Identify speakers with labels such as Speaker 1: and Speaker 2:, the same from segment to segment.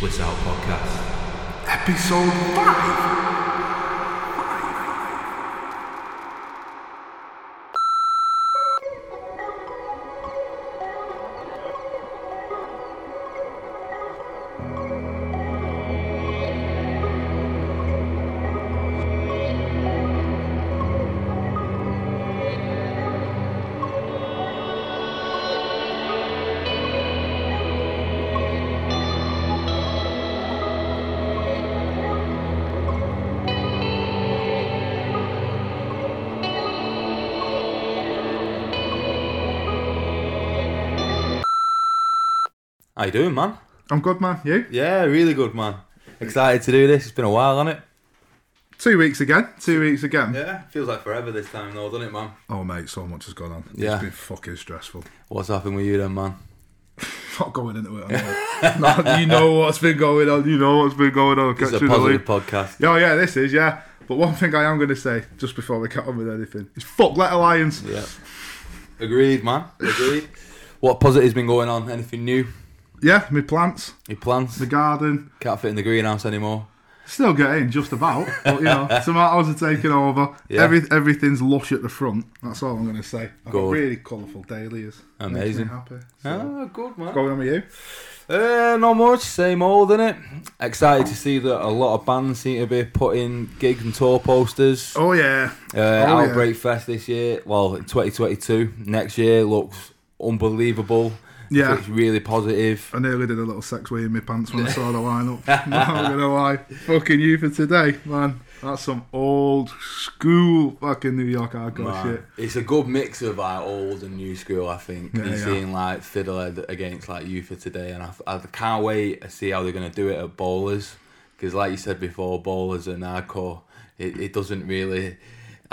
Speaker 1: This Out Podcast.
Speaker 2: Episode 5.
Speaker 1: How you doing, man?
Speaker 2: I'm good, man. You?
Speaker 1: Yeah, really good, man. Excited to do this. It's been a while, hasn't it?
Speaker 2: Two weeks again. Two weeks again.
Speaker 1: Yeah, feels like forever this time, though, doesn't it, man?
Speaker 2: Oh, mate, so much has gone on.
Speaker 1: Yeah.
Speaker 2: It's been fucking stressful.
Speaker 1: What's happened with you then, man?
Speaker 2: Not going into it. I know. No, you know what's been going on. You know what's been going on. I'll
Speaker 1: This
Speaker 2: catch
Speaker 1: is a
Speaker 2: you in the
Speaker 1: positive
Speaker 2: loop.
Speaker 1: podcast.
Speaker 2: Oh, yeah, this is, yeah. But one thing I am going to say, just before we get on with anything, is fuck Let Alliance.
Speaker 1: Yeah. Agreed, man. Agreed. what positive's been going on? Anything new?
Speaker 2: Yeah, my plants,
Speaker 1: Your plans?
Speaker 2: the garden,
Speaker 1: Can't fit in the greenhouse anymore.
Speaker 2: still getting just about. But, you know, tomatoes are taking over.
Speaker 1: Yeah.
Speaker 2: Every, everything's lush at the front. That's all I'm going to say. I've got
Speaker 1: Good.
Speaker 2: really colourful dahlias. Makes me
Speaker 1: Amazing.
Speaker 2: happy. So,
Speaker 1: Ah, good, man.
Speaker 2: what's going on with you?
Speaker 1: Uh, not much, same old, innit? Excited to see that a lot of bands seem to be putting gigs and tour posters.
Speaker 2: Oh, yeah.
Speaker 1: Uh,
Speaker 2: yeah.
Speaker 1: Outbreak Fest this year, well, in 2022. Next year looks unbelievable.
Speaker 2: Yeah.
Speaker 1: It's really positive.
Speaker 2: I nearly did a little sex way in my pants when I saw the lineup. Not gonna lie, fucking you for today, man. That's some old school fucking New York hardcore
Speaker 1: Man,
Speaker 2: Oh, shit.
Speaker 1: it's a good mix of like old and new school, I think.
Speaker 2: Yeah,
Speaker 1: You're
Speaker 2: yeah.
Speaker 1: seeing like Fiddlehead against like Youth for today, and I, I can't wait to see how they're going to do it at Bowlers. Because, like you said before, Bowlers and hardcore, it, it doesn't really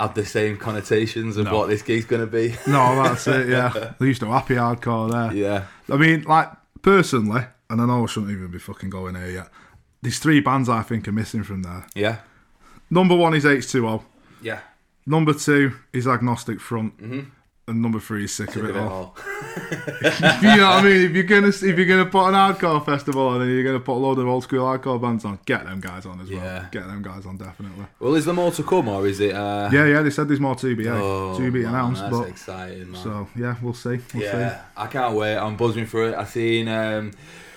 Speaker 1: have the same connotations of
Speaker 2: No.
Speaker 1: what this gig's going to be.
Speaker 2: No, that's it. Yeah, they used to happy hardcore there.
Speaker 1: yeah.
Speaker 2: I mean, like personally, and I know I shouldn't even be fucking going here yet. There's three bands I think are missing from there.
Speaker 1: Yeah.
Speaker 2: Number one is H2O.
Speaker 1: Yeah.
Speaker 2: Number two is Agnostic Front. And number three is Mm-hmm. Sick, of It All. you know what I mean? If you're gonna if you're gonna put an hardcore festival on and you're gonna put a load of old school hardcore bands on, get them guys on as well.
Speaker 1: Yeah.
Speaker 2: Get them guys on definitely.
Speaker 1: Well, is there more to come, or is it? Uh,
Speaker 2: Yeah, yeah. They said there's more to be eh?
Speaker 1: oh,
Speaker 2: to be
Speaker 1: man,
Speaker 2: announced,
Speaker 1: That's
Speaker 2: but
Speaker 1: exciting, man.
Speaker 2: so yeah, we'll see. We'll
Speaker 1: yeah, I can't wait. I'm buzzing for it. I seen um,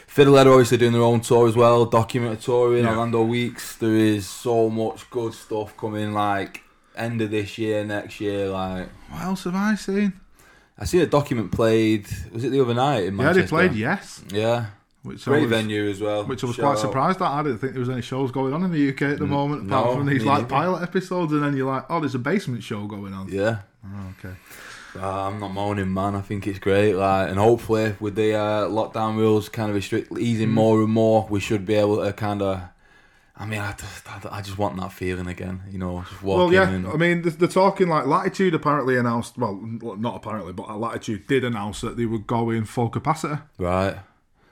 Speaker 1: Fiddlehead are obviously doing their own tour as well, documentary touring
Speaker 2: Yeah.
Speaker 1: Orlando weeks. There is so much good stuff coming, like end of this year, next year. Like
Speaker 2: see. What else have I seen?
Speaker 1: I see a document played. Was it the other night in
Speaker 2: Yeah,
Speaker 1: Manchester?
Speaker 2: they played Yes,
Speaker 1: Yeah,
Speaker 2: which I
Speaker 1: great
Speaker 2: was,
Speaker 1: venue as well.
Speaker 2: Which I was
Speaker 1: Shout
Speaker 2: quite
Speaker 1: out.
Speaker 2: surprised at. I didn't think there was any shows going on in the UK at the moment, apart
Speaker 1: no,
Speaker 2: from these
Speaker 1: me
Speaker 2: like
Speaker 1: neither.
Speaker 2: pilot episodes, and then you're like, oh, there's a basement show going on.
Speaker 1: Yeah.
Speaker 2: Oh, okay.
Speaker 1: Uh, I'm not moaning, man. I think it's great, like, and hopefully with the uh, lockdown rules kind of restrict
Speaker 2: Mm.
Speaker 1: easing more and more, we should be able to kind of. I mean, I just, I, I just want that feeling again, you know, just walking.
Speaker 2: Well, yeah, um,
Speaker 1: and,
Speaker 2: I mean, they're, they're talking like Latitude apparently announced, well, not apparently, but Latitude did announce that they were going full capacity.
Speaker 1: right.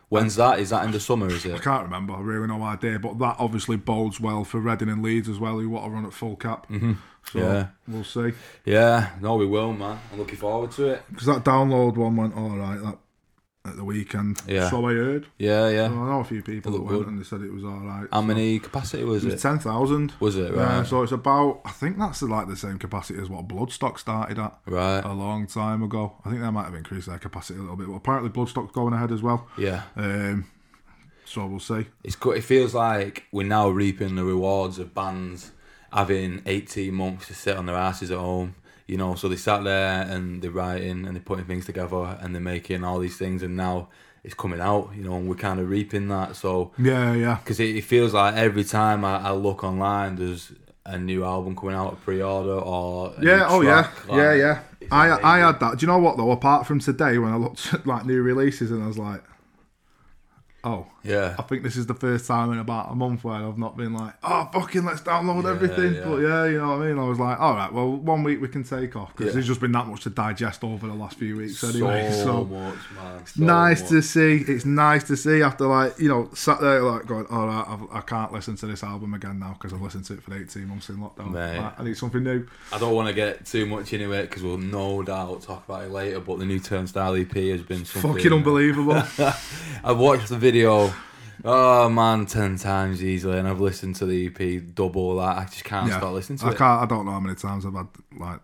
Speaker 1: When's that? Is that in the summer? Is
Speaker 2: I
Speaker 1: it?
Speaker 2: can't remember, I really no idea, but that obviously bodes well for Reading and Leeds as well, who want to run at full cap. So
Speaker 1: Mm-hmm. Yeah.
Speaker 2: we'll see.
Speaker 1: Yeah. No, we will, man. I'm looking forward to it.
Speaker 2: Because that download one went all right that, at the weekend.
Speaker 1: Yeah.
Speaker 2: So I heard.
Speaker 1: Yeah,
Speaker 2: I
Speaker 1: yeah.
Speaker 2: know a few people
Speaker 1: It
Speaker 2: that
Speaker 1: looked
Speaker 2: went
Speaker 1: good.
Speaker 2: and they said it was all right.
Speaker 1: How many capacity was
Speaker 2: It was
Speaker 1: it? uh,
Speaker 2: 10,000.
Speaker 1: Was it
Speaker 2: Yeah,
Speaker 1: right?
Speaker 2: so it's about, I think that's like the same capacity as what Bloodstock started at. a
Speaker 1: Right.
Speaker 2: long time ago. I think they might have increased their capacity a little bit, but apparently Bloodstock's going ahead as well.
Speaker 1: Yeah.
Speaker 2: Um, so we'll see.
Speaker 1: It's co- it feels like we're now reaping the rewards of bands having 18 months to sit on their asses at home. You know, so they sat there and they're writing and they're putting things together and they're making all these things, and now it's coming out. You know, and we're kind of reaping that. So
Speaker 2: Yeah, yeah,
Speaker 1: because it, it feels like every time I, I look online, there's a new album coming out, a pre-order or a
Speaker 2: yeah.
Speaker 1: new
Speaker 2: Oh yeah,
Speaker 1: track, like-
Speaker 2: yeah, yeah.
Speaker 1: it's
Speaker 2: I I
Speaker 1: amazing.
Speaker 2: had that. Do you know what though? Apart from today, when I looked at like new releases, and I was like, oh.
Speaker 1: yeah.
Speaker 2: I think this is the first time in about a month where I've not been like, oh, fucking, let's download
Speaker 1: Yeah,
Speaker 2: everything.
Speaker 1: yeah.
Speaker 2: But yeah, you know what I mean? I was like, all right, well, one week we can take off because
Speaker 1: Yeah.
Speaker 2: there's just been that much to digest over the last few weeks anyway.
Speaker 1: so,
Speaker 2: so
Speaker 1: much, man. so
Speaker 2: nice
Speaker 1: much.
Speaker 2: to see. It's nice to see after like you know sat there like going, all right, I've, I can't listen to this album again now because I've listened to it for eighteen months in lockdown.
Speaker 1: Mate.
Speaker 2: Like, I need something new.
Speaker 1: I don't want to get too much into it because we'll no doubt talk about it E later. But the new Turnstile EP has been something.
Speaker 2: Fucking unbelievable.
Speaker 1: I watched the video Oh man, ten times easily, and I've listened to the EP double that. I just can't
Speaker 2: Yeah.
Speaker 1: stop listening to
Speaker 2: I
Speaker 1: it.
Speaker 2: can't. I don't know how many times I've had like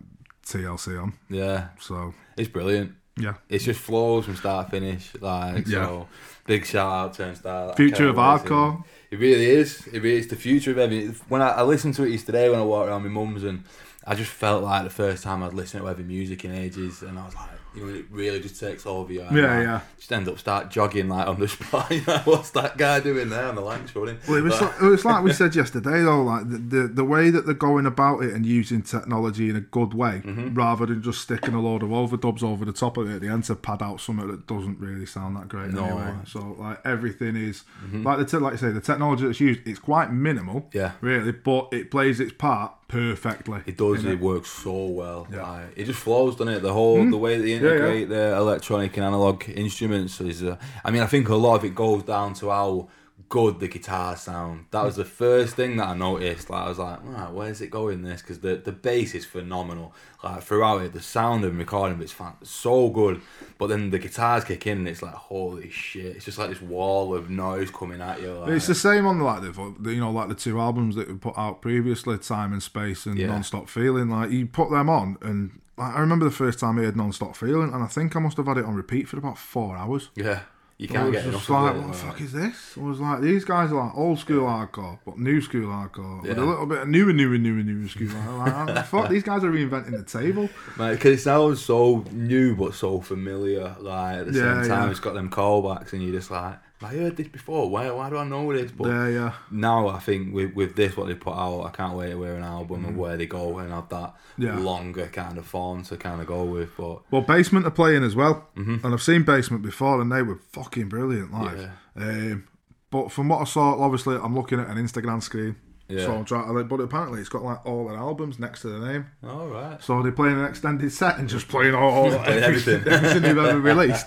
Speaker 2: TLC on.
Speaker 1: Yeah,
Speaker 2: So
Speaker 1: it's brilliant.
Speaker 2: yeah,
Speaker 1: It just flows from start to finish. Like
Speaker 2: Yeah.
Speaker 1: so, big shout out Turnstile. I
Speaker 2: future
Speaker 1: can't
Speaker 2: of
Speaker 1: wait to-
Speaker 2: hardcore.
Speaker 1: It really is. It really is the future of every. When I, I listened to it yesterday when I walked around my mum's, and I just felt like the first time I'd listened to heavy music in ages, and I was like, you know, it really just takes over you. and
Speaker 2: Yeah,
Speaker 1: I
Speaker 2: yeah.
Speaker 1: Just end up start jogging like on the spot. You know, what's that guy doing there on the lanks running?
Speaker 2: Well, it was, like, it was like we said yesterday, though, like the, the, the way that they're going about it and using technology in a good way,
Speaker 1: Mm-hmm.
Speaker 2: rather than just sticking a load of overdubs over the top of it at the end to pad out something that doesn't really sound that great
Speaker 1: No. Mm-hmm.
Speaker 2: anyway. So, like everything is like the te- like you say, the technology that's used, it's quite minimal,
Speaker 1: Yeah.
Speaker 2: really, but it plays its part perfectly.
Speaker 1: It does.
Speaker 2: innit?
Speaker 1: It works so well.
Speaker 2: Yeah. Hmm.
Speaker 1: Like, it just flows, doesn't it? The whole the way they
Speaker 2: yeah.
Speaker 1: integrate the electronic and analog instruments is. Uh, I mean, I think a lot of it goes down to how good the guitar sound. That was the first thing that I noticed. Like I was like, right, where's it going? This because the the bass is phenomenal. Like throughout it, the sound and recording of it's fan- so good. But then the guitars kick in, and it's like, holy shit! It's just like this wall of noise coming at you. Like,
Speaker 2: It's the same on like the the- you know like the two albums that we put out previously, Time and Space and
Speaker 1: Yeah.
Speaker 2: Non-Stop Feeling. Like you put them on, and like, I remember the first time I heard Non-Stop Feeling, and I think I must have had it on repeat for about four hours.
Speaker 1: yeah, you
Speaker 2: I
Speaker 1: can't
Speaker 2: was
Speaker 1: get enough.
Speaker 2: just
Speaker 1: of
Speaker 2: like,
Speaker 1: it,
Speaker 2: what
Speaker 1: like.
Speaker 2: the fuck is this? I was like, these guys are like old school hardcore, but new school hardcore with a
Speaker 1: Yeah.
Speaker 2: little bit of newer, newer, newer, newer school. hardcore. Like, fuck, these guys are reinventing the table.
Speaker 1: because it sounds so new but so familiar. Like at the
Speaker 2: Yeah,
Speaker 1: same time,
Speaker 2: yeah.
Speaker 1: it's got them callbacks, and you're just like, I heard this before. Why? Why do I know this? But
Speaker 2: Yeah, yeah.
Speaker 1: now I think with with this, what they put out, I can't wait to hear an album and where they go and have that
Speaker 2: Mm. Yeah.
Speaker 1: longer kind of form to kind of go with. But
Speaker 2: Well, Basement are playing as well,
Speaker 1: Mm-hmm.
Speaker 2: and I've seen Basement before, and they were fucking brilliant live.
Speaker 1: Yeah.
Speaker 2: Um, but from what I saw, obviously, I'm looking at an Instagram screen,
Speaker 1: Yeah.
Speaker 2: so I'm trying to. Like, but apparently, it's got like all their albums next to the name,
Speaker 1: all right,
Speaker 2: so they're playing an extended set and just playing all, all
Speaker 1: Playing
Speaker 2: everything, everything they've ever released.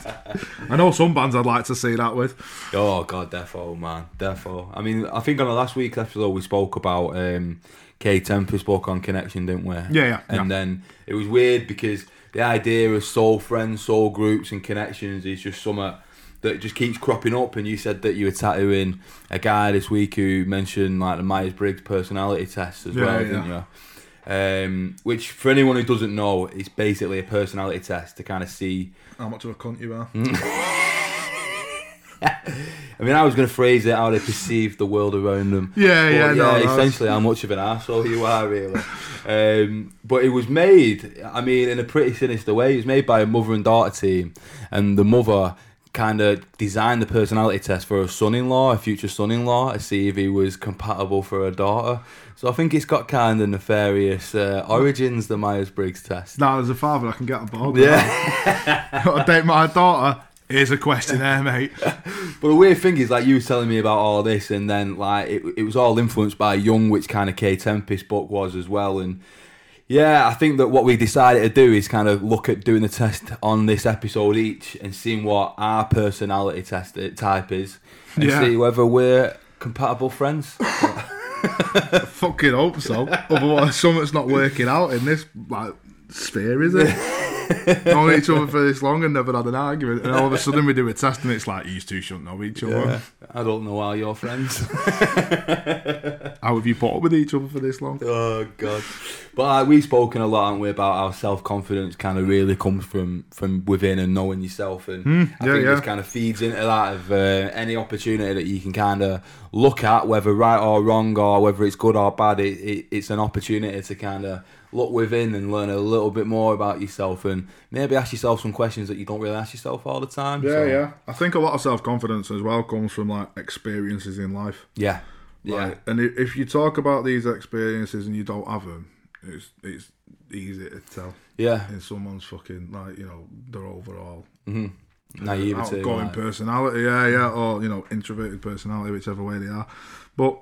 Speaker 2: I know some bands I'd like to see that with.
Speaker 1: oh god, defo man, defo. I mean, I think on the last week's episode we spoke about um, K Temp. We spoke on connection, didn't we?
Speaker 2: Yeah, yeah,
Speaker 1: and then it was weird because the idea of soul friends, soul groups, and connections is just something that just keeps cropping up. And you said that you were tattooing a guy this week who mentioned like the Myers Briggs personality test as
Speaker 2: Yeah,
Speaker 1: well,
Speaker 2: yeah.
Speaker 1: didn't you? Um, which, for anyone who doesn't know, is basically a personality test to kind of see.
Speaker 2: How much of a cunt you are?
Speaker 1: Hmm? I mean, I was going to phrase it how they perceive the world around them.
Speaker 2: Yeah,
Speaker 1: But,
Speaker 2: yeah, no, no,
Speaker 1: essentially how much of an asshole you are, really. um, but it was made, I mean, in a pretty sinister way. It was made by a mother and daughter team, and the mother kind of designed the personality test for her son-in-law, a future son-in-law, to see if he was compatible for her daughter. So I think it's got kind of nefarious uh, origins, the Myers Briggs test.
Speaker 2: Now, as a father, I can get on board. with
Speaker 1: Yeah.
Speaker 2: that. Gotta date my daughter. Here's a questionnaire, mate.
Speaker 1: But the weird thing is, like you were telling me about all this, and then like it, it was all influenced by Young, which kind of K Tempest book was as well. And yeah, I think that what we decided to do is kind of look at doing the test on this episode each and seeing what our personality test uh, type is, and
Speaker 2: Yeah.
Speaker 1: see whether we're compatible friends.
Speaker 2: Fucking hope so. Otherwise, something's not working out in this like sphere, is it? Known each other for this long and never had an argument, and all of a sudden we do a test and it's like these two shouldn't know each other.
Speaker 1: I don't know why you're friends.
Speaker 2: How have you put up with each other for this long?
Speaker 1: Oh god! But like, we've spoken a lot, haven't we, about how self confidence kind of really comes from from within and knowing yourself, and I
Speaker 2: Hmm, yeah,
Speaker 1: think
Speaker 2: yeah.
Speaker 1: this kind of feeds into that of uh, any opportunity that you can kind of look at, whether right or wrong, or whether it's good or bad. It, it it's an opportunity to kind of look within and learn a little bit more about yourself, and maybe ask yourself some questions that you don't really ask yourself all the time.
Speaker 2: Yeah,
Speaker 1: so,
Speaker 2: yeah. I think a lot of self confidence as well comes from like experiences in life.
Speaker 1: yeah, yeah.
Speaker 2: Like, And i- if you talk about these experiences and you don't have them, it's it's easy to tell
Speaker 1: yeah.
Speaker 2: in someone's fucking like you know their overall
Speaker 1: Mm-hmm. Naivety.
Speaker 2: outgoing
Speaker 1: like-
Speaker 2: personality, yeah, yeah, or you know, introverted personality, whichever way they are. But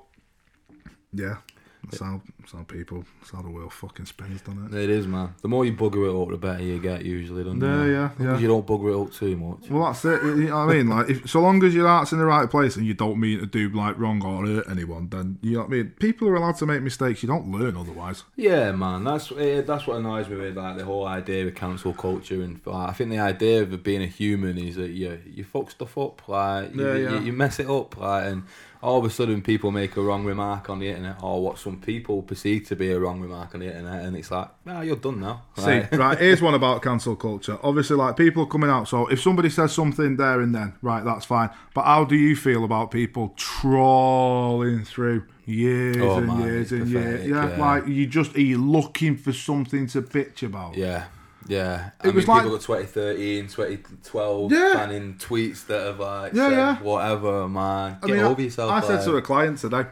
Speaker 2: yeah, That's how, that's how people, that's how the world fucking spins, doesn't it?
Speaker 1: It is, man. The more you bugger it up, the better you get usually, don't
Speaker 2: Yeah,
Speaker 1: you?
Speaker 2: yeah,
Speaker 1: As long
Speaker 2: yeah.
Speaker 1: as You don't bugger it up too much.
Speaker 2: Well, that's it. You know what I mean? Like, if, so long as your heart's in the right place and you don't mean to do like wrong or hurt anyone, then you know what I mean. People are allowed to make mistakes. You don't learn otherwise.
Speaker 1: Yeah, man. That's eh, that's what annoys me with like the whole idea of cancel culture, and like, I think the idea of being a human is that you you fuck stuff up, like you,
Speaker 2: Yeah,
Speaker 1: you-
Speaker 2: yeah.
Speaker 1: you mess it up, like, and all of a sudden people make a wrong remark on the internet, or what some people perceive to be a wrong remark on the internet, and it's like, ah, you're done now.
Speaker 2: See,
Speaker 1: Like,
Speaker 2: right, here's one about cancel culture. Obviously, like people are coming out, so if somebody says something there and then, right, that's fine. But how do you feel about people trawling through years
Speaker 1: Oh,
Speaker 2: and
Speaker 1: man,
Speaker 2: years
Speaker 1: it's
Speaker 2: and years?
Speaker 1: pathetic,
Speaker 2: Yeah,
Speaker 1: yeah.
Speaker 2: like you just are you looking for something to bitch about?
Speaker 1: Yeah, yeah. I
Speaker 2: It was
Speaker 1: mean,
Speaker 2: like-
Speaker 1: people got 2013, 2012
Speaker 2: Yeah.
Speaker 1: banning tweets that have like
Speaker 2: Yeah,
Speaker 1: said
Speaker 2: yeah.
Speaker 1: whatever, man.
Speaker 2: I
Speaker 1: Get
Speaker 2: mean,
Speaker 1: over yourself.
Speaker 2: I said
Speaker 1: like.
Speaker 2: to a client today,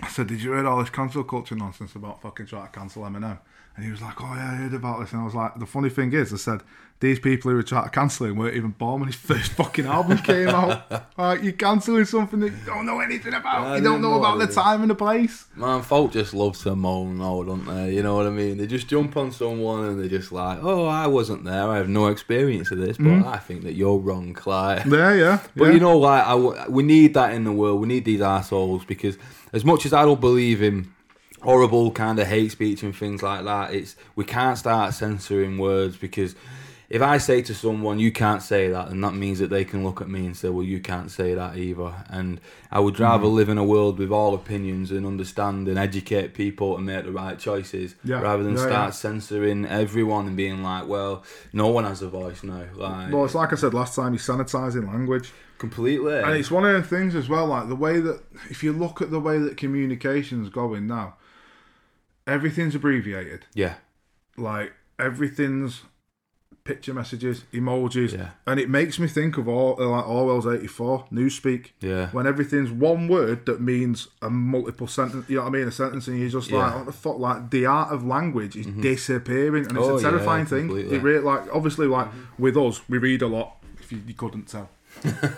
Speaker 2: I said, "Did you hear all this cancel culture nonsense about fucking trying to cancel Eminem?" And he was like, "Oh yeah, I heard about this." And I was like, "The funny thing is, I said these people who were trying to cancel him weren't even born when his first fucking album came out. Like you're canceling something that you don't know anything about.
Speaker 1: I
Speaker 2: you don't
Speaker 1: didn't
Speaker 2: know
Speaker 1: know
Speaker 2: about the
Speaker 1: that.
Speaker 2: time and the place."
Speaker 1: Man, folk just love to moan, though, don't they? You know what I mean? They just jump on someone and they're just like, "Oh, I wasn't there. I have no experience of this, but
Speaker 2: Mm.
Speaker 1: I think that you're wrong, Clyde."
Speaker 2: Yeah, yeah.
Speaker 1: But
Speaker 2: yeah.
Speaker 1: you know, like I w we need that in the world. We need these assholes because, as much as I don't believe in horrible kind of hate speech and things like that, it's we can't start censoring words because if I say to someone, "You can't say that," then that means that they can look at me and say, "Well, you can't say that either." And I would rather
Speaker 2: Mm.
Speaker 1: live in a world with all opinions and understand and educate people and make the right choices
Speaker 2: Yeah.
Speaker 1: rather than
Speaker 2: Yeah,
Speaker 1: start
Speaker 2: yeah.
Speaker 1: censoring everyone and being like, "Well, no one has a voice now." Like
Speaker 2: Well, it's like I said last time, he's sanitising language.
Speaker 1: completely.
Speaker 2: And it's one of the things as well, like the way that if you look at the way that communication's going now, everything's abbreviated.
Speaker 1: yeah.
Speaker 2: like everything's picture messages, emojis,
Speaker 1: Yeah.
Speaker 2: and it makes me think of all like Orwell's '84 Newspeak.
Speaker 1: Yeah.
Speaker 2: When everything's one word that means a multiple sentence, you know what I mean? A sentence, and you're just like,
Speaker 1: Yeah. Mm-hmm.
Speaker 2: what the fuck? Like the art of language is disappearing, and it's
Speaker 1: Oh,
Speaker 2: a
Speaker 1: yeah,
Speaker 2: terrifying thing.
Speaker 1: completely. Mm-hmm.
Speaker 2: It really, like obviously, like with us, we read a lot. If you, you couldn't tell.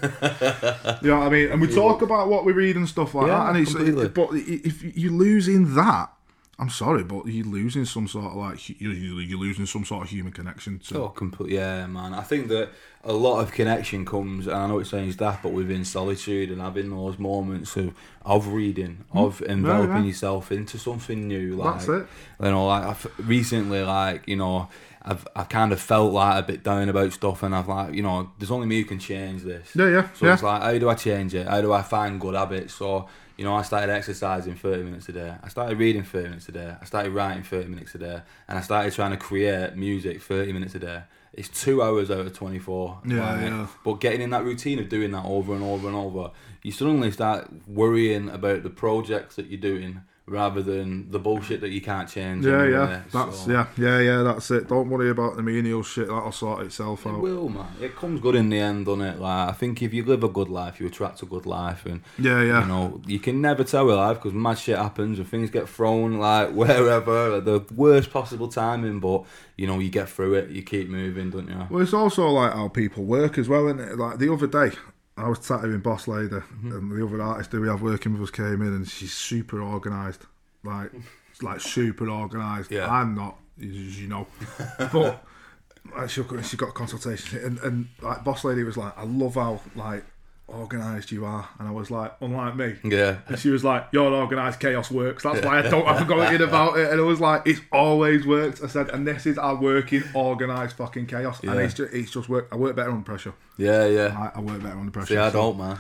Speaker 2: you know what I mean, and we talk about what we read and stuff like
Speaker 1: Yeah,
Speaker 2: that, and it's
Speaker 1: completely.
Speaker 2: but if you're losing that, I'm sorry, but you're losing some sort of like hu- you're, you're you're losing some sort of human connection to.
Speaker 1: Oh, complete. Yeah, man. I think that a lot of connection comes, and I know it sounds daft, but within solitude and having those moments of of reading, of enveloping
Speaker 2: Hmm. yeah.
Speaker 1: yourself into something new. Like,
Speaker 2: That's it.
Speaker 1: You know, like I've recently, like you know, I've I've kind of felt like a bit down about stuff, and I've like you know, there's only me who can change this.
Speaker 2: Yeah, yeah,
Speaker 1: So
Speaker 2: yeah.
Speaker 1: it's like, how do I change it? How do I find good habits? So, you know, I started exercising 30 minutes a day. I started reading 30 minutes a day. I started writing 30 minutes a day. And I started trying to create music 30 minutes a day. It's two hours out of 24.
Speaker 2: Yeah, yeah.
Speaker 1: But getting in that routine of doing that over and over and over, you suddenly start worrying about the projects that you're doing rather than the bullshit that you can't change.
Speaker 2: Yeah,
Speaker 1: anyway.
Speaker 2: yeah, that's
Speaker 1: So-
Speaker 2: yeah, yeah, yeah, that's it. Don't worry about the menial shit. That'll sort itself
Speaker 1: It
Speaker 2: out.
Speaker 1: will, man. It comes good in the end, doesn't it? Like I think if you live a good life, you attract a good life, and
Speaker 2: Yeah, yeah.
Speaker 1: you know, you can never tell with life because mad shit happens and things get thrown like wherever at the worst possible timing. But you know, you get through it. You keep moving, don't you?
Speaker 2: Well, it's also like how people work as well, isn't it? Like the other day, I was tattooing Boss Lady, and the other artist who we have working with us came in, and she's super organised, like like super organised.
Speaker 1: Yeah.
Speaker 2: I'm not, as you know, but like, she she got a consultation, and and like Boss Lady was like, I love how like organised you are, and I was like, unlike me.
Speaker 1: Yeah.
Speaker 2: And she was like, "Your organised chaos works. That's why I don't have a go at you about it." And I was like, "It's always worked." I said, "And this is our working organised fucking chaos." And
Speaker 1: Yeah.
Speaker 2: it's just, it's just work. I work better under pressure.
Speaker 1: Yeah, yeah.
Speaker 2: I, I work better under pressure.
Speaker 1: See, I don't, man.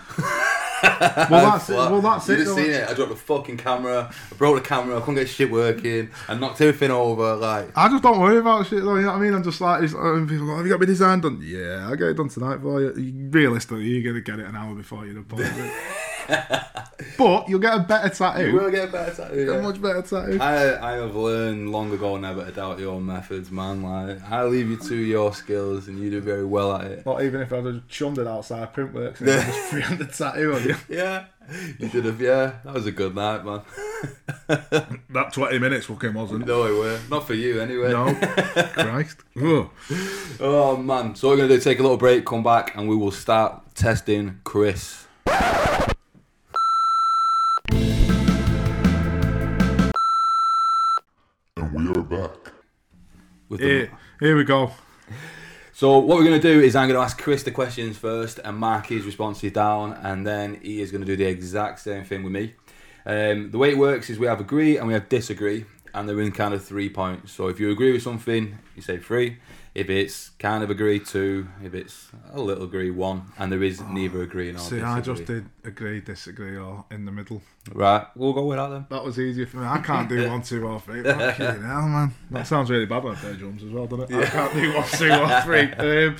Speaker 2: Well, that's it. Well, that's
Speaker 1: you
Speaker 2: it.
Speaker 1: just
Speaker 2: though.
Speaker 1: seen it. I dropped the fucking camera. I broke the camera. I couldn't get shit working. I knocked everything over. Like,
Speaker 2: I just don't worry about shit though. You know what I mean? I'm just like, it's, um, people go, "Have you got my design done?" Yeah, I'll get it done tonight for you. You- Realistically, you're gonna get it an hour before you're done. but you'll get a better
Speaker 1: you
Speaker 2: tattoo.
Speaker 1: will get better. at it,
Speaker 2: A
Speaker 1: yeah.
Speaker 2: much better tattoo.
Speaker 1: I I have learned long ago never to doubt your own methods, man. Like I leave you to your skills, and you do very well at it.
Speaker 2: Not even if I'd have chunned it outside Printworks and it was just 300 tattoo on you.
Speaker 1: Yeah, you did have. Yeah, that was a good night, man.
Speaker 2: That 20 minutes fucking wasn't.
Speaker 1: No, it were not for you anyway.
Speaker 2: No. Christ. Ugh.
Speaker 1: Oh man, so what we're gonna do take a little break, come back, and we will start testing Chris. with the
Speaker 2: Here, here we go.
Speaker 1: So what we're going to do is I'm going to ask Chris the questions first and mark his responses down, and then he is going to do the exact same thing with me. Um, the way it works is we have agree and we have disagree, and they're in kind of three points. So if you agree with something, you say three. If it's kind of agree, two. If it's a little agree, one. And there is neither agree nor
Speaker 2: See,
Speaker 1: disagree.
Speaker 2: I just did agree, disagree, or in the middle.
Speaker 1: Right, we'll go with that then.
Speaker 2: That was easier for me. I can't do one, two, or three. Fucking hell, man. That sounds really bad when I play drums as well, doesn't it? I can't do one, two, or three. Um,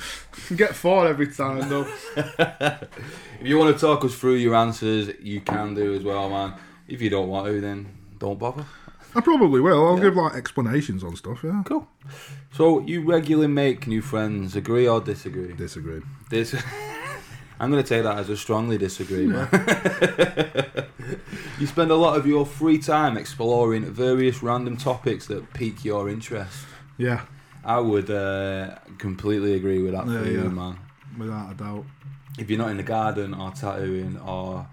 Speaker 2: can get four every time, though.
Speaker 1: If you want to talk us through your answers, you can do as well, man. If you don't want to, then don't bother.
Speaker 2: I probably will. I'll give like explanations on stuff. Yeah.
Speaker 1: Cool. So you regularly make new friends. Agree or disagree?
Speaker 2: Disagree.
Speaker 1: Dis- I'm going to take that as a strongly disagree. man. you spend a lot of your free time exploring various random topics that pique your interest.
Speaker 2: Yeah,
Speaker 1: I would uh, completely agree with that for
Speaker 2: Yeah,
Speaker 1: you,
Speaker 2: yeah.
Speaker 1: man.
Speaker 2: without a doubt.
Speaker 1: If you're not in the garden or tattooing or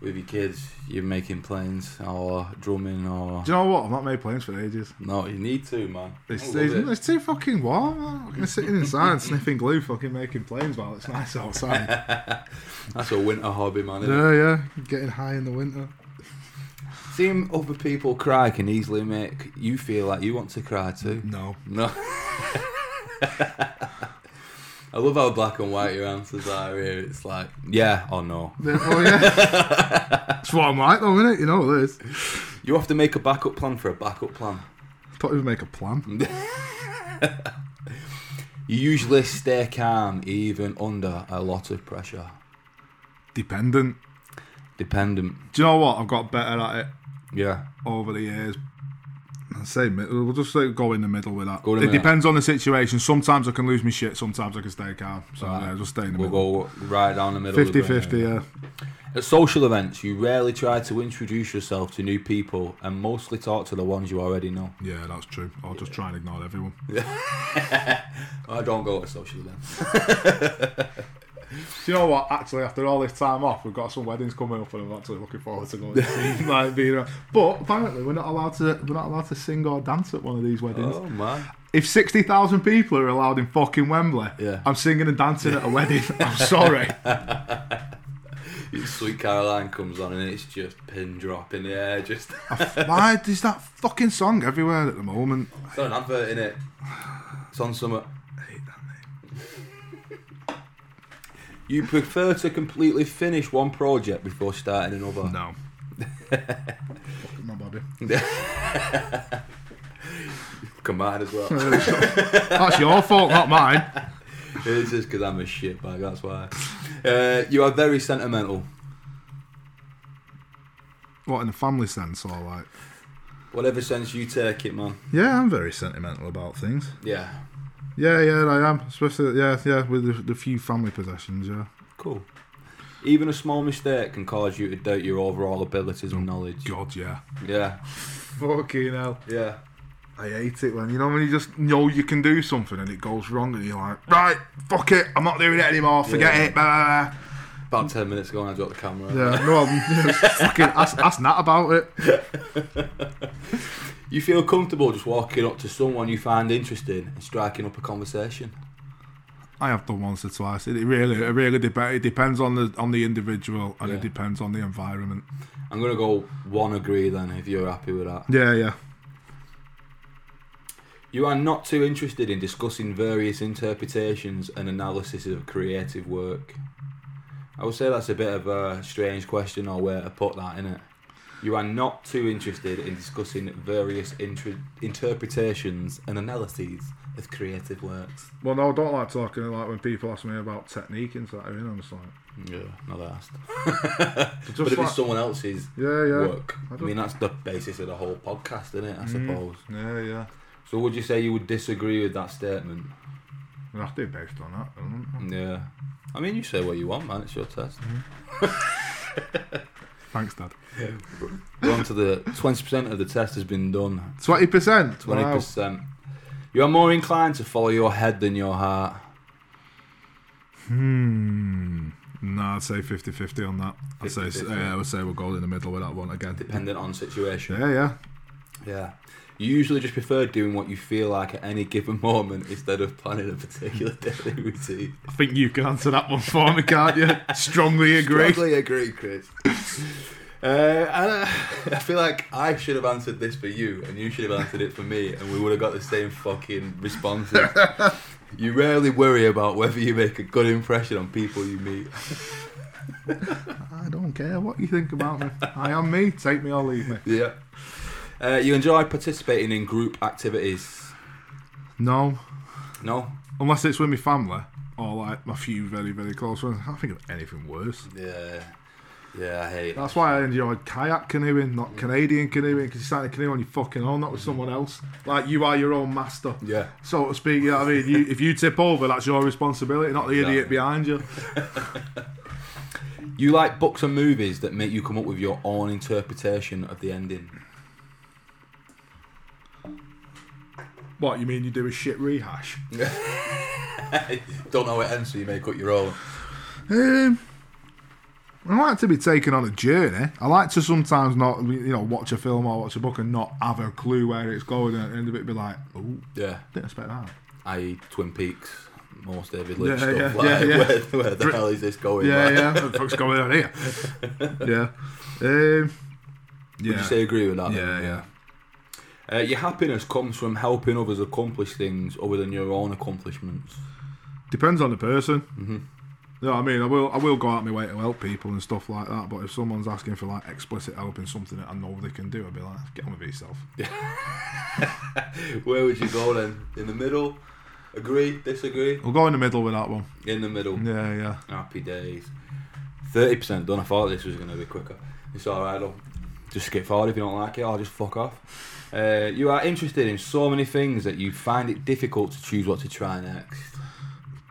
Speaker 1: with your kids, you're making planes or drumming or.
Speaker 2: Do you know what? I've not made planes for ages.
Speaker 1: No, you need to, man. I
Speaker 2: It's,
Speaker 1: love
Speaker 2: it's,
Speaker 1: it.
Speaker 2: it's too fucking warm. man. I'm fucking sitting inside sniffing glue, fucking making planes while it's nice outside.
Speaker 1: That's a winter hobby, man. Isn't it?
Speaker 2: yeah, yeah. Getting high in the winter.
Speaker 1: Seeing other people cry can easily make you feel like you want to cry too.
Speaker 2: No.
Speaker 1: No. I love how black and white your answers are here. It's like, yeah or no.
Speaker 2: Oh yeah. That's what I'm like, though, isn't it? You know what it is.
Speaker 1: You have to make a backup plan for a backup plan.
Speaker 2: Don't even make a plan.
Speaker 1: You usually stay calm even under a lot of pressure.
Speaker 2: Dependent.
Speaker 1: Dependent.
Speaker 2: Do you know what? I've got better at it
Speaker 1: Yeah.
Speaker 2: over the years. I say mid- we'll just like, go in the middle with that.
Speaker 1: Go in the
Speaker 2: it
Speaker 1: middle.
Speaker 2: depends on the situation. Sometimes I can lose my shit. Sometimes I can stay calm. So
Speaker 1: Right.
Speaker 2: yeah, just stay in the
Speaker 1: We'll
Speaker 2: middle.
Speaker 1: go right down the middle. of the
Speaker 2: 50
Speaker 1: room.
Speaker 2: 50 Yeah.
Speaker 1: At social events, you rarely try to introduce yourself to new people and mostly talk to the ones you already know.
Speaker 2: Yeah, that's true. I'll just try and ignore everyone.
Speaker 1: I don't go to social events.
Speaker 2: Do you know what? Actually, after all this time off, we've got some weddings coming up, and I'm actually looking forward to going to see, like being around. But apparently, we're not allowed to we're not allowed to sing or dance at one of these weddings.
Speaker 1: Oh, man.
Speaker 2: If sixty thousand people are allowed in fucking Wembley,
Speaker 1: Yeah.
Speaker 2: I'm singing and dancing at a wedding. I'm sorry.
Speaker 1: Sweet Caroline comes on and it's just pin drop in the air. Just
Speaker 2: Why is that fucking song everywhere at the moment?
Speaker 1: it's not an advert in it. It's on summer. You prefer to completely finish one project before starting another.
Speaker 2: No. fucking my body.
Speaker 1: Combined as well.
Speaker 2: That's your fault, not mine.
Speaker 1: it's just because I'm a shitbag. That's why. Uh, you are very sentimental.
Speaker 2: What in a family sense, or like?
Speaker 1: Whatever sense you take it, man.
Speaker 2: Yeah, I'm very sentimental about things.
Speaker 1: Yeah.
Speaker 2: Yeah, yeah, I am. Especially, yeah, yeah, with the, the few family possessions. Yeah.
Speaker 1: Cool. Even a small mistake can cause you to doubt your overall abilities and knowledge.
Speaker 2: God, yeah.
Speaker 1: Yeah.
Speaker 2: Fucking hell.
Speaker 1: Yeah.
Speaker 2: I hate it when you know when you just know you can do something and it goes wrong and you're like, right, fuck it, I'm not doing it anymore, forget
Speaker 1: Yeah.
Speaker 2: it. Blah,
Speaker 1: About ten minutes ago, when I dropped the camera.
Speaker 2: blah, blah. Yeah, no, I'm fucking ask, ask Nat about it.
Speaker 1: You feel comfortable just walking up to someone you find interesting and striking up a conversation.
Speaker 2: I have done once or twice. It really, it really depends. It depends on the on the individual and
Speaker 1: Yeah.
Speaker 2: it depends on the environment.
Speaker 1: I'm gonna go one agree then if you're happy with that.
Speaker 2: Yeah, yeah.
Speaker 1: You are not too interested in discussing various interpretations and analysis of creative work. I would say that's a bit of a strange question or where to put that in it. You are not too interested in discussing various intre- interpretations and analyses of creative works.
Speaker 2: Well, no, I don't like talking like when people ask me about technique and stuff. You know, I'm just like,
Speaker 1: Yeah, not asked.
Speaker 2: just
Speaker 1: But if
Speaker 2: like-
Speaker 1: it's someone else's
Speaker 2: yeah, yeah,
Speaker 1: work,
Speaker 2: I
Speaker 1: I,
Speaker 2: don't- Mm.
Speaker 1: mean that's the basis of the whole podcast, isn't it? I suppose.
Speaker 2: yeah, yeah.
Speaker 1: So would you say you would disagree with that statement?
Speaker 2: I have to be based on that. Don't I?
Speaker 1: Yeah. I mean, you say what you want, man. It's your test.
Speaker 2: Thanks, Dad.
Speaker 1: We're on to the twenty percent of the test has been done.
Speaker 2: Twenty percent.
Speaker 1: Twenty
Speaker 2: Wow.
Speaker 1: percent. You are more inclined to follow your head than your heart.
Speaker 2: Hmm. No, I'd say 50-50 on that. I'd say
Speaker 1: 50-50.
Speaker 2: yeah, I would say we'll go in the middle with that one again.
Speaker 1: Dependent on situation.
Speaker 2: Yeah, yeah.
Speaker 1: Yeah. You usually just prefer doing what you feel like at any given moment instead of planning a particular daily routine.
Speaker 2: I think you can answer that one for me, can't you? Strongly agree.
Speaker 1: Strongly agree, Chris. Uh, and, uh, I feel like I should have answered this for you, and you should have answered it for me, and we would have got the same fucking responses. you rarely worry about whether you make a good impression on people you meet.
Speaker 2: I don't care what you think about me. I am me. Take me or leave me.
Speaker 1: Yeah. Uh, you enjoy participating in group activities?
Speaker 2: No,
Speaker 1: No.
Speaker 2: unless it's with my family or like my few very very close friends. I can't think of anything worse.
Speaker 1: Yeah. Yeah, I hate.
Speaker 2: That's why I enjoyed kayak canoeing, not Canadian canoeing, because you start to canoe on your fucking own, not with someone else. Like you are your own master,
Speaker 1: Yeah.
Speaker 2: so to speak. You know what I mean, you, if you tip over, that's your responsibility, not the idiot
Speaker 1: Exactly.
Speaker 2: behind you.
Speaker 1: You like books and movies that make you come up with your own interpretation of the ending.
Speaker 2: What you mean? You do a shit rehash?
Speaker 1: Don't know how it ends, so you make up your own.
Speaker 2: Um, I like to be taken on a journey. I like to sometimes not, you know, watch a film or watch a book and not have a clue where it's going, and at the end of it be like, oh,
Speaker 1: Yeah.
Speaker 2: didn't expect that.
Speaker 1: I.e., Twin Peaks, most David Lynch
Speaker 2: Yeah,
Speaker 1: stuff.
Speaker 2: yeah,
Speaker 1: like,
Speaker 2: yeah, yeah.
Speaker 1: Where, where the hell is this going?
Speaker 2: Yeah,
Speaker 1: like?
Speaker 2: yeah. What the fuck's going on here? Yeah. Um, yeah.
Speaker 1: Would you say agree with that?
Speaker 2: yeah, yeah.
Speaker 1: Uh, your happiness comes from helping others accomplish things other than your own accomplishments.
Speaker 2: Depends on the person.
Speaker 1: Mhm.
Speaker 2: You know what I mean? I will I will go out my way to help people and stuff like that, but if someone's asking for like explicit help in something that I know they can do, I'd be like, get on with yourself.
Speaker 1: Where would you go then? In the middle? Agree? Disagree?
Speaker 2: I'll go in the middle with that one.
Speaker 1: In the middle.
Speaker 2: Yeah, yeah.
Speaker 1: Happy days. Thirty percent done. I thought this was going to be quicker. It's all right though. Just skip forward if you don't like it. I'll just fuck off. Uh, you are interested in so many things that you find it difficult to choose what to try next.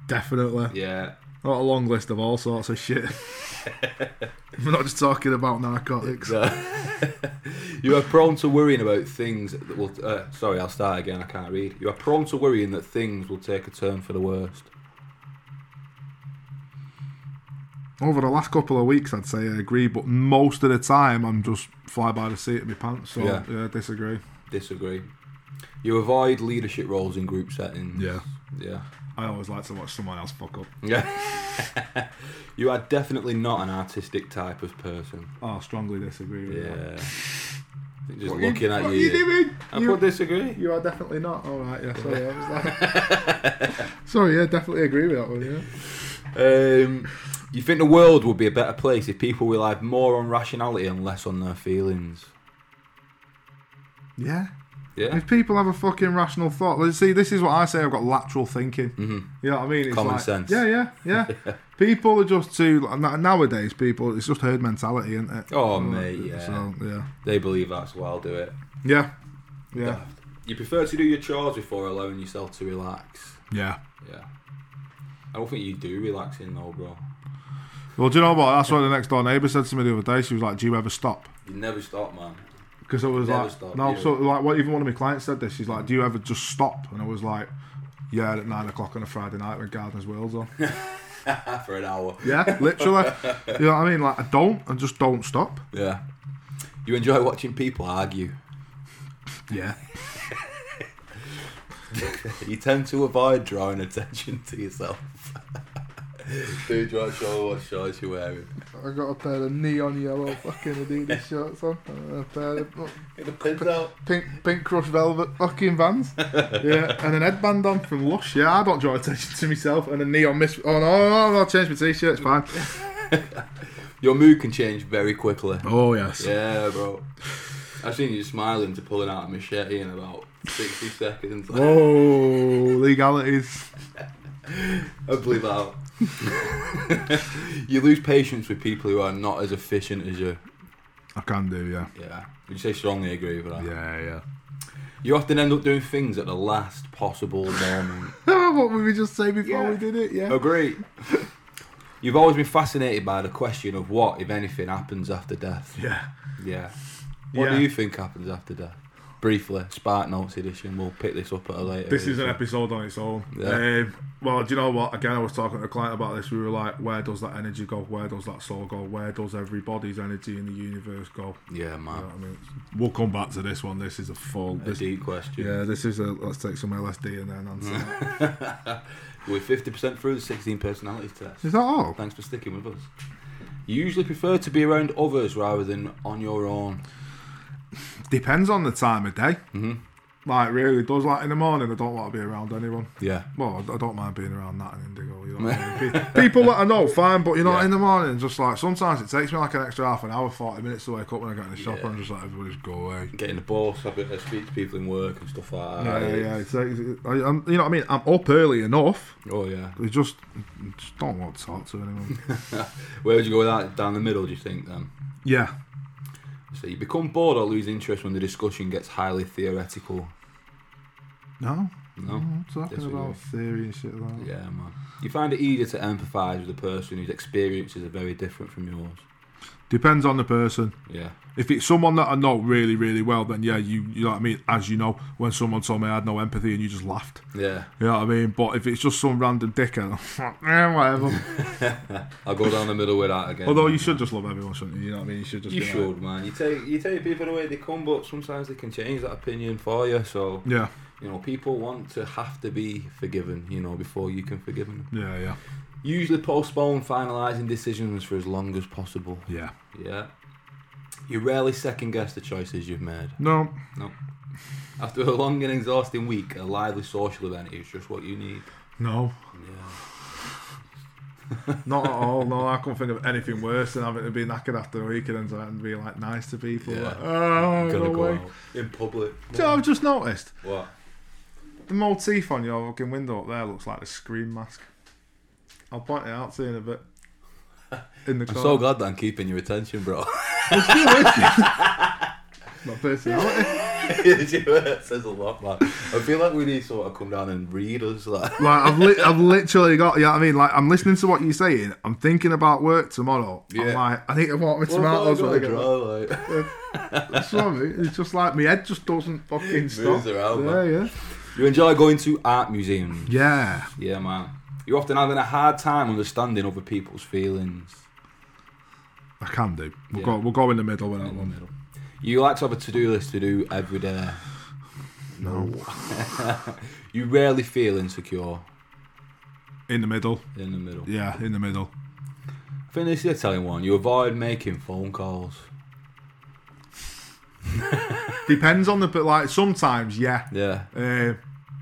Speaker 2: Definitely.
Speaker 1: Yeah,
Speaker 2: Not a long list of all sorts of shit. We're not just talking about narcotics.
Speaker 1: you are prone to worrying about things that will. Uh, sorry, I'll start again. I can't read. You are prone to worrying that things will take a turn for the worst.
Speaker 2: Over the last couple of weeks, I'd say I agree, but most of the time, I'm just fly by the seat of my pants. So
Speaker 1: Yeah.
Speaker 2: yeah, I disagree.
Speaker 1: Disagree. You avoid leadership roles in group settings.
Speaker 2: Yeah.
Speaker 1: Yeah.
Speaker 2: I always like to watch someone else fuck up.
Speaker 1: Yeah. you are definitely not an artistic type of person.
Speaker 2: Oh, strongly disagree. With that.
Speaker 1: Yeah. I think Just
Speaker 2: What
Speaker 1: looking
Speaker 2: you,
Speaker 1: at
Speaker 2: what
Speaker 1: you.
Speaker 2: are you doing?
Speaker 1: I
Speaker 2: you,
Speaker 1: put disagree.
Speaker 2: you are definitely not. All right, yeah. Sorry, I was like, sorry, yeah, definitely agree with that one. Yeah.
Speaker 1: Um, you think the world would be a better place if people relied more on rationality and less on their feelings?
Speaker 2: Yeah.
Speaker 1: Yeah.
Speaker 2: If people have a fucking rational thought, let's see. This is what I say. I've got lateral thinking.
Speaker 1: hmm
Speaker 2: You know what I mean? It's
Speaker 1: Common
Speaker 2: like-
Speaker 1: sense.
Speaker 2: Yeah, yeah, yeah. people are just too like, na- nowadays. People, it's just herd mentality, isn't it?
Speaker 1: Oh,
Speaker 2: So,
Speaker 1: mate, yeah.
Speaker 2: So yeah,
Speaker 1: They believe that's why I'll do it.
Speaker 2: yeah, yeah,
Speaker 1: You prefer to do your chores before allowing yourself to relax.
Speaker 2: yeah.
Speaker 1: Yeah. I don't think you do relaxing though, bro.
Speaker 2: Well, do you know what? That's what the next door neighbour said to me the other day. She was like, "Do you ever stop?"
Speaker 1: You never stop, man.
Speaker 2: Because I was
Speaker 1: Never
Speaker 2: like,
Speaker 1: stop,
Speaker 2: "No."
Speaker 1: yeah.
Speaker 2: So like, what? Even one of my clients said this. She's like, "Do you ever just stop?" And I was like, "Yeah, at nine o'clock on a Friday night when Gardener's World's on."
Speaker 1: Ah, For an hour.
Speaker 2: yeah, literally. you know what I mean? Like, I don't. I just don't stop.
Speaker 1: Yeah. You enjoy watching people argue.
Speaker 2: Yeah.
Speaker 1: You tend to avoid drawing attention to yourself. Dude, what show, what shorts you wearing?
Speaker 2: I got a pair of neon yellow fucking Adidas shorts on. And a pair of
Speaker 1: Get the pins out.
Speaker 2: pink pink crushed velvet fucking vans. yeah, and an headband on from Lush. Yeah, I don't draw attention to myself. And a neon miss. Oh no, no, no, I'll change my t-shirt. It's fine.
Speaker 1: Your mood can change very quickly.
Speaker 2: Oh yes.
Speaker 1: Yeah, bro. I've seen you smiling to pulling out a machete in about 60 seconds.
Speaker 2: Oh, legalities.
Speaker 1: I bleed out. you lose patience with people who are not as efficient as you.
Speaker 2: I can do. Yeah.
Speaker 1: Yeah. Would you say strongly agree with that?
Speaker 2: Yeah, yeah.
Speaker 1: You often end up doing things at the last possible moment.
Speaker 2: what would we just say before
Speaker 1: Yeah.
Speaker 2: we did it? Yeah.
Speaker 1: Agree. You've always been fascinated by the question of what, if anything, happens after death.
Speaker 2: Yeah.
Speaker 1: Yeah. What
Speaker 2: Yeah.
Speaker 1: do you think happens after death? briefly, Spark Notes edition. We'll pick this up at a later.
Speaker 2: This is
Speaker 1: edition.
Speaker 2: an episode on its own.
Speaker 1: Yeah.
Speaker 2: Um, well, do you know what? Again, I was talking to a client about this. We were like, where does that energy go? Where does that soul go? Where does everybody's energy in the universe go?
Speaker 1: Yeah, man.
Speaker 2: You know what I mean? We'll come back to this one. This is a full.
Speaker 1: A
Speaker 2: This,
Speaker 1: deep question.
Speaker 2: yeah, this is a. Let's take some LSD and then answer. that.
Speaker 1: We're fifty percent through the sixteen personalities test.
Speaker 2: Is that all?
Speaker 1: Thanks for sticking with us. You usually prefer to be around others rather than on your own.
Speaker 2: Depends on the time of day.
Speaker 1: hmm
Speaker 2: Like, really does. Like in the morning, I don't want to be around anyone.
Speaker 1: Yeah.
Speaker 2: Well, I I don't mind being around that and Indigo. You know what I mean? Pe- People that I know, fine, but you know,
Speaker 1: Yeah.
Speaker 2: in the morning, just like sometimes it takes me like an extra half an hour, 40 minutes to wake up when I get in the shop,
Speaker 1: Yeah.
Speaker 2: and I'm just like, everybody just go away.
Speaker 1: Getting the boss, I bit- I speak to people in work and stuff like
Speaker 2: Yeah,
Speaker 1: that.
Speaker 2: yeah, yeah. It takes, I, I'm, you know what I mean? I'm up early enough.
Speaker 1: Oh yeah.
Speaker 2: We just, just don't want to talk to anyone.
Speaker 1: Where would you go with that? Down the middle, do you think then?
Speaker 2: yeah.
Speaker 1: So you become bored or lose interest when the discussion gets highly theoretical.
Speaker 2: No?
Speaker 1: No.
Speaker 2: I'm talking
Speaker 1: Disagree.
Speaker 2: about theory and shit like that.
Speaker 1: Yeah, man. You find it easier to empathise with a person whose experiences are very different from yours.
Speaker 2: Depends on the person.
Speaker 1: Yeah.
Speaker 2: If it's someone that I know really, really well, then yeah, you, you know what I mean? As you know, when someone told me I had no empathy and you just laughed.
Speaker 1: Yeah.
Speaker 2: You know what I mean? But if it's just some random dickhead, eh, whatever.
Speaker 1: I'll go down the middle with that again.
Speaker 2: Although
Speaker 1: man.
Speaker 2: you should just love everyone, shouldn't you? You know what I mean? You should just.
Speaker 1: You
Speaker 2: be like-
Speaker 1: should, man. You take you take people the way they come, but sometimes they can change that opinion for you. So
Speaker 2: Yeah,
Speaker 1: you know, people want to have to be forgiven, you know, before you can forgive them.
Speaker 2: yeah, yeah,
Speaker 1: Usually postpone finalising decisions for as long as possible.
Speaker 2: yeah.
Speaker 1: Yeah. You rarely second guess the choices you've made.
Speaker 2: No,
Speaker 1: After a long and exhausting week, a lively social event is just what you need.
Speaker 2: no,
Speaker 1: Yeah.
Speaker 2: not at all. No, I can't think of anything worse than having to be knackered after a week and then and being like nice to people.
Speaker 1: Yeah.
Speaker 2: Like, oh,
Speaker 1: Gotta
Speaker 2: no
Speaker 1: go
Speaker 2: way.
Speaker 1: out in public.
Speaker 2: Do you know what I've just noticed
Speaker 1: What?
Speaker 2: the motif on your fucking window up there looks like a screen mask. I'll point it out to you in a bit. In the
Speaker 1: I'm
Speaker 2: corner.
Speaker 1: so glad that I'm keeping your attention, bro.
Speaker 2: My personality.
Speaker 1: it says a lot, man. I feel like we need someone to come down and read us. Like,
Speaker 2: like I've, li- I've literally got. You know what I mean? Like I'm listening to what you're saying. I'm thinking about work tomorrow. I'm
Speaker 1: Yeah.
Speaker 2: like, I need to want my
Speaker 1: What have I
Speaker 2: tomatoes
Speaker 1: got to
Speaker 2: when I get back.
Speaker 1: draw, like?
Speaker 2: That's what I mean. It's just like my head just doesn't fucking stop.
Speaker 1: Moves around,
Speaker 2: yeah,
Speaker 1: man.
Speaker 2: yeah.
Speaker 1: You enjoy going to art museums.
Speaker 2: Yeah.
Speaker 1: Yeah, man. You're often having a hard time understanding other people's feelings.
Speaker 2: I can do. We'll
Speaker 1: Yeah.
Speaker 2: go we'll go in the middle with that
Speaker 1: In the
Speaker 2: one.
Speaker 1: middle. You like to have a to-do list to do every day.
Speaker 2: No.
Speaker 1: You rarely feel insecure
Speaker 2: In the middle.
Speaker 1: in the middle.
Speaker 2: Yeah, in the middle.
Speaker 1: I think this is a telling one. You avoid making phone calls.
Speaker 2: Depends on the but like sometimes, yeah.
Speaker 1: Yeah.
Speaker 2: Uh,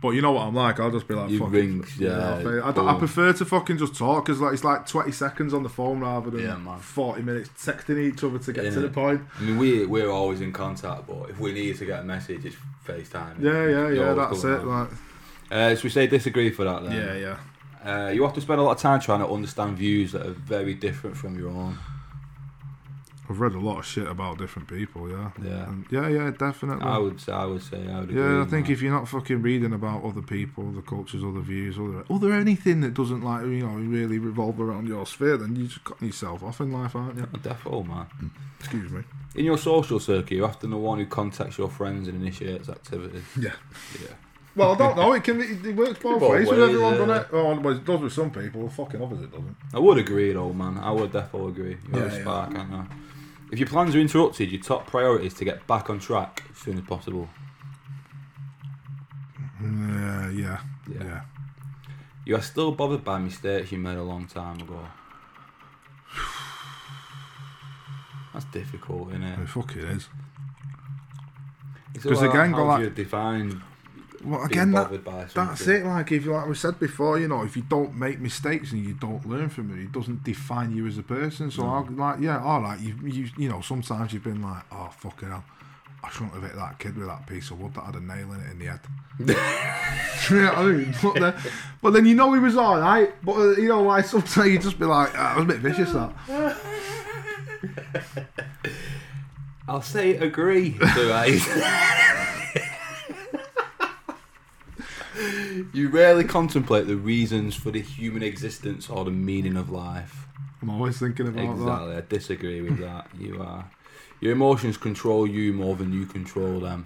Speaker 2: but you know what I'm like. I'll just be like,
Speaker 1: You
Speaker 2: fuck
Speaker 1: ring,
Speaker 2: it.
Speaker 1: yeah,
Speaker 2: I'll- I, don't- I
Speaker 1: boom.
Speaker 2: prefer to fucking just talk because like it's like 20 seconds on the phone rather than
Speaker 1: Yeah, man.
Speaker 2: 40 minutes texting each other to get to
Speaker 1: Innit?
Speaker 2: the point.
Speaker 1: I mean, we we're always in contact, but if we need to get a message, it's FaceTime.
Speaker 2: Yeah, yeah,
Speaker 1: It's
Speaker 2: yeah.
Speaker 1: always
Speaker 2: That's
Speaker 1: going
Speaker 2: it.
Speaker 1: on.
Speaker 2: Like,
Speaker 1: Uh, so we say disagree for that then.
Speaker 2: yeah, yeah.
Speaker 1: Uh, you often spend a lot of time trying to understand views that are very different from your own.
Speaker 2: I've read a lot of shit about different people. Yeah.
Speaker 1: Yeah.
Speaker 2: And yeah, yeah, definitely.
Speaker 1: I would say, I would say, I would agree.
Speaker 2: Yeah, I
Speaker 1: with
Speaker 2: think
Speaker 1: that.
Speaker 2: if you're not fucking reading about other people, other cultures, other views, other other anything that doesn't like you know really revolve around your sphere, then you just cut yourself off in life, aren't you?
Speaker 1: Oh, Defo, man.
Speaker 2: Excuse me.
Speaker 1: In your social circle, you're often the one who contacts your friends and initiates activities.
Speaker 2: Yeah.
Speaker 1: Yeah.
Speaker 2: Well, I don't know. It can be, it works both
Speaker 1: both
Speaker 2: ways with
Speaker 1: ways,
Speaker 2: everyone,
Speaker 1: yeah.
Speaker 2: doesn't it? Well, well, it does with some people. Fucking opposite doesn't.
Speaker 1: I would agree, though, man. I would defo agree. You're
Speaker 2: Yeah,
Speaker 1: a
Speaker 2: yeah.
Speaker 1: spark, aren't you? If your plans are interrupted, your top priority is to get back on track as soon as possible.
Speaker 2: Yeah, yeah, yeah.
Speaker 1: You are still bothered by mistakes you made a long time ago. That's difficult, isn't
Speaker 2: I mean,
Speaker 1: it?
Speaker 2: fuck it is.
Speaker 1: It's
Speaker 2: 'Cause
Speaker 1: all
Speaker 2: again,
Speaker 1: how
Speaker 2: go
Speaker 1: do
Speaker 2: like-
Speaker 1: you define
Speaker 2: Well,
Speaker 1: being
Speaker 2: again, that
Speaker 1: bothered by something?
Speaker 2: that's it. Like if you like we said before, you know, if you don't make mistakes and you don't learn from it, it doesn't define you as a person. So
Speaker 1: No.
Speaker 2: I like yeah, all right. You you you know, sometimes you've been like, oh fucking hell. I shouldn't have hit that kid with that piece of wood that had a nail in it in the head. You know what I mean? But then, but then you know he was all right. But uh, you know, like sometimes you just be like, ah, "I was a bit vicious." That
Speaker 1: I'll say agree. Do I? you rarely contemplate the reasons for the human existence or the meaning of life.
Speaker 2: I'm always thinking about that.
Speaker 1: Exactly. I disagree with that. You are. Your emotions control you more than you control them.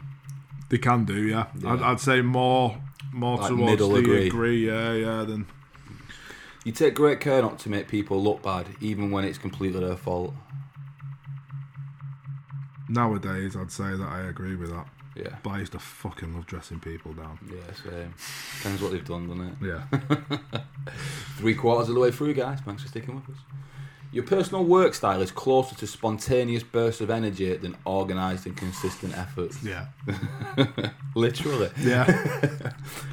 Speaker 2: They can do, yeah.
Speaker 1: Yeah.
Speaker 2: I'd, I'd say more more
Speaker 1: Like
Speaker 2: towards
Speaker 1: middle
Speaker 2: the
Speaker 1: agree.
Speaker 2: agree. yeah, yeah. Then
Speaker 1: You take great care not to make people look bad, even when it's completely their fault.
Speaker 2: nowadays, I'd say that I agree with that.
Speaker 1: Yeah.
Speaker 2: But I used to fucking love dressing people down.
Speaker 1: Yeah, same. Depends what they've done, doesn't it?
Speaker 2: Yeah,
Speaker 1: Three quarters of the way through, guys. Thanks for sticking with us. Your personal work style is closer to spontaneous bursts of energy than organised and consistent efforts.
Speaker 2: yeah,
Speaker 1: Literally.
Speaker 2: yeah,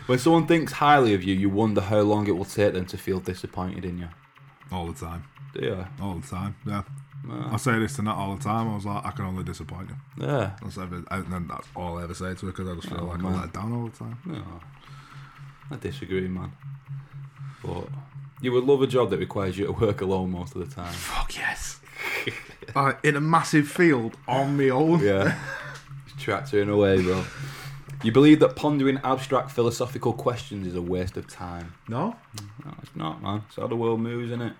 Speaker 1: When someone thinks highly of you, you wonder how long it will take them to feel disappointed in you.
Speaker 2: all the time,
Speaker 1: Do you?
Speaker 2: all the time. Yeah,
Speaker 1: Nah.
Speaker 2: I say this to Nat all the time. I was like, I can only disappoint you.
Speaker 1: Yeah.
Speaker 2: That's every, and then that's all I ever say to her because I just feel
Speaker 1: Oh,
Speaker 2: like
Speaker 1: man.
Speaker 2: I let her down all the time.
Speaker 1: No. I disagree, man. But you would love a job that requires you to work alone most of the time.
Speaker 2: Fuck yes. like in a massive field on me own.
Speaker 1: Yeah. Tractoring away, bro. You believe that pondering abstract philosophical questions is a waste of time.
Speaker 2: No,
Speaker 1: No, it's not, man. It's how the world moves, isn't it?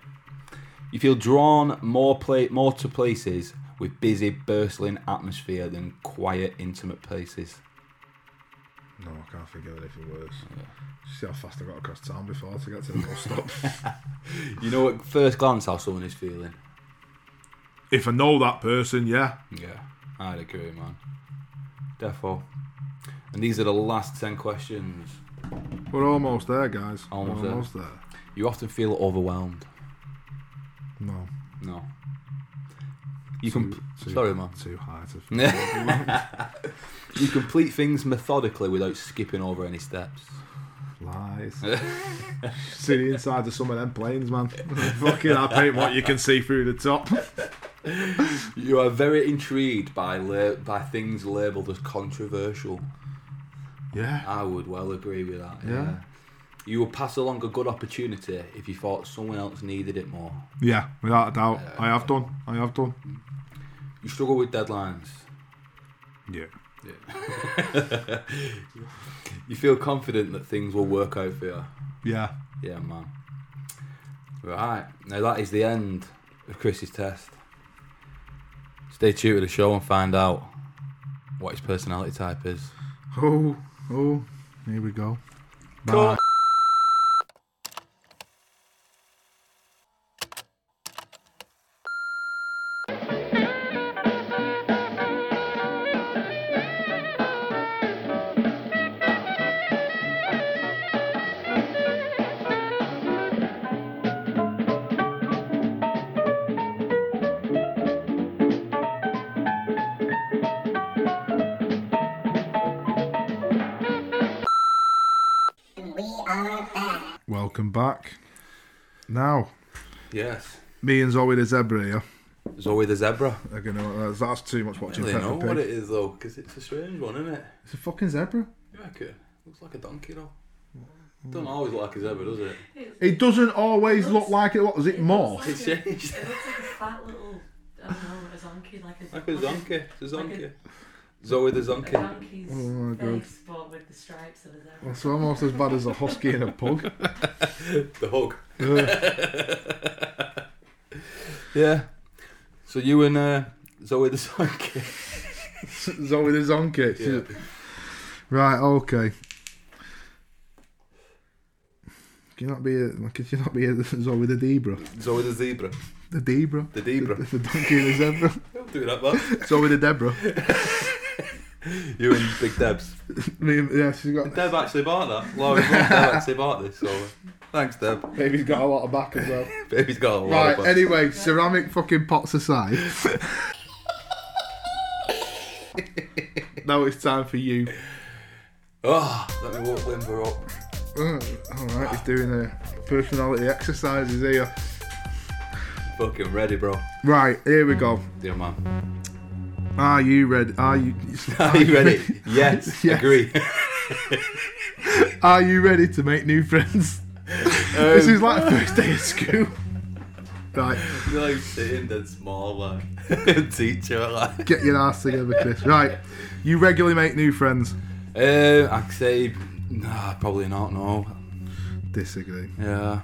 Speaker 1: You feel drawn more pla- more to places with busy, bustling atmosphere than quiet, intimate places.
Speaker 2: no, I can't think of anything worse. See how fast I got across town before to get to the bus stop.
Speaker 1: You know at first glance how someone is feeling.
Speaker 2: if I know that person, yeah.
Speaker 1: Yeah, I'd agree, man. Defo. And these are the last 10 questions.
Speaker 2: We're almost there, guys.
Speaker 1: Almost
Speaker 2: We're
Speaker 1: there.
Speaker 2: almost there.
Speaker 1: You often feel overwhelmed.
Speaker 2: No.
Speaker 1: No. You can.
Speaker 2: Too- too-
Speaker 1: Sorry, man.
Speaker 2: Too high to
Speaker 1: You complete things methodically without skipping over any steps.
Speaker 2: Lies. see the inside of some of them planes, man. Fucking, I paint what you can see through the top.
Speaker 1: You are very intrigued by la- by things labelled as controversial.
Speaker 2: Yeah.
Speaker 1: I would well agree with that. Yeah.
Speaker 2: Yeah.
Speaker 1: You would pass along a good opportunity if you thought someone else needed it more.
Speaker 2: Yeah, without a doubt.
Speaker 1: Yeah.
Speaker 2: I have done. I have done.
Speaker 1: You struggle with deadlines.
Speaker 2: Yeah.
Speaker 1: You feel confident that things will work out for you.
Speaker 2: Yeah.
Speaker 1: Yeah, man. Right. Now that is the end of Chris's test. Stay tuned to the show and find out what his personality type is.
Speaker 2: Oh, oh. Here we go.
Speaker 1: Cool.
Speaker 2: Bye. Welcome back. Now,
Speaker 1: Yes.
Speaker 2: me and Zoe the zebra here.
Speaker 1: Zoe the zebra.
Speaker 2: Are gonna, that's, that's too much
Speaker 1: I
Speaker 2: watching
Speaker 1: don't really know
Speaker 2: Peppa
Speaker 1: what
Speaker 2: Pig.
Speaker 1: it is though, because it's a strange one, isn't it?
Speaker 2: It's a fucking zebra.
Speaker 1: You reckon? Looks like a donkey though. Don't always look like a zebra, does it?
Speaker 2: It doesn't always look like it. What was it?
Speaker 3: It
Speaker 2: Morph.
Speaker 3: looks
Speaker 1: It's changed.
Speaker 3: It looks like a fat little, I don't know, a zonkey, like a,
Speaker 1: Like a zonkey. It's a
Speaker 3: Like a-
Speaker 1: zonkey. Zoe the
Speaker 3: A
Speaker 1: zonkey.
Speaker 3: donkey's
Speaker 2: Oh my God.
Speaker 3: face, but with the stripes and a zebra.
Speaker 2: That's almost as bad as a husky and a pug.
Speaker 1: The hug.
Speaker 2: Ugh.
Speaker 1: Yeah. So you and uh, Zoe the zonkey.
Speaker 2: Zoe the zonkey.
Speaker 1: Yeah.
Speaker 2: Right. Okay. Can you not be a? Could you not be a Zoe the zebra?
Speaker 1: Zoe the zebra.
Speaker 2: The zebra.
Speaker 1: The zebra.
Speaker 2: The donkey and the zebra.
Speaker 1: Don't do that, man.
Speaker 2: Zoe the Deborah.
Speaker 1: You and Big Debs.
Speaker 2: Me and, yeah, she's got.
Speaker 1: Deb actually bought that. Laura's mum, Deb actually bought this. So uh, thanks, Deb.
Speaker 2: Baby's got a lot of back as well.
Speaker 1: Baby's got a lot
Speaker 2: Right.
Speaker 1: of us.
Speaker 2: Anyway, ceramic fucking pots aside. now it's time for you.
Speaker 1: Ah, let me walk Limber up.
Speaker 2: Uh, all right. He's doing a personality exercises here.
Speaker 1: Fucking ready, bro.
Speaker 2: Right. Here we go.
Speaker 1: Dear man.
Speaker 2: Are you ready? Are you?
Speaker 1: Are you ready? Yes.
Speaker 2: Yes.
Speaker 1: Agree.
Speaker 2: Are you ready to make new friends? this
Speaker 1: Um,
Speaker 2: is like first day of school. Right,
Speaker 1: You're like sitting dead small, like teacher, like.
Speaker 2: get your ass together, Chris. Right, you regularly make new friends.
Speaker 1: Um, I'd say, nah, probably not. No.
Speaker 2: Disagree.
Speaker 1: Yeah.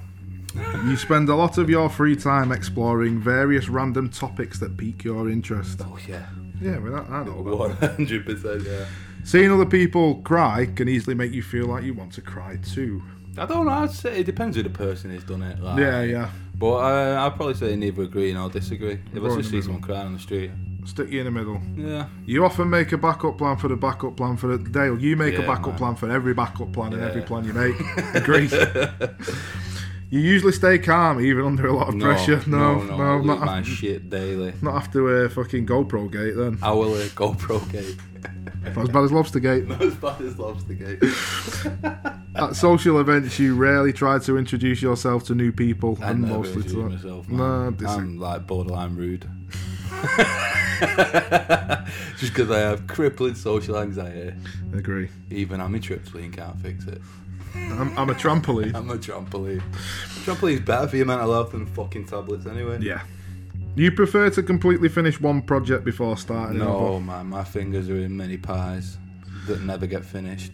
Speaker 2: You spend a lot of your free time exploring various random topics that pique your interest.
Speaker 1: Oh yeah.
Speaker 2: Yeah, well, that, I know.
Speaker 1: One hundred percent. Yeah.
Speaker 2: Seeing other people cry can easily make you feel like you want to cry too.
Speaker 1: I don't know. I'd say it depends who the person is, done it. Like,
Speaker 2: Yeah, yeah.
Speaker 1: But uh, I'd probably say neither agreeing or disagree. If I
Speaker 2: Right in
Speaker 1: just
Speaker 2: the
Speaker 1: see someone crying on the street,
Speaker 2: Stick you in the middle.
Speaker 1: yeah,
Speaker 2: You often make a backup plan for the backup plan for the Dale. You make a
Speaker 1: Yeah,
Speaker 2: backup
Speaker 1: man.
Speaker 2: plan for every backup plan and every
Speaker 1: Yeah.
Speaker 2: plan you make. Agreed. you usually stay calm even under a lot of pressure. No, no,
Speaker 1: I lose
Speaker 2: not,
Speaker 1: my
Speaker 2: af-
Speaker 1: shit daily.
Speaker 2: not after a fucking GoPro gate then.
Speaker 1: Hourly GoPro gate.
Speaker 2: If I was bad as Lobster Gate.
Speaker 1: Not as bad as lobster gate.
Speaker 2: At social events, you rarely try to introduce yourself to new people
Speaker 1: I
Speaker 2: and
Speaker 1: never
Speaker 2: mostly
Speaker 1: introduce
Speaker 2: to.
Speaker 1: myself. Man.
Speaker 2: No, this is-
Speaker 1: I'm like borderline rude. just because I have crippling social anxiety.
Speaker 2: Agree.
Speaker 1: Even I'm a trampoline can't fix it.
Speaker 2: I'm, I'm a trampoline.
Speaker 1: I'm a trampoline. Trampoline's better for your mental health than fucking tablets anyway.
Speaker 2: yeah. You prefer to completely finish one project before starting
Speaker 1: No,
Speaker 2: another.
Speaker 1: man, my fingers are in many pies that never get finished.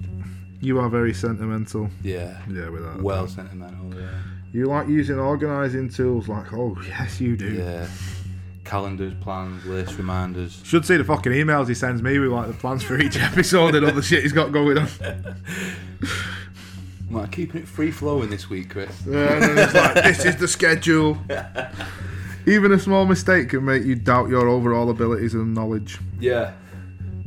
Speaker 2: You are very sentimental.
Speaker 1: Yeah.
Speaker 2: Yeah, with that.
Speaker 1: Well sentimental, yeah.
Speaker 2: You like using organising tools like, oh, yes, you do.
Speaker 1: Yeah. Calendars, plans, lists, reminders.
Speaker 2: Should see the fucking emails he sends me with like the plans for each episode and all the shit he's got going on.
Speaker 1: I'm like, keeping it free flowing this week, Chris.
Speaker 2: Yeah, and then it's like, this is the schedule. Even a small mistake can make you doubt your overall abilities and knowledge.
Speaker 1: Yeah.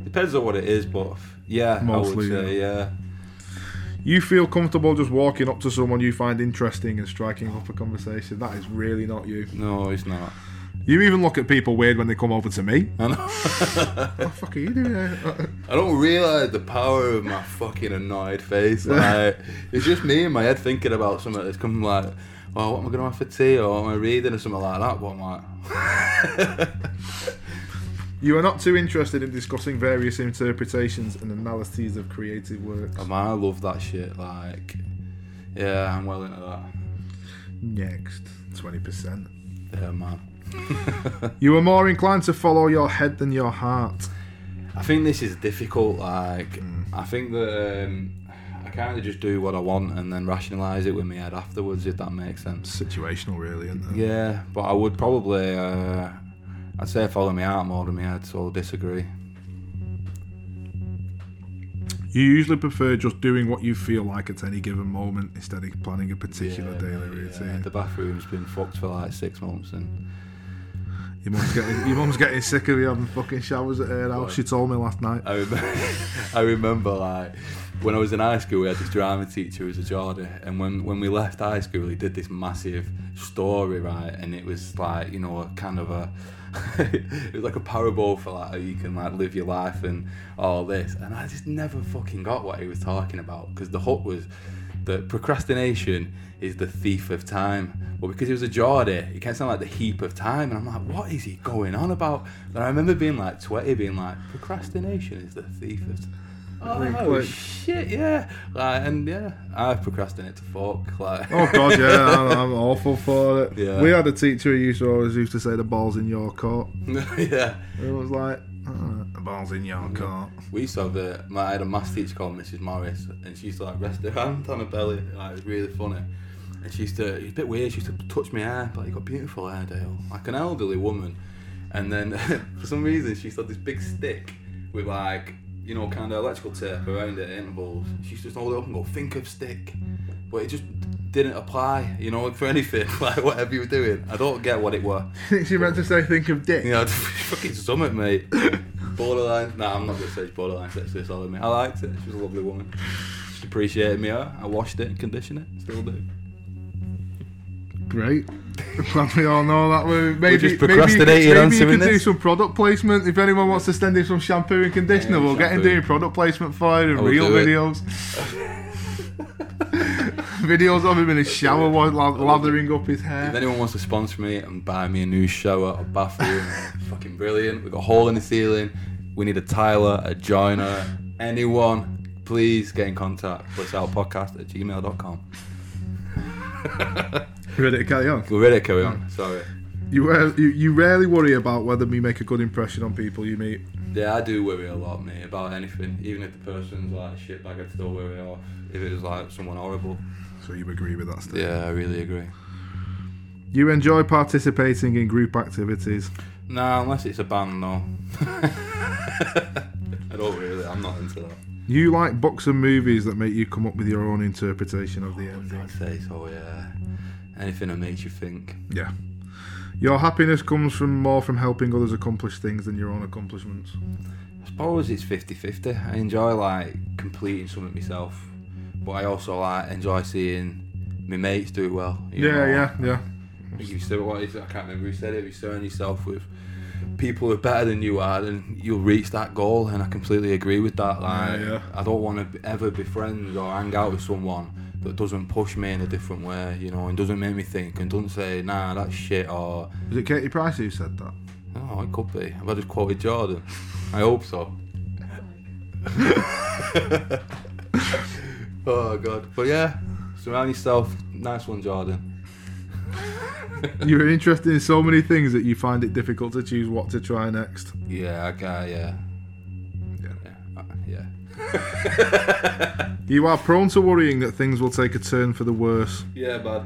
Speaker 1: Depends on what it is, but f- yeah,
Speaker 2: Mostly,
Speaker 1: I would say, yeah.
Speaker 2: You feel comfortable just walking up to someone you find interesting and striking up a conversation. That is really not you.
Speaker 1: No, it's not.
Speaker 2: You even look at people weird when they come over to me.
Speaker 1: I, know.
Speaker 2: What the fuck are you doing here?
Speaker 1: I don't realise the power of my fucking annoyed face. Like, it's just me in my head thinking about something that's come like, oh, what am I going to have for tea or what am I reading or something like that? What am I?
Speaker 2: You are not too interested in discussing various interpretations and analyses of creative works.
Speaker 1: Oh, man, I love that shit. Like, yeah, I'm well into that.
Speaker 2: Next, 20%.
Speaker 1: Yeah, man.
Speaker 2: You are more inclined to follow your head than your heart.
Speaker 1: I think this is difficult. Like,
Speaker 2: Mm.
Speaker 1: I think that um, I kind of just do what I want and then rationalise it with my head afterwards, if that makes sense.
Speaker 2: Situational, really, isn't
Speaker 1: Yeah, but I would probably, uh, I'd say follow me out more than my head, so I'll disagree.
Speaker 2: You usually prefer just doing what you feel like at any given moment instead of planning a particular
Speaker 1: Yeah,
Speaker 2: daily
Speaker 1: mate, yeah.
Speaker 2: routine.
Speaker 1: The bathroom's been fucked for like six months, and
Speaker 2: Your mum's getting your mum's getting sick of you having fucking showers at her house. She told me last night.
Speaker 1: I remember, I remember like when I was in high school, we had this drama teacher who was a Geordie, and when when we left high school, he did this massive story, right, and it was like you know a kind of a. it was like a parable for like how you can like live your life and all this, and I just never fucking got what he was talking about because the hook was that procrastination is the thief of time. But because he was a Geordie, it kind of sounded like the heap of time. And I'm like, what is he going on about? And I remember being like 20, being like, procrastination is the thief of time. Oh
Speaker 2: click.
Speaker 1: shit! Yeah, like and yeah, I procrastinate to fuck. Like,
Speaker 2: Oh god, yeah, I'm, I'm awful for it.
Speaker 1: Yeah.
Speaker 2: We had a teacher who used to always used to say the ball's in your court.
Speaker 1: yeah.
Speaker 2: It was like "Alright, the ball's in your court.
Speaker 1: We used to have a, my, I had a maths teacher called Mrs. Morris, and she used to like rest her hand on her belly. Like, it was really funny. And she used to, it was a bit weird, she used to touch my hair, but like, you got beautiful hair, Dale. Like an elderly woman. And then for some reason, she used to have this big stick with like, you know, kind of electrical tape around it at intervals. She used to just hold it up and go, think of stick. But it just didn't apply, you know, for anything, like whatever you were doing. I don't get what it were.
Speaker 2: Think she meant to say think of dick.
Speaker 1: You know, fucking summit, mate. borderline. Nah, I'm not gonna say it's borderline sexually solid, mate. I liked it. She was a lovely woman. She appreciated me. huh? I washed it and conditioned it. Still do.
Speaker 2: Great. Glad we all know that. We maybe
Speaker 1: just
Speaker 2: maybe you could-
Speaker 1: procrastinating
Speaker 2: maybe you
Speaker 1: answering
Speaker 2: could do
Speaker 1: this.
Speaker 2: some product placement. If anyone wants to send in some shampoo and conditioner,
Speaker 1: Yeah,
Speaker 2: we'll get him
Speaker 1: shampoo.
Speaker 2: doing product placement for
Speaker 1: I
Speaker 2: you and
Speaker 1: will
Speaker 2: real
Speaker 1: do it.
Speaker 2: videos. videos of him in a shower, while la- lathering up his
Speaker 1: If
Speaker 2: hair.
Speaker 1: anyone wants to sponsor me and buy me a new shower or bathroom, fucking brilliant. We've got a hole in the ceiling. We need a tiler, a joiner, anyone. Please get in contact. Blitzoutpodcast at gmail.com.
Speaker 2: Ready to carry on?
Speaker 1: We're ready to carry on. Sorry.
Speaker 2: You, rare- you you rarely worry about whether we make a good impression on people you meet.
Speaker 1: Yeah, I do worry a lot, mate, about anything. Even if the person's like a shitbag, I'd still worry off. If it was like someone horrible.
Speaker 2: So you agree with that statement?
Speaker 1: Yeah, I really agree.
Speaker 2: You enjoy participating in group activities.
Speaker 1: Nah, unless it's a band, no. I don't really. I'm not. into that.
Speaker 2: You like books and movies that make you come up with your own interpretation of the ending.
Speaker 1: I'd say so, yeah. Anything that makes you think.
Speaker 2: Yeah. Your happiness comes from more from helping others accomplish things than your own accomplishments.
Speaker 1: I suppose it's 50 50. I enjoy like completing something myself, but I also like enjoy seeing my mates do it well. you
Speaker 2: Yeah,
Speaker 1: know.
Speaker 2: yeah, yeah.
Speaker 1: I think you said what is it? I can't remember who said it. But you surround yourself with people who are better than you are, and you'll reach that goal. And I completely agree with that. Like,
Speaker 2: Yeah, yeah.
Speaker 1: I don't want to ever be friends or hang out with someone that doesn't push me in a different way, you know, and doesn't make me think and doesn't say, "Nah, that's shit," or
Speaker 2: Was it Katie Price who said that?
Speaker 1: "Oh, it could be." I've just quoted Jordan. I hope so. oh god, but yeah, surround yourself. Nice one, Jordan.
Speaker 2: You're interested in so many things that you find it difficult to choose what to try next.
Speaker 1: Yeah, I got yeah.
Speaker 2: Yeah.
Speaker 1: Yeah. uh, yeah.
Speaker 2: You are prone to worrying that things will take a turn for the worse.
Speaker 1: Yeah, bud.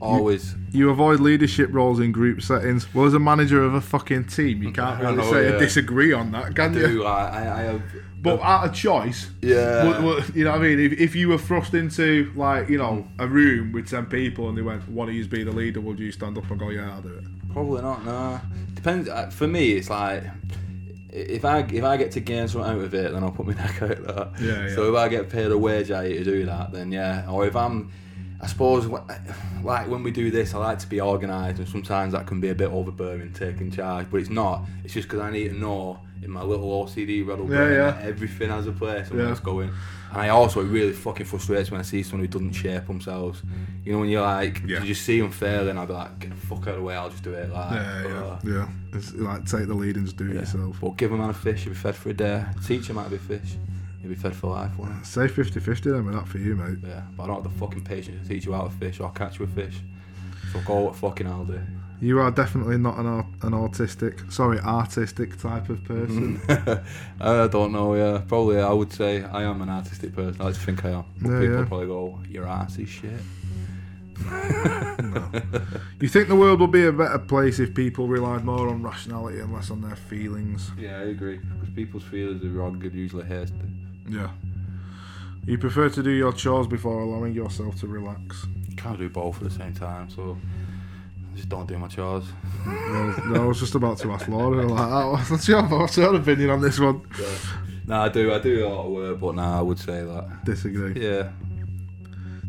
Speaker 1: Always.
Speaker 2: You avoid leadership roles in group settings. Well, as a manager of a fucking team, you can't
Speaker 1: I
Speaker 2: really
Speaker 1: know,
Speaker 2: say I
Speaker 1: yeah.
Speaker 2: disagree on that, can you?
Speaker 1: do I, I, I have.
Speaker 2: But out of choice,
Speaker 1: yeah.
Speaker 2: Well, well, you know what I mean? If, if you were thrust into, like, you know, a room with 10 people and they went, one of you be the leader, would you stand up and go, yeah, I'll do it?
Speaker 1: Probably not. Nah. Depends. uh, For me, it's like if I if I get to gain something out of it, then I'll put my neck out. That.
Speaker 2: Yeah, yeah.
Speaker 1: So if I get paid a wage I to do that, then yeah. Or if I'm, I suppose, wh- like when we do this, I like to be organised, and sometimes that can be a bit overbearing, taking charge. But it's not. It's just because I need to know in my little OCD rattle
Speaker 2: Yeah,
Speaker 1: brain
Speaker 2: yeah.
Speaker 1: that everything has a place and
Speaker 2: Yeah.
Speaker 1: where it's going. And I also it really fucking frustrates when I see someone who doesn't shape themselves. You know, when you're like,
Speaker 2: Yeah.
Speaker 1: you just see them fail, and I'll be like, get the fuck out of the way, I'll just do it. Like,
Speaker 2: Yeah, yeah,
Speaker 1: uh,
Speaker 2: yeah. It's like, take the lead and just do it
Speaker 1: yeah.
Speaker 2: yourself.
Speaker 1: But give a man a fish, he'll be fed for a day. Teach him how to be fish, he'll be fed for life, won't he?
Speaker 2: Say 50 50 then with that for you, mate.
Speaker 1: Yeah, but I don't have the fucking patience to teach you how to fish or catch you a fish. So go at fucking Aldi.
Speaker 2: You are definitely not an, au- an autistic, sorry, artistic type of
Speaker 1: Mm-hmm.
Speaker 2: person.
Speaker 1: I don't know, yeah. Probably I would say I am an artistic person. I like to think I am. But
Speaker 2: Yeah,
Speaker 1: people
Speaker 2: yeah.
Speaker 1: probably go, your ass is shit.
Speaker 2: you think the world would be a better place if people relied more on rationality and less on their feelings?
Speaker 1: Yeah, I agree. Because people's feelings are wrong and usually hurt.
Speaker 2: Yeah. You prefer to do your chores before allowing yourself to relax?
Speaker 1: Can't do both at the same time, so I just don't do my chores.
Speaker 2: Well, no, I was just about to ask Laura. Like, oh, what's, your, what's your opinion on this one?
Speaker 1: Nah, I do. I do a lot of work, but nah, I would say that.
Speaker 2: Disagree.
Speaker 1: Yeah,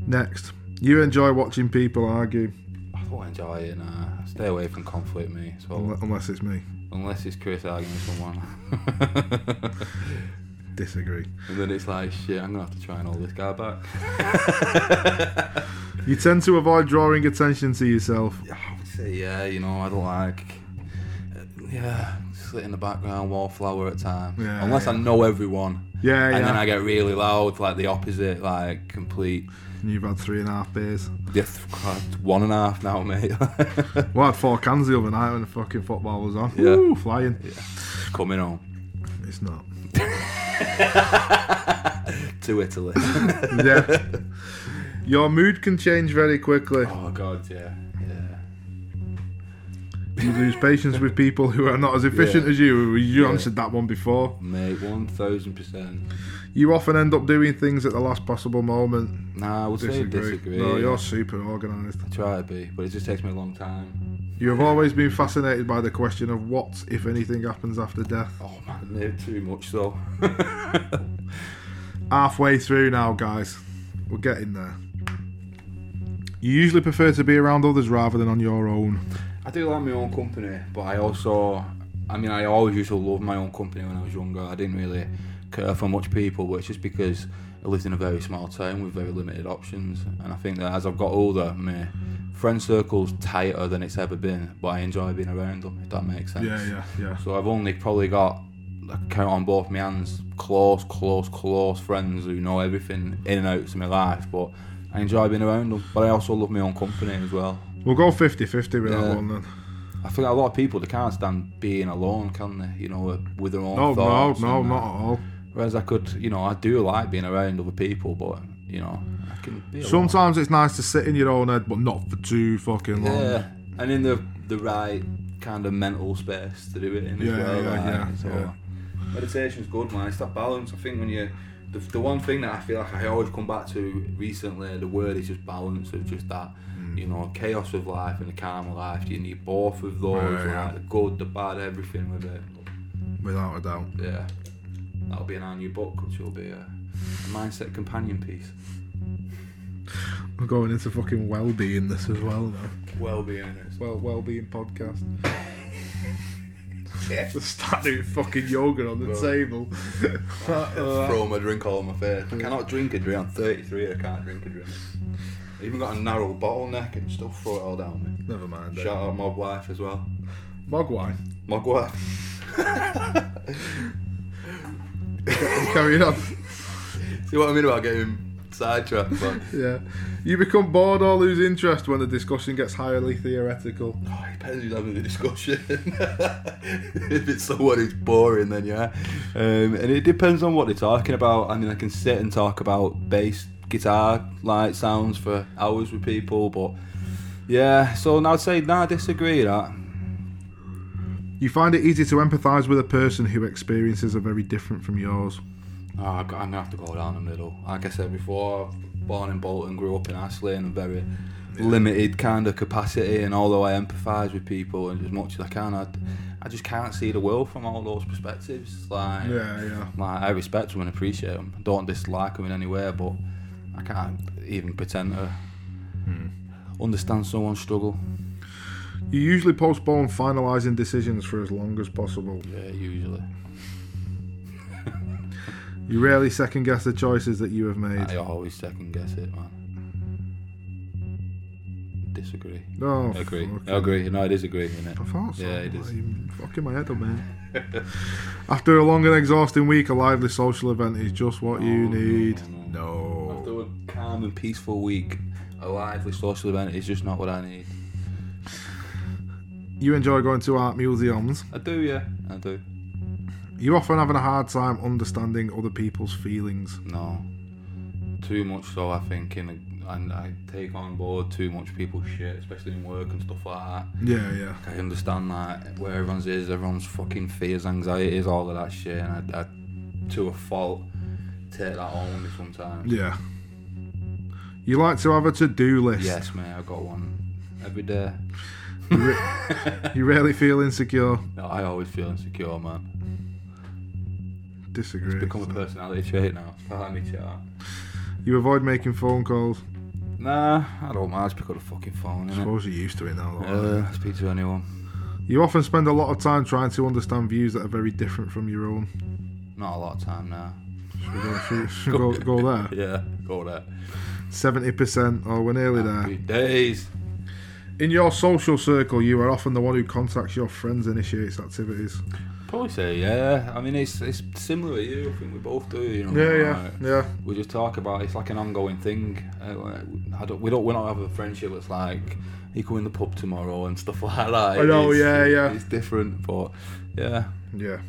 Speaker 2: Next, you enjoy watching people argue,
Speaker 1: I don't enjoy it. Nah, I stay away from conflict, me. So
Speaker 2: unle- unless it's me.
Speaker 1: unless it's Chris arguing with someone,
Speaker 2: Disagree.
Speaker 1: and then it's like shit. I'm gonna have to try and hold this guy back.
Speaker 2: You tend to avoid drawing attention to yourself.
Speaker 1: Yeah, I would say yeah. You know, I don't like. uh, Yeah, sit in the background, wallflower at times.
Speaker 2: Yeah,
Speaker 1: Unless I
Speaker 2: yeah.
Speaker 1: know everyone,
Speaker 2: Yeah, yeah.
Speaker 1: and then I get really loud, like the opposite, like complete.
Speaker 2: And you've had three and a half beers.
Speaker 1: Yeah, one and a half now, mate.
Speaker 2: Well, I had four cans the other night when the fucking football was on.
Speaker 1: Yeah.
Speaker 2: Woo, flying.
Speaker 1: Coming home.
Speaker 2: It's not.
Speaker 1: to Italy.
Speaker 2: Yeah. Your mood can change very quickly.
Speaker 1: oh God, yeah, yeah.
Speaker 2: You lose patience with people who are not as efficient as you. You
Speaker 1: Yeah.
Speaker 2: answered that one before.
Speaker 1: Mate, one thousand percent.
Speaker 2: You often end up doing things at the last possible moment.
Speaker 1: Nah, I would say disagree.
Speaker 2: No, you're super organised.
Speaker 1: I try to be, but it just takes me a long time.
Speaker 2: You have always been fascinated by the question of what, if anything, happens after death.
Speaker 1: Oh man, no, too much though.
Speaker 2: Halfway through now, guys. We're getting there. You usually prefer to be around others rather than on your own.
Speaker 1: I do like my own company, but I also, I mean, I always used to love my own company when I was younger. I didn't really care for much people, but it's just because I lived in a very small town with very limited options. And I think that as I've got older, my friend circle's tighter than it's ever been, but I enjoy being around them, if that makes sense.
Speaker 2: yeah, yeah.
Speaker 1: So I've only probably got I count on both my hands, close, close, close friends who know everything in and out of my life. But I enjoy being around them. But I also love my own company as well.
Speaker 2: We'll go 50 50 with
Speaker 1: Yeah.
Speaker 2: that one then.
Speaker 1: I think a lot of people they can't stand being alone, can they? You know, with their own
Speaker 2: No, no,
Speaker 1: thoughts.
Speaker 2: no,
Speaker 1: and that.
Speaker 2: not at all.
Speaker 1: Whereas I could, you know, I do like being around other people, but you know, I can be alone.
Speaker 2: Sometimes it's nice to sit in your own head, but not for too fucking long.
Speaker 1: Yeah, and in the the right kind of mental space to do it in
Speaker 2: Yeah,
Speaker 1: as well.
Speaker 2: yeah,
Speaker 1: like,
Speaker 2: yeah,
Speaker 1: so
Speaker 2: yeah.
Speaker 1: meditation's good, man. It's that balance. I think when you the, the one thing that I feel like I always come back to recently, the word is just balance of just that,
Speaker 2: Mm.
Speaker 1: you know, chaos of life and the calm of life. You need both of those,
Speaker 2: Oh, Yeah, yeah.
Speaker 1: like the good, the bad, everything with it.
Speaker 2: without a doubt.
Speaker 1: Yeah, that'll be in our new book, which will be a, a mindset companion piece.
Speaker 2: We're going into fucking well-being this as well now.
Speaker 1: Well-being.
Speaker 2: Well, well-being podcast. Just start doing fucking yoga on the
Speaker 1: Well.
Speaker 2: table. uh,
Speaker 1: Throw my drink all in my face. I cannot drink a drink. I'm 33. I can't drink a drink. I even got a narrow bottleneck and still throw it all down
Speaker 2: Never mind.
Speaker 1: me.
Speaker 2: eh?
Speaker 1: Shout out my wife as well.
Speaker 2: Mogwai.
Speaker 1: My wife.
Speaker 2: Carrying on.
Speaker 1: See what I mean about getting sidetracked? But
Speaker 2: Yeah. You become bored or lose interest when the discussion gets highly theoretical.
Speaker 1: oh, it depends who's having the discussion. if it's someone who's boring, then yeah. Um, and it depends on what they're talking about. I mean, I can sit and talk about bass, guitar, light sounds for hours with people, but yeah. So now I'd say, nah, I disagree with that.
Speaker 2: You find it easy to empathise with a person who experiences are very different from yours.
Speaker 1: Oh, I've got- I'm gonna have to go down the middle. Like I said before, born in Bolton, grew up in Ashley, and a very limited kind of capacity. And although I empathise with people and as much as I can, I, I just can't see the world from all those perspectives. Like,
Speaker 2: Yeah, yeah.
Speaker 1: like I respect them and appreciate them. Don't dislike them in any way, but I can't even pretend to Hmm. understand someone's struggle.
Speaker 2: You usually postpone finalising decisions for as long as possible.
Speaker 1: Yeah, usually.
Speaker 2: You rarely second guess the choices that you have made.
Speaker 1: I always second guess it, man. Disagree.
Speaker 2: No.
Speaker 1: Agree.
Speaker 2: fucking-
Speaker 1: Agree. No, I disagree. Innit?
Speaker 2: I thought so.
Speaker 1: Yeah, it is.
Speaker 2: I'm fucking my head up, man. After a long and exhausting week, a lively social event is just what you
Speaker 1: Oh, No, no,
Speaker 2: need.
Speaker 1: no, no. After a calm and peaceful week, a lively social event is just not what I need.
Speaker 2: You enjoy going to art museums.
Speaker 1: I do, yeah. I do.
Speaker 2: You often having a hard time understanding other people's feelings.
Speaker 1: No. Too much so, I think, in and I take on board too much people's shit, especially in work and stuff like that.
Speaker 2: Yeah, yeah.
Speaker 1: I understand that where everyone's is, everyone's fucking fears, anxieties, all of that shit, and I, I to a fault, take that on with me sometimes.
Speaker 2: Yeah. You like to have a to-do list.
Speaker 1: Yes, mate, I got one every day.
Speaker 2: You rarely feel insecure.
Speaker 1: No, I always feel insecure, man.
Speaker 2: Disagree.
Speaker 1: Become a personality trait now. It's part of me chart.
Speaker 2: You avoid making phone calls.
Speaker 1: Nah, I don't mind. Just pick up the fucking phone,
Speaker 2: I
Speaker 1: innit?
Speaker 2: suppose you're used to it now. though.
Speaker 1: Uh, speak to anyone.
Speaker 2: You often spend a lot of time trying to understand views that are very different from your own.
Speaker 1: Not a lot of time now.
Speaker 2: Should we go, should, should we go, go there.
Speaker 1: Yeah, go there.
Speaker 2: Seventy percent, or we're nearly
Speaker 1: Happy
Speaker 2: there.
Speaker 1: days.
Speaker 2: In your social circle, you are often the one who contacts your friends, initiates activities.
Speaker 1: Probably say yeah. I mean, it's it's similar to you. I think we both do. You know.
Speaker 2: Yeah, yeah,
Speaker 1: like,
Speaker 2: yeah.
Speaker 1: We just talk about it. it's like an ongoing thing. Uh, like, I don't, we don't we don't have a friendship that's like you go in the pub tomorrow and stuff like that.
Speaker 2: I know,
Speaker 1: It's-
Speaker 2: yeah, yeah.
Speaker 1: It's different, but yeah.
Speaker 2: Yeah.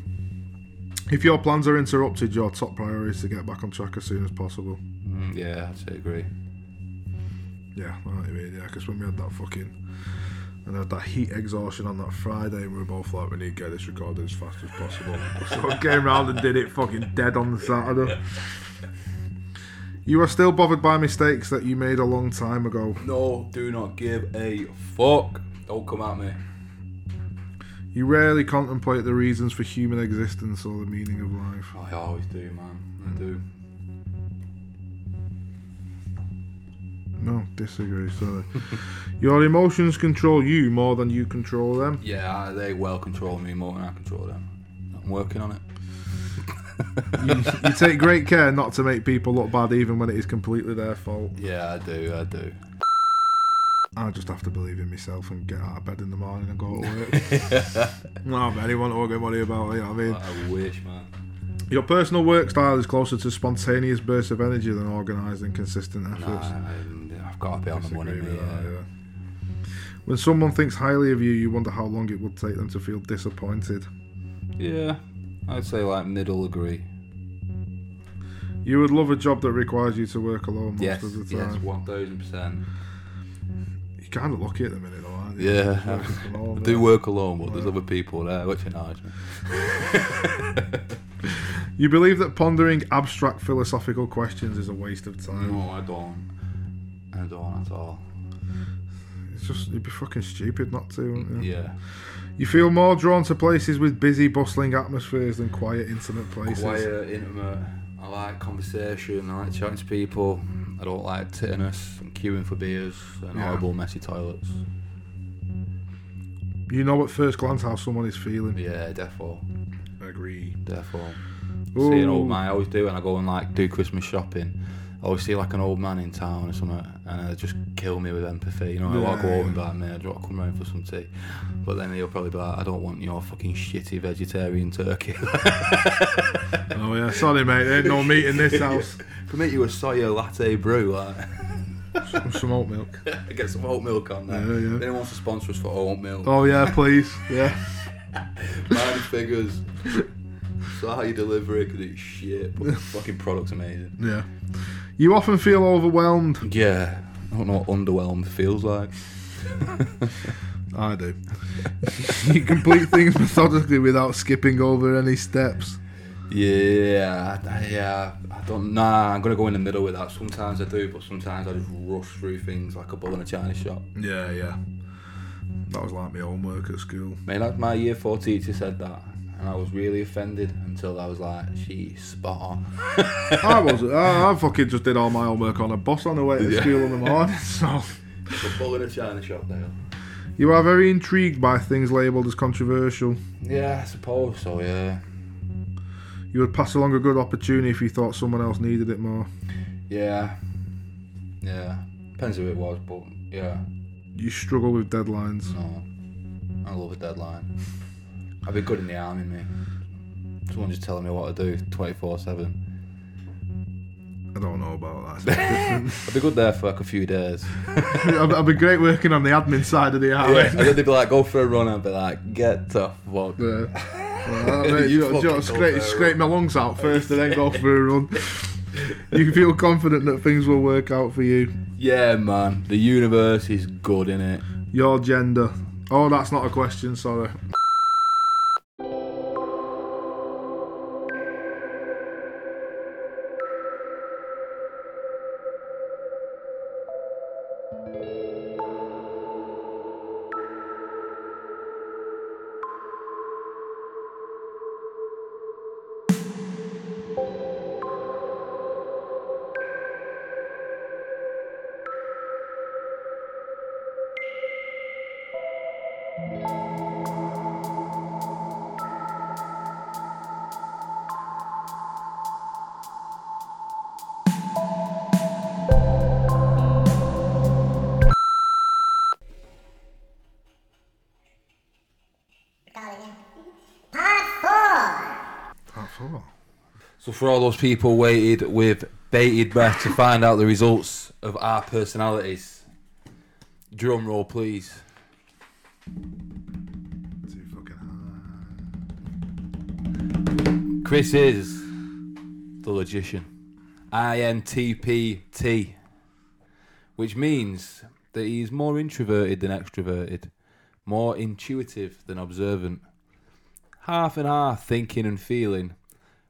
Speaker 2: If your plans are interrupted, your top priority is to get back on track as soon as possible.
Speaker 1: Mm, yeah, I'd say agree.
Speaker 2: Yeah, I know what you mean. Yeah, because when we had that fucking and had that heat exhaustion on that Friday, and we were both like, we need to get this recorded as fast as possible. so I came round and did it fucking dead on the Saturday. You are still bothered by mistakes that you made a long time ago.
Speaker 1: No, do not give a fuck. Don't come at me.
Speaker 2: You rarely contemplate the reasons for human existence or the meaning of life.
Speaker 1: I always do, man. I do.
Speaker 2: No, disagree, sorry. Your emotions control you more than you control them.
Speaker 1: Yeah, I- they well control me more than I control them. I'm working on it.
Speaker 2: You, you take great care not to make people look bad even when it is completely their fault.
Speaker 1: Yeah, I do. I do.
Speaker 2: I just have to believe in myself and get out of bed in the morning and go to work. no, but anyone will get worry about it. You know what I mean,
Speaker 1: I wish, man.
Speaker 2: your personal work style is closer to spontaneous bursts of energy than organised and consistent
Speaker 1: Nah,
Speaker 2: efforts.
Speaker 1: I- I've got to be on the money.
Speaker 2: Disagree
Speaker 1: mate,
Speaker 2: with that,
Speaker 1: Yeah.
Speaker 2: yeah. When someone thinks highly of you, you wonder how long it would take them to feel disappointed.
Speaker 1: yeah, I'd say like middle agree.
Speaker 2: You would love a job that requires you to work alone most
Speaker 1: Yes,
Speaker 2: of the time.
Speaker 1: yes, one thousand percent.
Speaker 2: You're kind of lucky at the minute, though, aren't you?
Speaker 1: Yeah.
Speaker 2: Just working from
Speaker 1: I
Speaker 2: home,
Speaker 1: do
Speaker 2: yeah.
Speaker 1: work alone, but there's
Speaker 2: Yeah.
Speaker 1: other people there, which annoys me.
Speaker 2: You believe that pondering abstract philosophical questions is a waste of time.
Speaker 1: No, I don't. I don't at all.
Speaker 2: It's just you'd be fucking stupid not to. Wouldn't you?
Speaker 1: Yeah.
Speaker 2: You feel more drawn to places with busy, bustling atmospheres than quiet, intimate places.
Speaker 1: Quiet, intimate. I like conversation. I like chatting to people. I don't like titterness and queuing for beers and
Speaker 2: Yeah.
Speaker 1: horrible messy toilets.
Speaker 2: You know at first glance how someone is feeling.
Speaker 1: Yeah, defo,
Speaker 2: Agree.
Speaker 1: defo. See an
Speaker 2: Ooh.
Speaker 1: old man. I always do when I go and like do Christmas shopping. I always see like an old man in town or something, and it just kill me with empathy. You know, I want to go
Speaker 2: Yeah.
Speaker 1: over and be like, mate, I want to come round for some tea. But then he'll probably be like, I don't want your fucking shitty vegetarian turkey.
Speaker 2: Oh yeah, sorry mate, there ain't no meat in this house.
Speaker 1: Can make you a soya latte brew, like,
Speaker 2: Some, some oat milk.
Speaker 1: get some oat milk on there.
Speaker 2: Yeah, yeah.
Speaker 1: Anyone wants to sponsor us for oat milk?
Speaker 2: Oh yeah, please. Yeah.
Speaker 1: Mind figures. So how you deliver it, 'cause it's shit, but the fucking product's amazing.
Speaker 2: Yeah. You often feel overwhelmed.
Speaker 1: Yeah, I don't know what underwhelmed feels like.
Speaker 2: I do. you complete things methodically without skipping over any steps.
Speaker 1: Yeah, I- yeah. I don't. Nah, I'm gonna go in the middle with that. Sometimes I do, but sometimes I just rush through things like a bull in a china shop.
Speaker 2: Yeah, yeah. That was like my homework at school.
Speaker 1: Mate, like my year four teacher said that, and I was really offended until I was like, she's spot on.
Speaker 2: I was. I, I fucking just did all my homework on a bus on the way to
Speaker 1: Yeah.
Speaker 2: school in the morning. So
Speaker 1: A bull in a china shop, Dale.
Speaker 2: you are very intrigued by things labelled as controversial.
Speaker 1: Yeah, I suppose so. Yeah,
Speaker 2: You would pass along a good opportunity if you thought someone else needed it more.
Speaker 1: yeah, yeah. Depends who it was, but yeah.
Speaker 2: You struggle with deadlines.
Speaker 1: No, I love a deadline. I'd be good in the army, mate. Someone just telling me what to do 24 7.
Speaker 2: I don't know about that.
Speaker 1: I'd be good there for like a few days.
Speaker 2: I'd, I'd be great working on the admin side of the army.
Speaker 1: and then they'd be like, go for a run, I'd be like, get the fuck.
Speaker 2: Yeah. Well, I
Speaker 1: You
Speaker 2: mean, you know,
Speaker 1: fucking
Speaker 2: you know, scrape,
Speaker 1: go for a
Speaker 2: scrape my lungs out first and then go for a run. You feel confident that things will work out for you.
Speaker 1: Yeah, man, the universe is good in it.
Speaker 2: Your gender. Oh, that's not a question, sorry. Part four.
Speaker 1: So, for all those people waited with bated breath to find out the results of our personalities, drum roll, please.
Speaker 2: Too fucking hard.
Speaker 1: Chris is the logician. INTPT. Which means that he's more introverted than extroverted, more intuitive than observant, half and half thinking and feeling,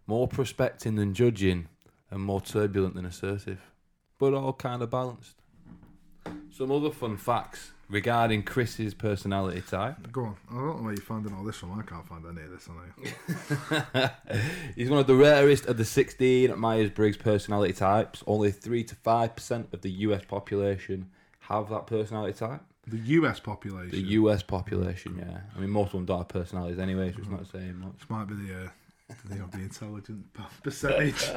Speaker 1: more prospecting than judging, and more turbulent than assertive. But all kind of balanced. Some other fun facts regarding Chris's personality type.
Speaker 2: Go on. I don't know where you're finding all this from. I can't find any of this on here.
Speaker 1: He's one of the rarest of the 16 Myers Briggs personality types. Only 3 to 5% of the US population have that personality type.
Speaker 2: The US population.
Speaker 1: The US population, yeah. I mean, most of them don't have personalities anyway, so it's not saying much.
Speaker 2: This might be the, uh, the, you know, the intelligent p- percentage.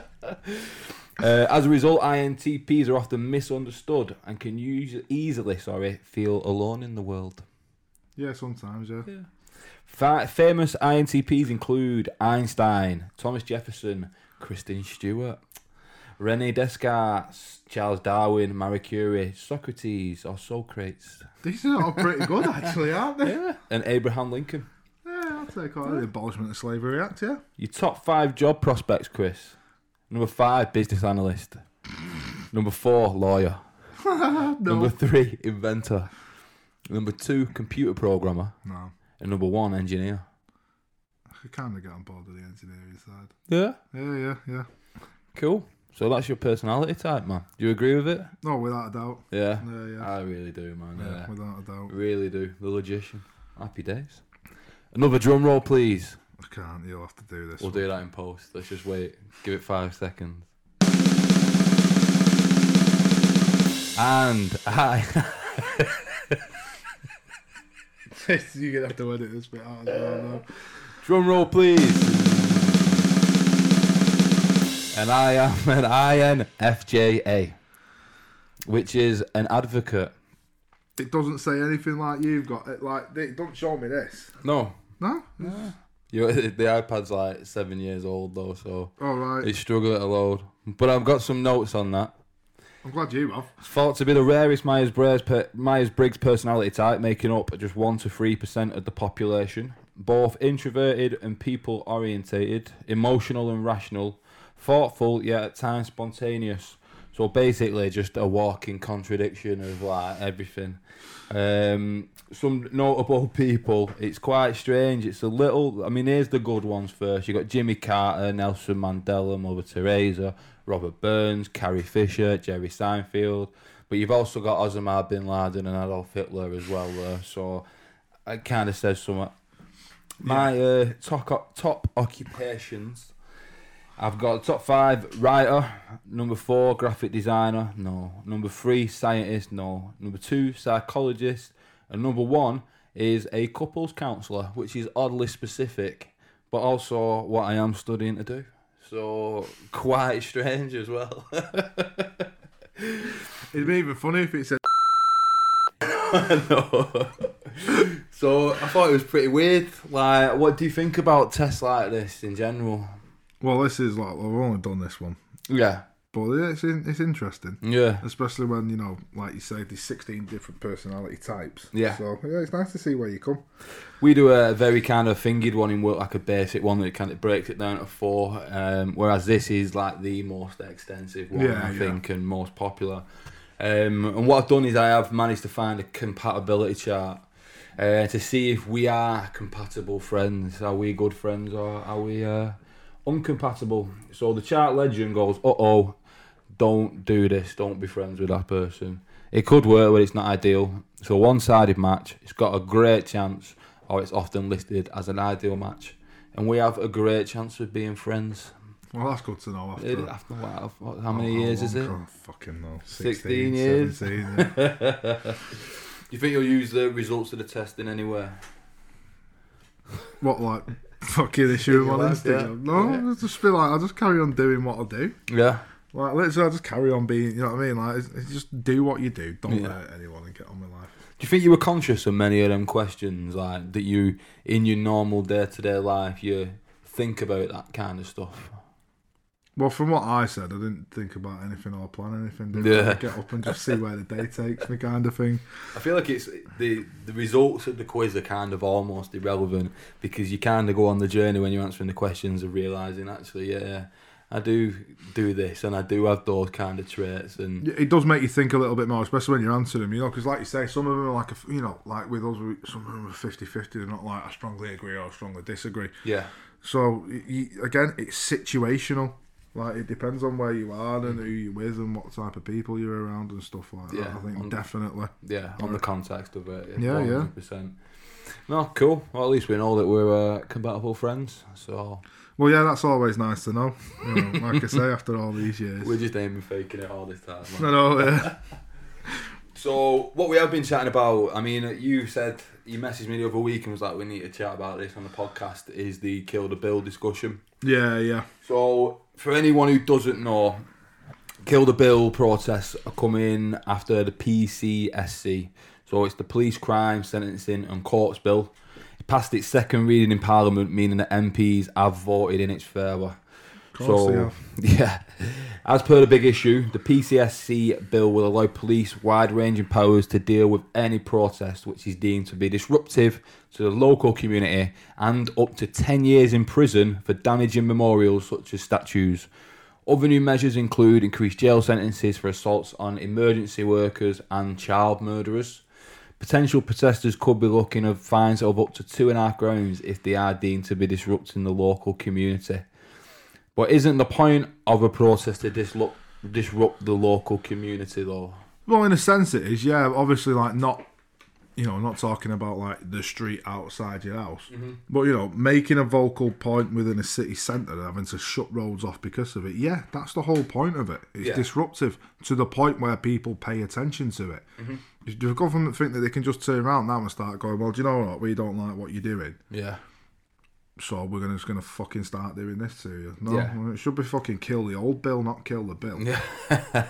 Speaker 1: Uh, as a result, INTPs are often misunderstood and can usu easily sorry, feel alone in the world.
Speaker 2: yeah, sometimes, yeah.
Speaker 1: Fa- famous INTPs include Einstein, Thomas Jefferson, Kristen Stewart, Rene Descartes, Charles Darwin, Marie Curie, Socrates or Socrates,
Speaker 2: These are all pretty good, actually, aren't they? Yeah,
Speaker 1: and Abraham Lincoln.
Speaker 2: I'll take all the Abolishment of Slavery Act, yeah.
Speaker 1: Your top five job prospects, Chris. Number five, business analyst. Number four, lawyer. Number three, inventor. Number two, computer programmer.
Speaker 2: No.
Speaker 1: And number one, engineer.
Speaker 2: I kind of get on board with the engineering side.
Speaker 1: Yeah,
Speaker 2: Yeah, yeah, yeah.
Speaker 1: cool. So that's your personality type, man. Do you agree with it?
Speaker 2: No, without a doubt.
Speaker 1: Yeah,
Speaker 2: Yeah, yeah.
Speaker 1: I really do, man.
Speaker 2: yeah.
Speaker 1: Uh, yeah.
Speaker 2: Without a doubt.
Speaker 1: Really do. The logician. Happy days. Another drum roll, please.
Speaker 2: I can't. You'll have to do this.
Speaker 1: We'll
Speaker 2: one.
Speaker 1: do that in post. Let's just wait. Give it five seconds. And I,
Speaker 2: You're going to have to edit this bit out as well. No?
Speaker 1: drum roll, please. And I am an INFJA, which is an advocate.
Speaker 2: It doesn't say anything like you've got. It like they don't show me this.
Speaker 1: No,
Speaker 2: No.
Speaker 1: you, the iPad's like seven years old though, so
Speaker 2: All right.
Speaker 1: it's struggling to load. But I've got some notes on that.
Speaker 2: I'm glad you have.
Speaker 1: Thought to be the rarest Myers Briggs Myers Briggs personality type, making up just one to three percent of the population. Both introverted and people orientated, emotional and rational, thoughtful yet at times spontaneous. So basically, just a walking contradiction of like everything. Um, some notable people. It's quite strange. It's a little. I mean, here's the good ones first. You got Jimmy Carter, Nelson Mandela, Mother Teresa, Robert Burns, Carrie Fisher, Jerry Seinfeld. But you've also got Osama bin Laden and Adolf Hitler as well there. So it kind of says something. My uh, top top occupations. I've got top five writer, number four graphic designer, no, number three scientist, no, number two psychologist, and number one is a couples counsellor, which is oddly specific, but also what I am studying to do. So quite strange as well.
Speaker 2: It'd be even funny if it said.
Speaker 1: No. so I thought it was pretty weird. Like, what do you think about tests like this in general?
Speaker 2: Well, this is like I've only done this one,
Speaker 1: Yeah,
Speaker 2: but yeah, it's in, it's interesting,
Speaker 1: yeah,
Speaker 2: especially when you know, like you say, there's 16 different personality types.
Speaker 1: Yeah.
Speaker 2: So yeah, it's nice to see where you come.
Speaker 1: We do a very kind of fingered one in work, like a basic one that kind of breaks it down to four. Um, whereas this is like the most extensive one,
Speaker 2: Yeah,
Speaker 1: I
Speaker 2: yeah.
Speaker 1: think, and most popular. Um, and what I've done is I have managed to find a compatibility chart uh, to see if we are compatible friends. Are we good friends or are we uh, uncompatible? So the chart legend goes, uh oh, don't do this, don't be friends with that person. It could work, but it's not ideal. So one sided match, it's got a great chance, or Oh, it's often listed as an ideal match. And we have a great chance of being friends.
Speaker 2: Well, that's good to know. After,
Speaker 1: It- After what, what- how many
Speaker 2: how
Speaker 1: years is
Speaker 2: long?
Speaker 1: it?
Speaker 2: Oh, fucking no. 16,
Speaker 1: 16 years.
Speaker 2: 17, yeah.
Speaker 1: Do you think you'll use the results of the test in any way?
Speaker 2: what like fucking issue
Speaker 1: your
Speaker 2: on
Speaker 1: life, yeah.
Speaker 2: Instagram? No,
Speaker 1: Yeah.
Speaker 2: I'll just be like, I'll just carry on doing what I do.
Speaker 1: Yeah.
Speaker 2: Like literally, I'll just carry on being. You know what I mean? Like, it's, it's just do what you do. Don't
Speaker 1: Yeah.
Speaker 2: hurt anyone and get on with life.
Speaker 1: Do you think you were conscious of many of them questions, like that you in your normal day to day life you think about that kind of stuff?
Speaker 2: Well, from what I said, I didn't think about anything or plan anything. Didn't
Speaker 1: Yeah.
Speaker 2: I? Get up and just see where the day takes me, kind of thing.
Speaker 1: I feel like it's the the results of the quiz are kind of almost irrelevant because you kind of go on the journey when you're answering the questions of realizing actually, yeah, I do do this and I do have those kind of traits and
Speaker 2: Yeah, It does make you think a little bit more, especially when you're answering them, you know, because like you say, some of them are like, a, f- you know, like with us, we- some of them are 50 50. They're not like, I strongly agree or I strongly disagree.
Speaker 1: yeah,
Speaker 2: So, y y- again, it's situational. Like, it depends on where you are and who you're with and what type of people you're around and stuff like that.
Speaker 1: Yeah,
Speaker 2: I think
Speaker 1: on-
Speaker 2: definitely.
Speaker 1: yeah, on the context of it.
Speaker 2: Yeah, yeah.
Speaker 1: 100%. No, cool. Well, at least we know that we're uh, compatible friends. So
Speaker 2: Well, yeah, that's always nice to know. You know like I say, after all these years. uh,
Speaker 1: we're just aiming faking it all this time. man.
Speaker 2: I know, yeah.
Speaker 1: So what we have been chatting about, I mean, you said you messaged me the other week and was like, we need to chat about this on the podcast. Is the kill the bill discussion.
Speaker 2: yeah, yeah.
Speaker 1: So for anyone who doesn't know, kill the bill protests are coming after the PCSC. So it's the Police Crime Sentencing and Courts Bill. It passed its second reading in Parliament, meaning that MPs have voted in its favour.
Speaker 2: Of course they have.
Speaker 1: Yeah. As per the big issue, the PCSC bill will allow police wide ranging powers to deal with any protest which is deemed to be disruptive to the local community and up to 10 years in prison for damaging memorials such as statues. Other new measures include increased jail sentences for assaults on emergency workers and child murderers. Potential protesters could be looking at fines of up to two and a half grams if they are deemed to be disrupting the local community. But isn't the point of a protest to disrupt, disrupt the local community, though?
Speaker 2: Well, in a sense, it is. Yeah, obviously, like not, you know, not talking about like the street outside your house,
Speaker 1: Mm-hmm.
Speaker 2: but you know, making a vocal point within a city centre and having to shut roads off because of it. Yeah, that's the whole point of it. It's
Speaker 1: Yeah.
Speaker 2: disruptive to the point where people pay attention to it.
Speaker 1: Mm-hmm.
Speaker 2: If the government think that they can just turn around now and start going, well, do you know what? We don't like what you're doing,
Speaker 1: Yeah.
Speaker 2: so we're gonna, just going to fucking start doing this to you. No,
Speaker 1: Yeah.
Speaker 2: well, it should be fucking kill the old bill, not kill the bill.
Speaker 1: Yeah.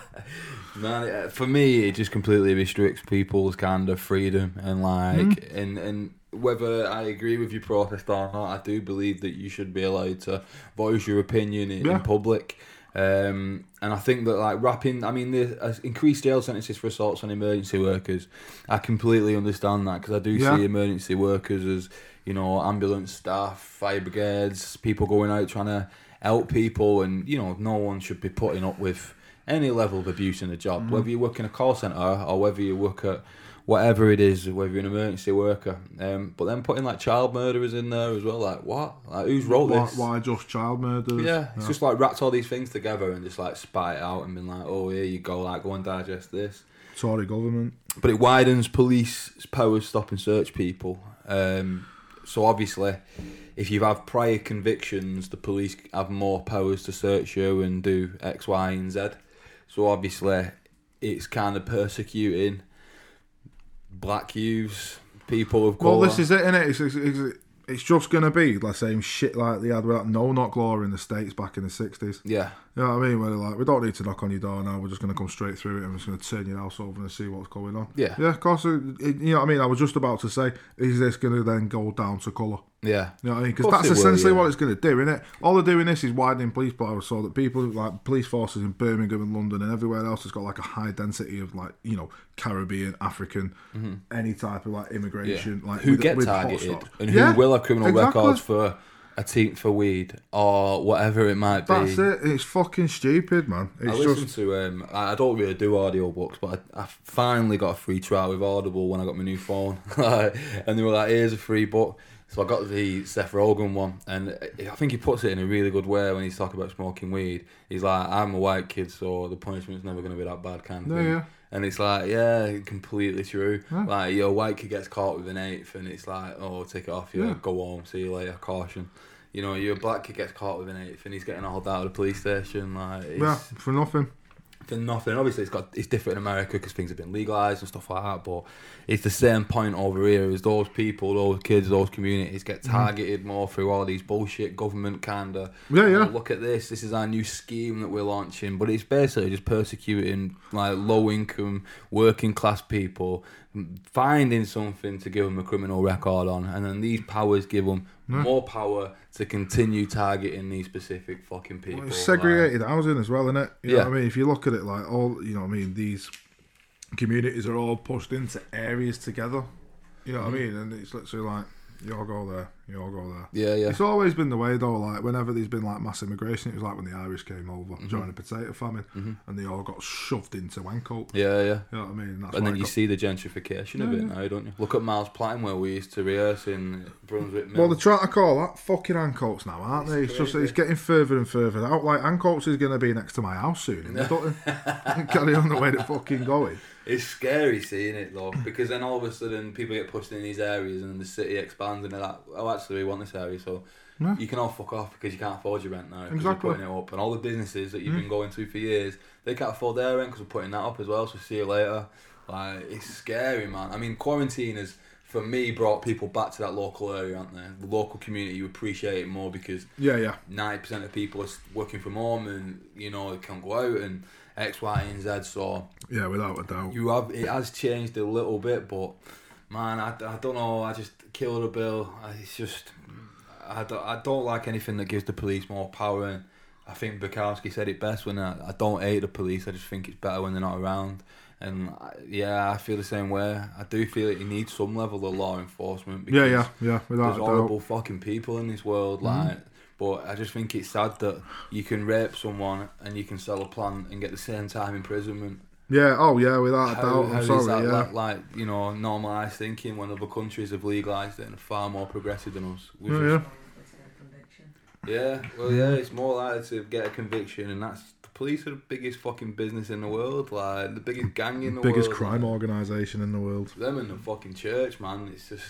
Speaker 1: Man, it- uh, for me, it just completely restricts people's kind of freedom and like,
Speaker 2: Mm.
Speaker 1: and and whether I agree with your protest or not, I do believe that you should be allowed to voice your opinion in,
Speaker 2: Yeah.
Speaker 1: in public. Um, and I think that like wrapping, I mean, the uh, increased jail sentences for assaults on emergency workers, I completely understand that because I do
Speaker 2: Yeah.
Speaker 1: see emergency workers as you know ambulance staff, fire brigades, people going out trying to help people, and you know no one should be putting up with any level of abuse in a job,
Speaker 2: Mm.
Speaker 1: whether you work in a call center or whether you work at whatever it is, whether you're an emergency worker. Um, but then putting like child murderers in there as well, like what? Like who's wrote
Speaker 2: Why,
Speaker 1: this?
Speaker 2: why just child murderers?
Speaker 1: Yeah, it's just like wrapped all these things together and just like spat it out and been like, oh, here you go, like go and digest this.
Speaker 2: Tory government.
Speaker 1: But it widens police powers to stop and search people. Um, so obviously, if you have prior convictions, the police have more powers to search you and do X, Y, and Z. So obviously, it's kind of persecuting black youths, people of
Speaker 2: Well,
Speaker 1: colour.
Speaker 2: this is it, innit? It's, it's, it's, it's just going to be the same shit like they had with that no knock law in the States back in the 60s.
Speaker 1: yeah,
Speaker 2: You know what I mean? Where they're like, we don't need to knock on your door now, we're just going to come straight through it and we're just going to turn your house over and see what's going on.
Speaker 1: Yeah.
Speaker 2: Yeah, of course. It, it- you know what I mean? I was just about to say, is this going to then go down to colour?
Speaker 1: yeah.
Speaker 2: You know what I mean? Because
Speaker 1: Of course it
Speaker 2: that's
Speaker 1: will,
Speaker 2: essentially
Speaker 1: yeah.
Speaker 2: what it's going to do, innit? All they're doing this is widening police powers so that people, like police forces in Birmingham and London and everywhere else, has got like a high density of like, you know, Caribbean, African, any type of like immigration. Like
Speaker 1: Mm-hmm. who
Speaker 2: with-
Speaker 1: get
Speaker 2: with
Speaker 1: targeted
Speaker 2: hotspots.
Speaker 1: and
Speaker 2: Yeah,
Speaker 1: who will have criminal
Speaker 2: exactly.
Speaker 1: records for a team for weed or whatever it might be.
Speaker 2: That's it. It's fucking stupid, man.
Speaker 1: I
Speaker 2: It's
Speaker 1: listen
Speaker 2: just.
Speaker 1: to um, I I don't really do audiobooks, but I, I finally got a free trial with Audible when I got my new phone, and they were like, "Here's a free book." So I got the Seth Rogen one, and I think he puts it in a really good way when he's talking about smoking weed. He's like, "I'm a white kid, so the punishment's never going to be that bad," kind of
Speaker 2: Yeah,
Speaker 1: thing.
Speaker 2: yeah.
Speaker 1: And it's like, yeah, completely true.
Speaker 2: Yeah.
Speaker 1: Like, your white kid gets caught with an eighth, and it's like, oh, take it off you,
Speaker 2: Yeah.
Speaker 1: go home, see you later, caution. You know, your black kid gets caught with an eighth, and he's getting hauled out of the police station. Like, it's,
Speaker 2: Yeah, for nothing.
Speaker 1: for nothing. Obviously, it's got it's different in America because things have been legalized and stuff like that. But it's the same point over here as those people, those kids, those communities get
Speaker 2: Mm-hmm.
Speaker 1: targeted more through all these bullshit government kind of.
Speaker 2: Yeah, yeah.
Speaker 1: look at this. This is our new scheme that we're launching, but it's basically just persecuting like low income, working class people, m- finding something to give them a criminal record on, and then these powers give them more power to continue targeting these specific fucking people.
Speaker 2: It's
Speaker 1: like-
Speaker 2: segregated housing as well, innit? You know
Speaker 1: Yeah.
Speaker 2: what I mean? If you look at it like all, you know what I mean, these communities are all pushed into areas together. You know what
Speaker 1: Mm-hmm.
Speaker 2: I mean? And it's literally like, you all go there, you all go there.
Speaker 1: yeah, yeah.
Speaker 2: It's always been the way though, like whenever there's been like mass immigration, it was like when the Irish came over
Speaker 1: Mm-hmm.
Speaker 2: during the potato famine and they all got shoved into Wancope.
Speaker 1: Yeah, yeah.
Speaker 2: You know what I mean? That's
Speaker 1: And
Speaker 2: why
Speaker 1: then
Speaker 2: it
Speaker 1: you
Speaker 2: got-
Speaker 1: see the gentrification of it now, don't you? Look at Miles Platin where we used to rehearse in Brunswick Mill.
Speaker 2: Well, they're trying to call that fucking Ancoats now, aren't they? It's just it's getting further and further out. Like Ancoats is going to be next to my house soon. and they don't carry on the way they're fucking going.
Speaker 1: it's scary seeing it though, because then all of a sudden people get pushed in these areas and the city expands and they're like, oh, actually, we want this area, so
Speaker 2: Yeah.
Speaker 1: you can all fuck off because you can't afford your rent now. 'cause
Speaker 2: Exactly. Mm.
Speaker 1: We're putting it up. And all the businesses that you've been going to for years, they can't afford their rent because we're putting that up as well, so see you later. Like, it's scary, man. I mean, quarantine has, for me, brought people back to that local area, aren't they? The local community, you appreciate it more because.
Speaker 2: Yeah, yeah.
Speaker 1: ninety percent of people are s- working from home and you know they can't go out and X, Y, and Z. So
Speaker 2: Yeah, without a doubt.
Speaker 1: you have it has changed a little bit, but man, I, I don't know. I just killed a bill. I- It's just I don't I don't like anything that gives the police more power. And I think Bukowski said it best when I, I don't hate the police. I just think it's better when they're not around. And I, yeah, I feel the same way. I do feel that you need some level of law enforcement.
Speaker 2: yeah,
Speaker 1: because-
Speaker 2: yeah, yeah, without
Speaker 1: there's
Speaker 2: a doubt.
Speaker 1: horrible fucking people in this world,
Speaker 2: Mm-hmm.
Speaker 1: like. But I just think it's sad that you can rape someone and you can sell a plant and get the same time imprisonment.
Speaker 2: Yeah, oh yeah, without a
Speaker 1: How,
Speaker 2: doubt.
Speaker 1: how
Speaker 2: I'm
Speaker 1: is
Speaker 2: sorry,
Speaker 1: that
Speaker 2: yeah.
Speaker 1: like, like you know normalised thinking when other countries have legalised it and are far more progressive than us? We're
Speaker 2: Yeah,
Speaker 1: just-
Speaker 2: yeah.
Speaker 1: Yeah, well, yeah, it's more likely to get a conviction, and that's the police are the biggest fucking business in the world, like the biggest gang in the
Speaker 2: Biggest
Speaker 1: world,
Speaker 2: crime
Speaker 1: like,
Speaker 2: organisation in the world.
Speaker 1: Them and the fucking church, man. It's just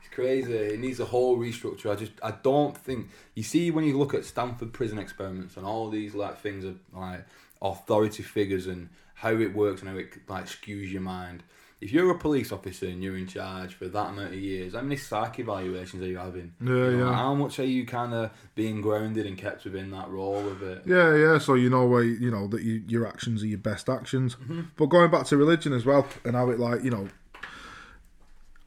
Speaker 1: it's crazy. It needs a whole restructure. I just I don't think you see when you look at Stanford prison experiments and all these like things of like authority figures and how it works and how it like skews your mind. If you're a police officer and you're in charge for that amount of years, how many psych evaluations are you having?
Speaker 2: Yeah,
Speaker 1: You know,
Speaker 2: yeah.
Speaker 1: How much are you kind of being grounded and kept within that role of it?
Speaker 2: Yeah, yeah. So you know where you know that you, your actions are your best actions.
Speaker 1: Mm-hmm.
Speaker 2: But going back to religion as well, and how it like you know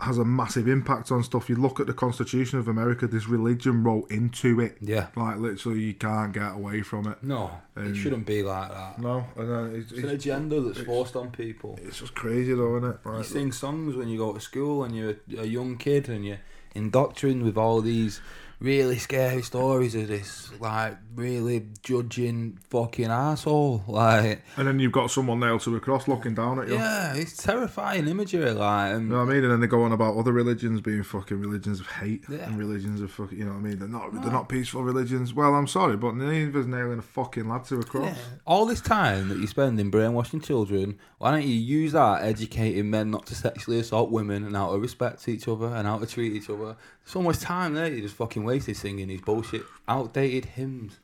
Speaker 2: has a massive impact on stuff. You look at the Constitution of America. This religion wrote into it.
Speaker 1: Yeah.
Speaker 2: Like literally, you can't get away from it.
Speaker 1: No, it shouldn't be like that.
Speaker 2: No, and then it's,
Speaker 1: It's an
Speaker 2: Um, it's,
Speaker 1: agenda that's forced on people.
Speaker 2: it's just crazy though, isn't it?
Speaker 1: You
Speaker 2: Like,
Speaker 1: sing songs when you go to school and you're a, a young kid and you're indoctrinated with all these really scary stories of this like really judging fucking asshole. Like,
Speaker 2: and then you've got someone nailed to a cross looking down at you.
Speaker 1: yeah, it's terrifying imagery. Like, and
Speaker 2: You know what I mean? And then they go on about other religions being fucking religions of hate
Speaker 1: Yeah.
Speaker 2: and religions of fucking. You know what I mean? They're not. They're not peaceful religions. Well, I'm sorry, but neither's nailing a fucking lad to a cross.
Speaker 1: all this time that you spend in brainwashing children, why don't you use that educating men not to sexually assault women and how to respect each other and how to treat each other? So much time there you just fucking wasted singing these bullshit outdated hymns.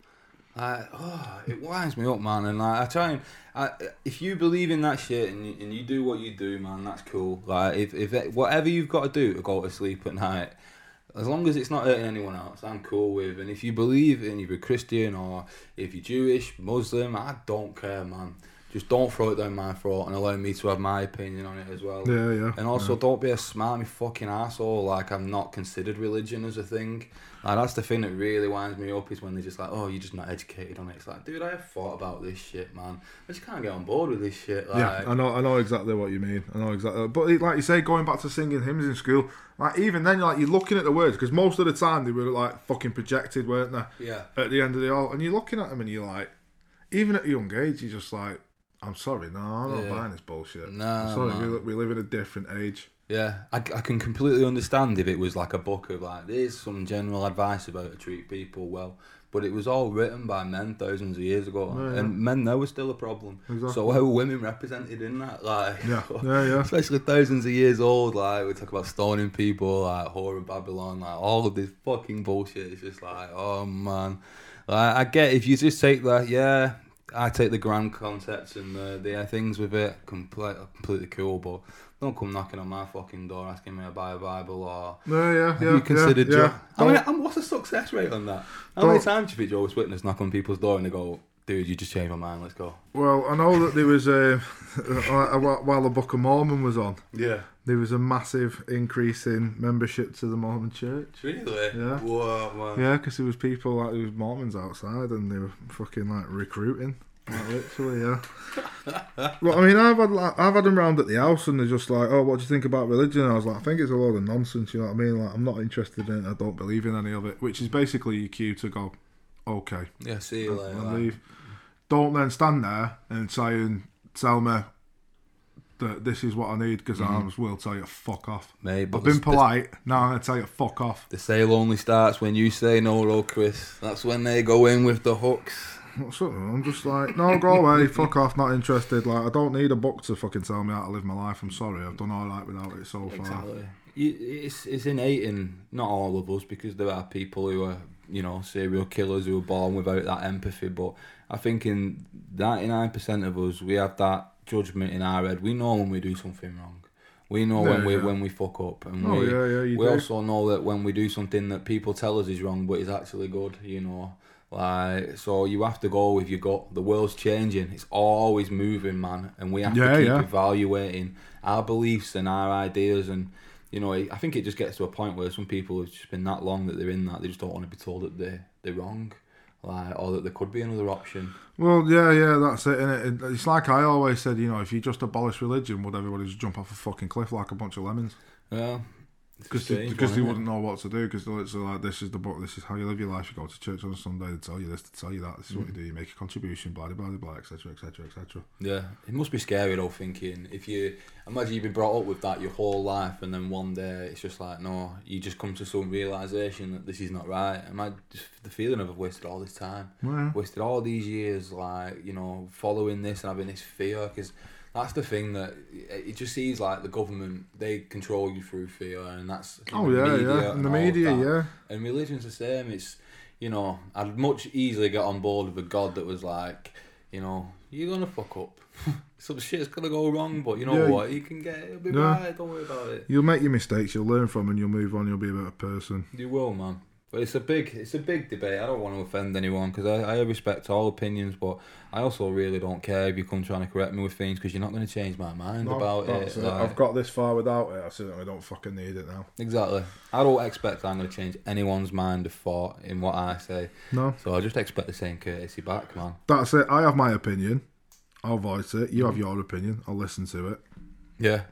Speaker 1: Like, oh, it winds me up, man. And like, I try and I, if you believe in that shit and you, and you do what you do, man, that's cool. Like, if if it, whatever you've got to do to go to sleep at night, as long as it's not hurting anyone else, I'm cool with. And if you believe in, if you're Christian or if you're Jewish, Muslim, I don't care, man. Just don't throw it down my throat and allow me to have my opinion on it as well.
Speaker 2: Yeah, yeah.
Speaker 1: And also, don't be a smarmy fucking asshole. Like I'm not considered religion as a thing. Like that's the thing that really winds me up is when they're just like, "Oh, you're just not educated on it." It's like, dude, I have thought about this shit, man. I just can't get on board with this shit. Like,
Speaker 2: yeah, I know, I know exactly what you mean. I know exactly, but it, like you say, going back to singing hymns in school, like even then, you're like you're looking at the words because most of the time they were like fucking projected, weren't they?
Speaker 1: yeah,
Speaker 2: At the end of the all, and you're looking at them and you're like, even at a young age, you're just like, I'm sorry, no, I'm not
Speaker 1: Yeah.
Speaker 2: buying this bullshit.
Speaker 1: Nah,
Speaker 2: I'm sorry,
Speaker 1: man.
Speaker 2: we, li- we live in a different age.
Speaker 1: Yeah, I, I can completely understand if it was like a book of like, there's some general advice about how to treat people well, but it was all written by men thousands of years ago,
Speaker 2: Yeah,
Speaker 1: and men there was still a problem. So how are women represented in that? Like,
Speaker 2: Yeah, yeah, yeah.
Speaker 1: especially thousands of years old. Like we talk about stoning people, like horror of Babylon, like all of this fucking bullshit. It's just like, oh man, like I get if you just take that, yeah. I take the grand concepts and the, the uh, things with it, complete, completely cool, but don't come knocking on my fucking door asking me to buy a Bible or
Speaker 2: Yeah, yeah,
Speaker 1: have
Speaker 2: yeah.
Speaker 1: you considered
Speaker 2: yeah,
Speaker 1: Joe?
Speaker 2: yeah.
Speaker 1: I mean,
Speaker 2: Don't-
Speaker 1: I'm, what's the success rate on that? How many
Speaker 2: Don't-
Speaker 1: times do you think Jehovah's Witness knock on people's door and they go, dude, you just changed my mind, let's go?
Speaker 2: Well, I know that there was a while while the Book of Mormon was on,
Speaker 1: Yeah.
Speaker 2: there was a massive increase in membership to the Mormon Church.
Speaker 1: Really?
Speaker 2: Yeah.
Speaker 1: Whoa, man.
Speaker 2: Yeah, because there was people like there was Mormons outside, and they were fucking like recruiting, like literally. Yeah. well, I mean, I've had like, I've had them round at the house, and they're just like, "Oh, what do you think about religion?" And I was like, "I think it's a load of nonsense." You know what I mean? Like, I'm not interested in it. I don't believe in any of it, which is basically your cue to go, "Okay,
Speaker 1: Yeah, see you later.
Speaker 2: and
Speaker 1: like.
Speaker 2: leave." Don't then stand there and try and tell me that this is what I need because
Speaker 1: Mm-hmm.
Speaker 2: I will tell you fuck off.
Speaker 1: Mate, but
Speaker 2: I've been
Speaker 1: the- the-
Speaker 2: polite. Now I'm gonna tell you fuck off.
Speaker 1: The sale only starts when you say no, though, Chris. That's when they go in with the hooks.
Speaker 2: What's up? man? I'm just like, no, go away, fuck off, not interested. Like, I don't need a book to fucking tell me how to live my life. I'm sorry, I've done all right without it so far.
Speaker 1: You, it's, it's innate in not all of us because there are people who are, you know, serial killers who are born without that empathy. But I think in 99% of us, we have that judgment in our head. We know when we do something wrong. We know when
Speaker 2: Yeah,
Speaker 1: we
Speaker 2: yeah.
Speaker 1: when we fuck up, and
Speaker 2: Oh,
Speaker 1: we
Speaker 2: yeah, yeah, you
Speaker 1: we
Speaker 2: do.
Speaker 1: also know that when we do something that people tell us is wrong, but is actually good, you know. Like so, you have to go with your gut. The world's changing; it's always moving, man, and we have
Speaker 2: Yeah,
Speaker 1: to keep
Speaker 2: yeah.
Speaker 1: evaluating our beliefs and our ideas. And you know, I think it just gets to a point where some people have just been that long that they're in that they just don't want to be told that they they're wrong, like or that there could be another option.
Speaker 2: Well, yeah, yeah, that's it, innit? It- It's like I always said, you know, if you just abolish religion, would everybody just jump off a fucking cliff like a bunch of lemons?
Speaker 1: Yeah, It's
Speaker 2: Because
Speaker 1: strange
Speaker 2: they,
Speaker 1: one,
Speaker 2: because they
Speaker 1: isn't it?
Speaker 2: wouldn't know what to do because they're literally like this is the book this is how you live your life you go to church on a Sunday they tell you this they tell you that this is what you
Speaker 1: Mm-hmm.
Speaker 2: do you make a contribution blah blah blah blah etc etc etc
Speaker 1: Yeah, it must be scary though. Thinking if you imagine you've been brought up with that your whole life, and then one day it's just like no, you just come to some realization that this is not right. Am I just the feeling of I've wasted all this time,
Speaker 2: well
Speaker 1: wasted all these years, like you know, following this and having this fear? Because that's the thing that it it just seems like the government they control you through fear, and that's in
Speaker 2: oh
Speaker 1: the
Speaker 2: yeah
Speaker 1: media
Speaker 2: yeah in
Speaker 1: and
Speaker 2: the
Speaker 1: all of
Speaker 2: media
Speaker 1: that.
Speaker 2: yeah
Speaker 1: And religion's the same. It's you know, I'd much easily get on board with a god that was like, you know, you're gonna fuck up. Some shit's gonna go wrong, but you know
Speaker 2: Yeah.
Speaker 1: what? You can get it'll be
Speaker 2: Yeah.
Speaker 1: right. Don't worry about it.
Speaker 2: you'll make your mistakes you'll learn from 'em, and you'll move on you'll be a better person
Speaker 1: You will, man. But it's a big, it's a big debate. I don't want to offend anyone because I, I respect all opinions, but I also really don't care if you come trying to correct me with things because you're not going to change my mind about it. like-
Speaker 2: I've got this far without it I certainly don't fucking need it now
Speaker 1: exactly. I don't expect I'm going to change anyone's mind of thought in what I say.
Speaker 2: no
Speaker 1: So I just expect the same courtesy back, man.
Speaker 2: That's it. I have my opinion. I'll voice it. You have your opinion. I'll listen to it.
Speaker 1: Yeah,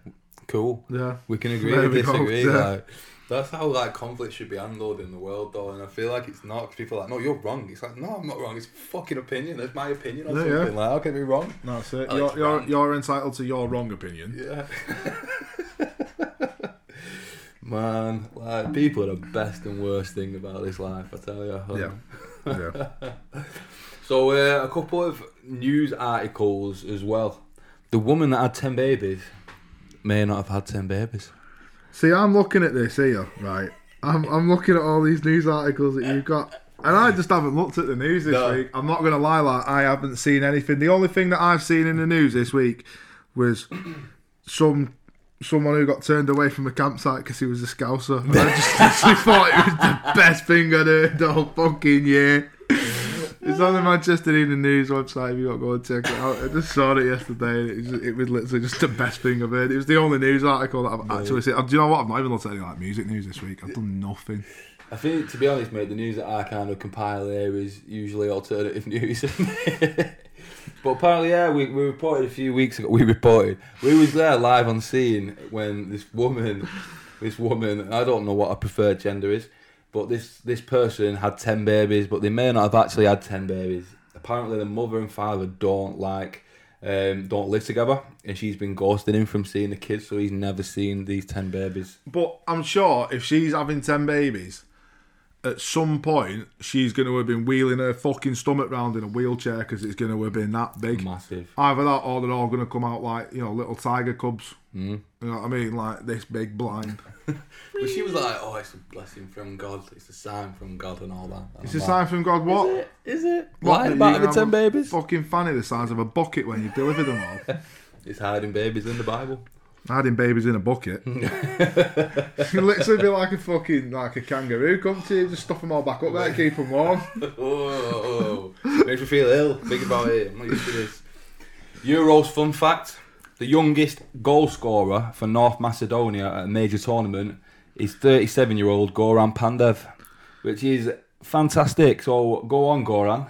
Speaker 1: cool.
Speaker 2: Yeah.
Speaker 1: We can agree
Speaker 2: There
Speaker 1: and
Speaker 2: we go,
Speaker 1: disagree.
Speaker 2: yeah.
Speaker 1: Like, that's how like conflict should be handled in the world, though. And I feel like it's not 'cause people are like, no, you're wrong. It's like, no, I'm not wrong. It's fucking opinion. That's my opinion on
Speaker 2: Yeah, yeah.
Speaker 1: something. Like, how can it be wrong?
Speaker 2: That's it.
Speaker 1: Alex
Speaker 2: You're, you're,
Speaker 1: Brown.
Speaker 2: you're entitled to your wrong opinion.
Speaker 1: Yeah. Man, like people are the best and worst thing about this life. I tell you.
Speaker 2: Yeah. yeah.
Speaker 1: So uh, a couple of news articles as well. The woman that had ten babies may not have had ten babies.
Speaker 2: See, I'm looking at this here, right? I'm, I'm looking at all these news articles that you've got. And I just haven't looked at the news this
Speaker 1: No.
Speaker 2: week. I'm not going to lie, like, I haven't seen anything. The only thing that I've seen in the news this week was some someone who got turned away from a campsite because he was a scouser. And I just literally thought it was the best thing I'd heard all fucking year. It's on the Manchester Evening News website. If you got to go and check it out, I just saw it yesterday. And it, was, it was literally just the best thing I've heard. It was the only news article that I've actually seen. Do you know what? I've not even looked at any like music news this week. I've done nothing.
Speaker 1: I think, to be honest, mate, the news that I kind of compile here is usually alternative news. but apparently, yeah, we, we reported a few weeks ago. We reported we was there live on scene when this woman, this woman, I don't know what her preferred gender is, but this this person had ten babies, but they may not have actually had ten babies. Apparently, the mother and father don't like. Um, don't live together, and she's been ghosting him from seeing the kids, so he's never seen these ten babies.
Speaker 2: But I'm sure if she's having ten babies, at some point she's going to have been wheeling her fucking stomach round in a wheelchair because it's going to have been that big.
Speaker 1: Massive.
Speaker 2: Either that, or they're all going to come out like you know little tiger cubs.
Speaker 1: Hmm?
Speaker 2: Mm. You know what I mean? Like this big blind.
Speaker 1: But she was like, "Oh, it's a blessing from God. It's a sign from God, and all that."
Speaker 2: It's a sign from God. What?
Speaker 1: Is it?
Speaker 2: What,
Speaker 1: Lying
Speaker 2: that
Speaker 1: about
Speaker 2: you
Speaker 1: having
Speaker 2: have
Speaker 1: ten
Speaker 2: a
Speaker 1: babies?
Speaker 2: Fucking fanny the size of a bucket when you deliver them all.
Speaker 1: It's hiding babies in the Bible.
Speaker 2: Hiding babies in a bucket. you literally be like a fucking like a kangaroo. Come to you, just stuff them all back up there, keep them warm.
Speaker 1: oh, makes me feel ill. Think about it. I'm not used to this. Euros fun fact: the youngest goal scorer for North Macedonia at a major tournament is 37-year-old Goran Pandev, which is fantastic. So go on, Goran.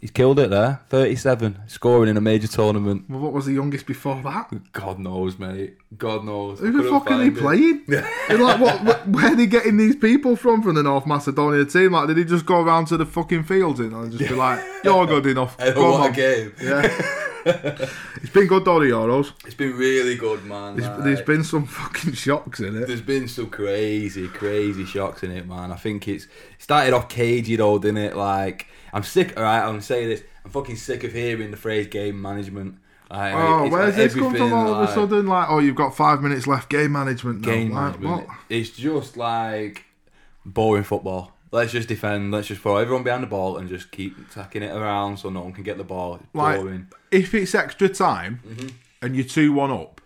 Speaker 1: He's killed it there. 37, scoring in a major tournament.
Speaker 2: Well, what was the youngest before that?
Speaker 1: God knows, mate. God knows. I
Speaker 2: Who the
Speaker 1: couldn't
Speaker 2: fuck are they
Speaker 1: find it.
Speaker 2: playing? They're like, what, what? Where are they getting these people from from the North Macedonia team? Like, did he just go around to the fucking fields and just be like, "You're good enough.
Speaker 1: Hey,
Speaker 2: Come
Speaker 1: what
Speaker 2: on."
Speaker 1: a game.
Speaker 2: Yeah. it's been good though, the Euros.
Speaker 1: It's been really good, man.
Speaker 2: There's-
Speaker 1: like,
Speaker 2: there's been some fucking shocks in it.
Speaker 1: there's been some crazy, crazy shocks in it, man. I think it's it started off cagey though, didn't it? Like I'm sick. All right, I'm saying this. I'm fucking sick of hearing the phrase game management. Like,
Speaker 2: Oh,
Speaker 1: it's
Speaker 2: where's
Speaker 1: like
Speaker 2: this come
Speaker 1: everything,
Speaker 2: from all of
Speaker 1: like,
Speaker 2: a sudden? Like, oh, you've got five minutes left. Game management. Now.
Speaker 1: Game
Speaker 2: like,
Speaker 1: management.
Speaker 2: What?
Speaker 1: It's just like boring football. Let's just defend. Let's just throw everyone behind the ball and just keep tacking it around so no one can get the ball. It's
Speaker 2: Like-
Speaker 1: boring.
Speaker 2: If it's extra time
Speaker 1: Mm-hmm.
Speaker 2: and you're two one up,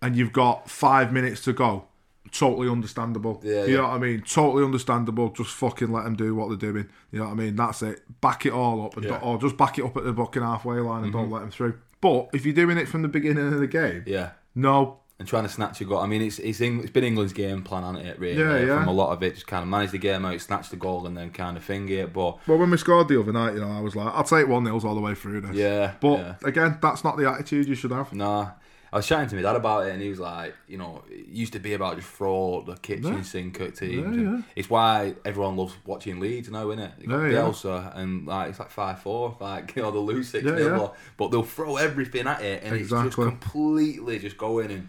Speaker 2: and you've got five minutes to go, totally understandable.
Speaker 1: Yeah,
Speaker 2: you
Speaker 1: yeah.
Speaker 2: know what I mean? Totally understandable. Just fucking let them do what they're doing. You know what I mean? That's it. Back it all up, and
Speaker 1: Yeah. Mm-hmm.
Speaker 2: or just back it up at the fucking halfway line and don't let them through. But if you're doing it from the beginning of the game,
Speaker 1: Yeah.
Speaker 2: no,
Speaker 1: and trying to snatch a goal. I mean, it's it's, Eng- it's been England's game plan, hasn't it? Really,
Speaker 2: Yeah, yeah.
Speaker 1: from a lot of it, just kind of manage the game out, snatch the goal, and then kind of finger it. But
Speaker 2: Well, when we scored the other night, you know, I was like, I'll take one nils all the way through this.
Speaker 1: yeah,
Speaker 2: But
Speaker 1: yeah.
Speaker 2: again, that's not the attitude you should have.
Speaker 1: nah. I was chatting to my dad about it, and he was like, you know, it used to be about just fraud, the kitchen
Speaker 2: Yeah.
Speaker 1: sink at teams.
Speaker 2: Yeah,
Speaker 1: and
Speaker 2: yeah.
Speaker 1: It's why everyone loves watching Leeds now, isn't it? They got
Speaker 2: Yeah, yeah.
Speaker 1: Bielsa, and like it's like five four, like you know, they'll lose six
Speaker 2: Yeah,
Speaker 1: 0
Speaker 2: yeah.
Speaker 1: but they'll throw everything at it, and it's
Speaker 2: Exactly.
Speaker 1: just completely just going and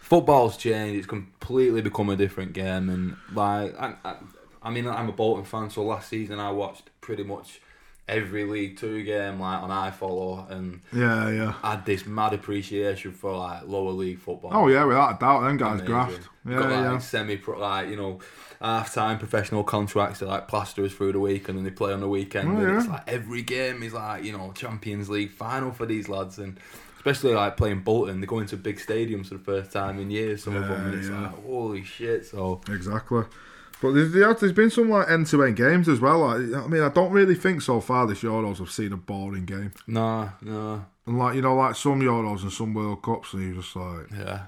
Speaker 1: football's changed. It's completely become a different game, and like I, I, I mean, I'm a Bolton fan, so last season I watched pretty much every League Two game like on iFollow, and
Speaker 2: Yeah, yeah.
Speaker 1: had this mad appreciation for like lower league football.
Speaker 2: Oh yeah, without a doubt, them guys
Speaker 1: Amazing.
Speaker 2: graft. Yeah,
Speaker 1: Got like
Speaker 2: yeah.
Speaker 1: semi pro, like you know, half time professional contracts that like plaster us through the week and then they play on the weekend.
Speaker 2: Oh,
Speaker 1: and
Speaker 2: yeah.
Speaker 1: It's like every game is like you know Champions League final for these lads and. Especially like playing Bolton, they're going to big stadiums for the first time in years. Some of them, and
Speaker 2: Yeah,
Speaker 1: it's
Speaker 2: yeah.
Speaker 1: like holy shit. So
Speaker 2: Exactly. But there's, there's been some like end to end games as well. Like, I mean, I don't really think so far this Euros I've seen a boring game.
Speaker 1: nah, nah,
Speaker 2: And like you know, like some Euros and some World Cups, and you're just like, "Hmm,
Speaker 1: yeah.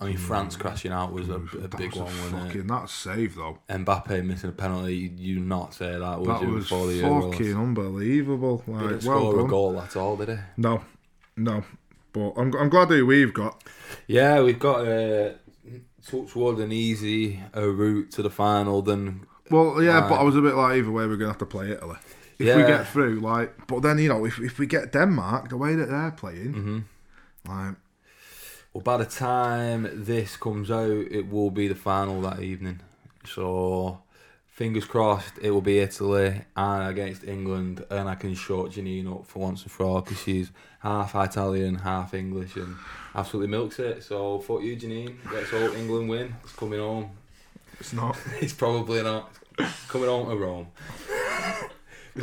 Speaker 1: I mean, France crashing out was a, a
Speaker 2: Mm. that
Speaker 1: big
Speaker 2: was
Speaker 1: one,
Speaker 2: a
Speaker 1: wasn't it?
Speaker 2: fucking that save though.
Speaker 1: Mbappe missing a penalty. You, you not say that, would
Speaker 2: That
Speaker 1: you?
Speaker 2: was
Speaker 1: before the Euros?
Speaker 2: fucking unbelievable.
Speaker 1: He
Speaker 2: Like,
Speaker 1: didn't
Speaker 2: well
Speaker 1: score a
Speaker 2: done.
Speaker 1: goal at all, did he?
Speaker 2: No, no. But I'm I'm glad who we've got.
Speaker 1: Yeah, we've got uh, touch wood an easy uh, route to the final. Then
Speaker 2: Well, yeah, but
Speaker 1: Aye.
Speaker 2: I was a bit like either way we're gonna have to play Italy if we
Speaker 1: Yeah.
Speaker 2: get through. Like, but then you know if if we get Denmark the way that they're playing,
Speaker 1: Mm-hmm.
Speaker 2: like
Speaker 1: well, by the time this comes out, it will be the final that evening. So fingers crossed, it will be Italy and against England, and I can short Janine up for once and for all because she's half Italian, half English, and absolutely milks it. So fuck you, Janine. Let's hope England win. It's coming home.
Speaker 2: it's not.
Speaker 1: It's probably not. It's coming home to Rome.
Speaker 2: Is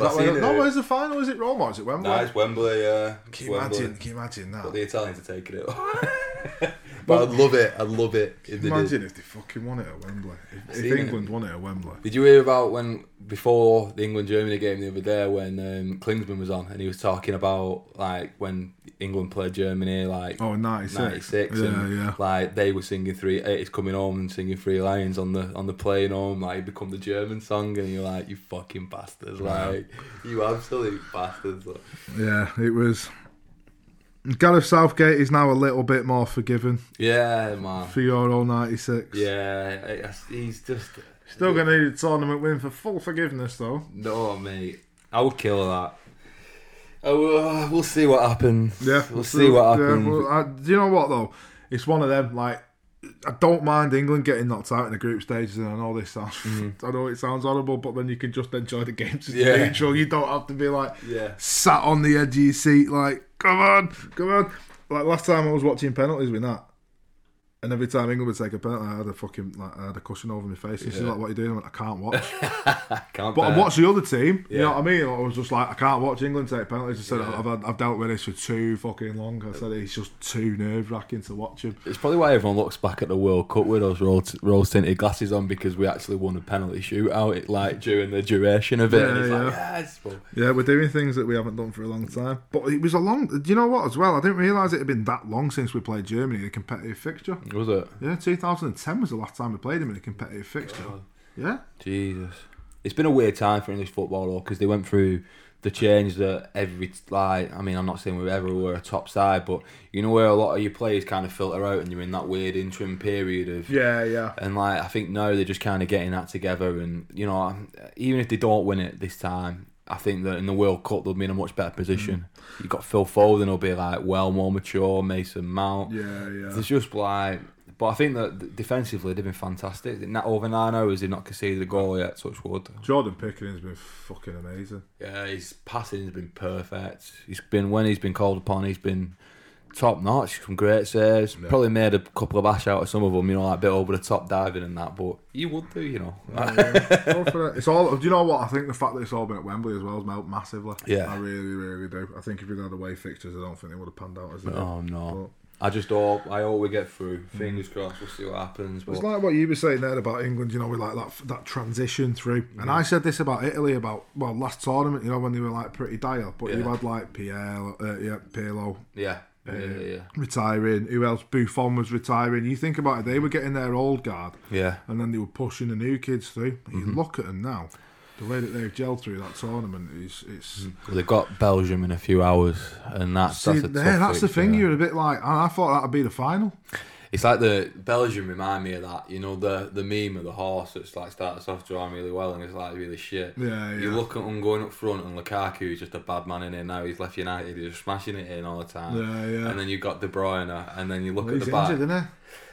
Speaker 1: But
Speaker 2: that
Speaker 1: I
Speaker 2: where,
Speaker 1: seen
Speaker 2: no,
Speaker 1: it.
Speaker 2: where's the final? Is it Rome or is it Wembley?
Speaker 1: No, it's Wembley, yeah. It's
Speaker 2: Can you
Speaker 1: Wembley.
Speaker 2: imagine? Can you imagine that?
Speaker 1: But the Italians are taking it. but I'd love it. I'd love it if they did.
Speaker 2: imagine if they fucking won it at Wembley. If,
Speaker 1: seen
Speaker 2: if
Speaker 1: it.
Speaker 2: England won it at Wembley.
Speaker 1: Did you hear about when before the England Germany game the other day when um, Klinsman was on and he was talking about like when England played Germany like
Speaker 2: Oh, 96.
Speaker 1: 96
Speaker 2: Yeah,
Speaker 1: and
Speaker 2: yeah.
Speaker 1: like they were singing three it's coming home and singing three lions on the on the plane home like it become the German song and you're like you fucking bastards like you absolute bastards like.
Speaker 2: Yeah, it was. Gareth Southgate is now a little bit more forgiven
Speaker 1: yeah man
Speaker 2: for Euro 96.
Speaker 1: yeah I- I- he's just
Speaker 2: Still going to need a tournament win for full forgiveness, though.
Speaker 1: No, mate. I would kill that. Oh, well, we'll see what happens.
Speaker 2: Yeah.
Speaker 1: we'll see what
Speaker 2: yeah,
Speaker 1: happens.
Speaker 2: well, I, do you know what, though? It's one of them, like, I don't mind England getting knocked out in the group stages, and I know this sounds, I know it sounds horrible, but then you can just enjoy the games as
Speaker 1: Mm-hmm. Yeah.
Speaker 2: neutral. You don't have to be like,
Speaker 1: yeah,
Speaker 2: sat on the edge of your seat, like, come on, come on. Like last time I was watching penalties with that, and every time England would take a penalty, I had a fucking like I had a cushion over my face. And she's
Speaker 1: Yeah.
Speaker 2: like, "What are you doing?" I went, "I can't watch."
Speaker 1: can't.
Speaker 2: But I
Speaker 1: bear.
Speaker 2: watched the other team. You
Speaker 1: Yeah.
Speaker 2: know what I mean? I was just like, "I can't watch England take penalties." I said, "I've had, I've dealt with this for too fucking long." I said, "It's just too nerve wracking to watch him."
Speaker 1: It's probably why everyone looks back at the World Cup with those rose- rose tinted glasses on because we actually won a penalty shootout. It like during the duration of it, and
Speaker 2: Yeah,
Speaker 1: it's like
Speaker 2: yeah.
Speaker 1: yeah, it's well,
Speaker 2: Yeah, we're doing things that we haven't done for a long time. But it was a long. Do you know what? As well, I didn't realise it had been that long since we played Germany in a competitive fixture.
Speaker 1: was it?
Speaker 2: Yeah, 2010 was the last time we played him in a competitive fixture. Yeah,
Speaker 1: Jesus, it's been a weird time for English football though because they went through the change that every like. I mean, I'm not saying we ever were a top side, but you know where a lot of your players kind of filter out, and you're in that weird interim period of
Speaker 2: yeah, yeah.
Speaker 1: And like I think now they're just kind of getting that together, and you know, even if they don't win it this time, I think that in the World Cup they'll be in a much better position. You've got Phil Foden, who'll be like well more mature, Mason Mount.
Speaker 2: Yeah, yeah.
Speaker 1: There's just like, but I think that defensively they've been fantastic. In that over nine hours, they've not conceded a goal yet. Touch wood.
Speaker 2: Jordan Pickering's been fucking amazing.
Speaker 1: Yeah, his passing's been perfect. He's been when he's been called upon, he's been top notch. Some great saves. Probably made a couple of ash out of some of them. You know, like a bit over the top diving and that. But you would do, you know.
Speaker 2: Go for it. It's all. Do you know what? I think the fact that it's all been at Wembley as well has helped massively.
Speaker 1: Yeah.
Speaker 2: I really, really do. I think if we'd had away fixtures, I don't think it would have panned out as it.
Speaker 1: Oh no! I just hope I hope we get through. Fingers crossed. We'll see what happens. But
Speaker 2: It's like what you were saying there about England, you know, with like that that transition through. And I said this about Italy about well last tournament, you know, when they were like pretty dire, but you
Speaker 1: Yeah.
Speaker 2: had like Piero, uh, yeah, Pirlo,
Speaker 1: yeah, yeah, yeah,
Speaker 2: retiring. Who else? Buffon was retiring. You think about it, they were getting their old guard
Speaker 1: yeah. Mm-hmm.
Speaker 2: and then they were pushing the new kids through. You look at them now, The way that they've gelled through that tournament is it's.
Speaker 1: Well, they've got Belgium in a few hours, and that's
Speaker 2: See,
Speaker 1: that's a
Speaker 2: there,
Speaker 1: tough
Speaker 2: that's the thing.
Speaker 1: fixture.
Speaker 2: You're a bit like, "Ah, I thought that'd be the final.
Speaker 1: It's like the Belgium remind me of that. You know the the meme of the horse that's like starts off drawing really well and it's like really shit.
Speaker 2: Yeah, yeah.
Speaker 1: You look at him going up front and Lukaku is just a bad man in here now. He's left United. He's just smashing it in all the time.
Speaker 2: Yeah, yeah.
Speaker 1: And then you've got De Bruyne, and then you look
Speaker 2: Well,
Speaker 1: at
Speaker 2: he's
Speaker 1: the back.
Speaker 2: injured, isn't he?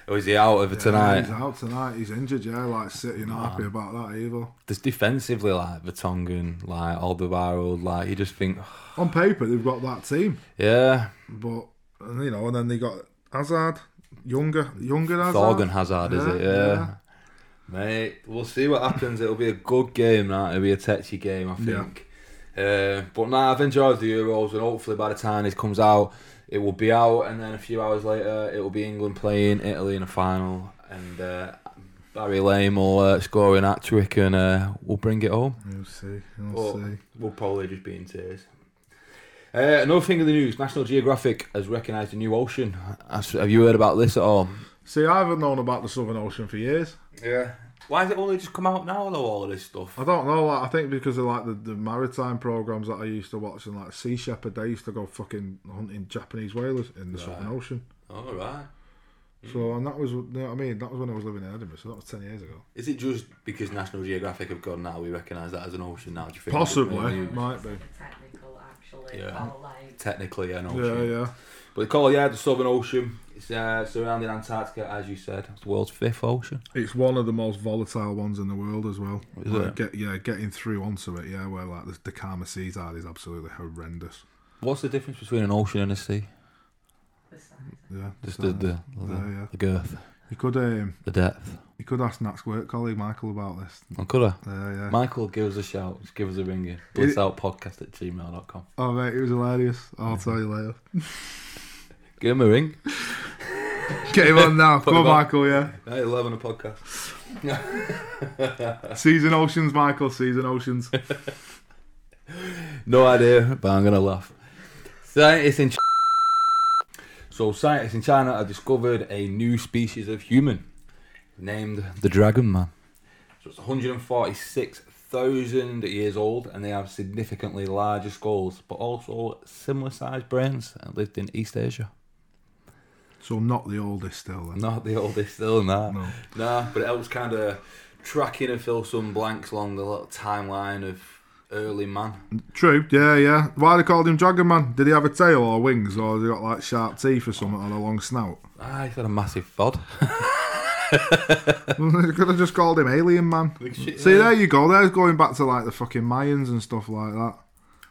Speaker 1: Oh, is he out of it
Speaker 2: Yeah,
Speaker 1: tonight? Ah.
Speaker 2: he's out tonight. He's injured. Yeah, like City, not happy about that either.
Speaker 1: There's defensively like Vertonghen, like Alderweireld, like you just think,
Speaker 2: On paper, they've got that team,
Speaker 1: yeah,
Speaker 2: but and, you know, and then they got Hazard, younger, younger Hazard.
Speaker 1: Thorgan Hazard is
Speaker 2: Yeah,
Speaker 1: it? Yeah.
Speaker 2: yeah.
Speaker 1: Mate, we'll see what happens. It'll be a good game, that. It'll be a tetchy game, I
Speaker 2: Yeah.
Speaker 1: think. Uh, but now I've enjoyed the Euros, and hopefully by the time this comes out, it will be out, and then a few hours later, it will be England playing Italy in a final, and uh, Barry Lame will uh, score an hat trick, and uh, we'll bring it home.
Speaker 2: We'll see.
Speaker 1: Well,
Speaker 2: We'll see.
Speaker 1: We'll probably just be in tears. Uh, another thing in the news: National Geographic has recognised a new ocean. Has- Have you heard about this at all?
Speaker 2: See, I haven't known about the Southern Ocean for years.
Speaker 1: Yeah. Why has it only just come out now, though? All of this stuff.
Speaker 2: I don't know. Like, I think because of like the, the maritime programs that I used to watch and like Sea Shepherd, they used to go fucking hunting Japanese whalers in the Southern
Speaker 1: Right.
Speaker 2: Ocean.
Speaker 1: All right.
Speaker 2: So and that was, you know what I mean, that was when I was living in Edinburgh. So that was ten years ago.
Speaker 1: Is it just because National Geographic have gone now? We recognise that as an ocean now. Do you think?
Speaker 2: Possibly,
Speaker 1: Mm,
Speaker 2: might be.
Speaker 3: technical, actually.
Speaker 1: Yeah.
Speaker 3: Or like,
Speaker 1: Technically, an ocean.
Speaker 2: Yeah, yeah.
Speaker 1: But they call it, yeah the Southern Ocean. It's uh, surrounding Antarctica, as you said. It's the world's fifth ocean.
Speaker 2: It's one of the most volatile ones in the world as well.
Speaker 1: Is
Speaker 2: Like,
Speaker 1: it?
Speaker 2: Get, yeah, getting through onto it. Yeah, where like the, the calmer seas are is absolutely horrendous.
Speaker 1: What's the difference between an ocean and a sea?
Speaker 3: the size.
Speaker 2: Yeah,
Speaker 1: Just
Speaker 2: so-
Speaker 1: the the, the,
Speaker 2: yeah, yeah.
Speaker 1: the girth,
Speaker 2: You could um,
Speaker 1: the depth.
Speaker 2: you could ask Nat's work colleague Michael about this.
Speaker 1: And could I?
Speaker 2: Yeah, yeah.
Speaker 1: Michael, give us a shout. Just give us a ring.
Speaker 2: It-
Speaker 1: Blitzoutpodcast at gmail.com.
Speaker 2: oh mate, it was hilarious. I'll tell you later.
Speaker 1: Give him a ring.
Speaker 2: Get him on now. Come
Speaker 1: him
Speaker 2: on,
Speaker 1: on.
Speaker 2: Michael. Yeah.
Speaker 1: Hey, love on a podcast.
Speaker 2: Seas and oceans, Michael. Seas and oceans.
Speaker 1: No idea, but I'm going to laugh. Scientists in Ch- So, scientists in China have discovered a new species of human named the Dragon Man. So, it's 146,000 years old and they have significantly larger skulls, but also similar sized brains and lived in East Asia.
Speaker 2: so not the oldest still. Then.
Speaker 1: Not the oldest, still not.
Speaker 2: No.
Speaker 1: Nah, but it helps kind of track in and fill some blanks along the little timeline of early man.
Speaker 2: True. Yeah, yeah. Why they called him Dragon Man? Did he have a tail or wings, or did he got like sharp teeth or something, and a long snout?
Speaker 1: Ah, he's had a massive fod.
Speaker 2: they could have just called him Alien Man. See, there you go. There's going back to like the fucking Mayans and stuff like that.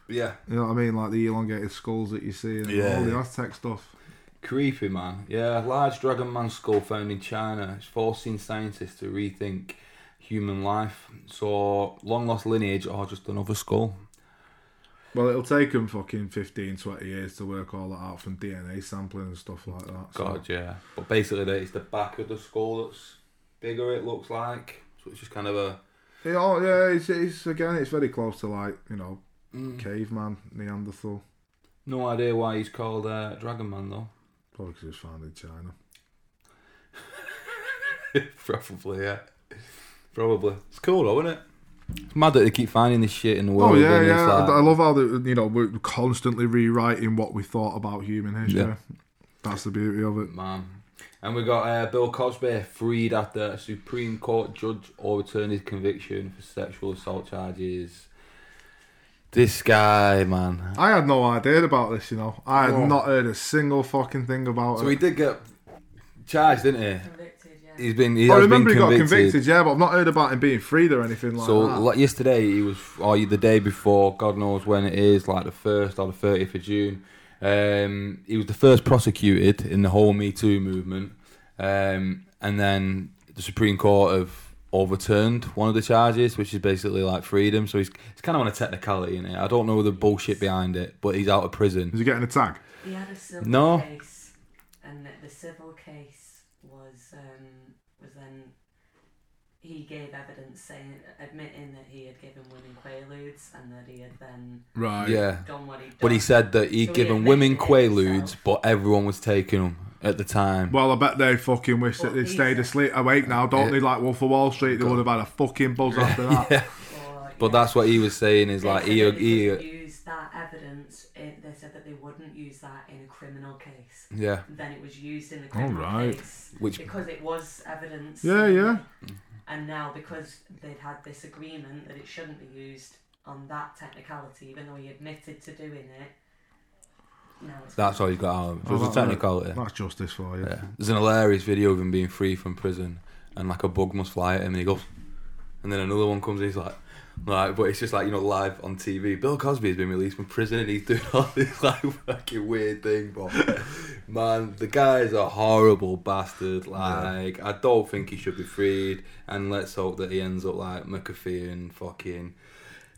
Speaker 1: Yeah.
Speaker 2: You know what I mean? Like the elongated skulls that you see and
Speaker 1: Yeah.
Speaker 2: all the Aztec stuff.
Speaker 1: Creepy, man. Yeah, large dragon man skull found in China is forcing scientists to rethink human life. So, long lost lineage or just another skull.
Speaker 2: Well, it'll take them fucking 15, 20 years to work all that out from DNA sampling and stuff like that. so-
Speaker 1: God, yeah. But basically, it's the back of the skull that's bigger, it looks like. So, it's just kind of a.
Speaker 2: Yeah, oh, yeah. It's, it's again, it's very close to like you know, Mm. caveman, Neanderthal.
Speaker 1: No idea why he's called uh, Dragon Man, though.
Speaker 2: Probably because it was found in China.
Speaker 1: Probably, yeah. Probably. It's cool though, isn't it? It's mad that they keep finding this shit in the world.
Speaker 2: Oh yeah,
Speaker 1: and it's
Speaker 2: yeah.
Speaker 1: like-
Speaker 2: I love how the, you know we're constantly rewriting what we thought about human history.
Speaker 1: Yeah.
Speaker 2: That's the beauty of it.
Speaker 1: man. And we got uh, Bill Cosby freed after a Supreme Court judge overturned his conviction for sexual assault charges. This guy, man.
Speaker 2: I had no idea about this. You know, I had
Speaker 1: Oh.
Speaker 2: not heard a single fucking thing about
Speaker 1: So
Speaker 2: it.
Speaker 1: he did get charged, didn't
Speaker 3: Convicted, yeah.
Speaker 1: he? He's been. He
Speaker 2: I
Speaker 1: has
Speaker 2: Oh, remember he
Speaker 1: been
Speaker 2: got
Speaker 1: convicted.
Speaker 2: convicted, yeah, but I've not heard about him being freed or anything like
Speaker 1: So
Speaker 2: that.
Speaker 1: like yesterday, he was, or the day before, God knows when it is, like the first or the thirtieth of June. Um, he was the first prosecuted in the whole Me Too movement, um, and then the Supreme Court have overturned one of the charges, which is basically like freedom. So he's it's kind of on a technicality in it. I don't know the bullshit behind it, but he's out of prison.
Speaker 2: Is he getting a tag?
Speaker 3: He had a civil
Speaker 1: No.
Speaker 3: case, and the- the civil case was um, was then he gave evidence saying admitting that he had given women quaaludes and that he had then
Speaker 2: Right.
Speaker 1: Yeah,
Speaker 3: done what he'd done.
Speaker 1: but he said that he'd
Speaker 3: So he
Speaker 1: given
Speaker 3: admitted
Speaker 1: women
Speaker 3: it
Speaker 1: quaaludes,
Speaker 3: himself.
Speaker 1: but everyone was taking them at the time.
Speaker 2: Well, I bet they fucking wish that
Speaker 3: Well,
Speaker 2: they'd
Speaker 3: he's-
Speaker 2: stayed asleep awake now, don't
Speaker 1: Yeah.
Speaker 2: they? Like Wolf of Wall Street, they would have had a fucking buzz after that.
Speaker 3: Or like,
Speaker 1: But
Speaker 3: yeah.
Speaker 1: that's what he was saying is
Speaker 3: They
Speaker 1: like
Speaker 3: said
Speaker 1: he,
Speaker 3: that they
Speaker 1: he
Speaker 3: wouldn't use that evidence. In, they said that they wouldn't use that in a criminal case.
Speaker 1: yeah.
Speaker 3: Then it was used in the criminal
Speaker 2: right.
Speaker 3: case
Speaker 1: Which
Speaker 3: because it was evidence.
Speaker 2: Yeah, yeah.
Speaker 3: And now because they'd had this agreement that it shouldn't be used on that technicality, even though he admitted to doing it. Now it's
Speaker 1: that's all he's got out of it.
Speaker 2: Oh,
Speaker 1: It was a
Speaker 2: that-
Speaker 1: technicality.
Speaker 2: That's justice for you.
Speaker 1: Yeah. There's an hilarious video of him being free from prison and like a bug must fly at him and he goes and then another one comes he's like like but it's just like, you know, live on TV. Bill Cosby has been released from prison and he's doing all this like fucking weird thing, but man, the guy's a horrible bastard. Like I don't think he should be freed and let's hope that he ends up like McAfee and fucking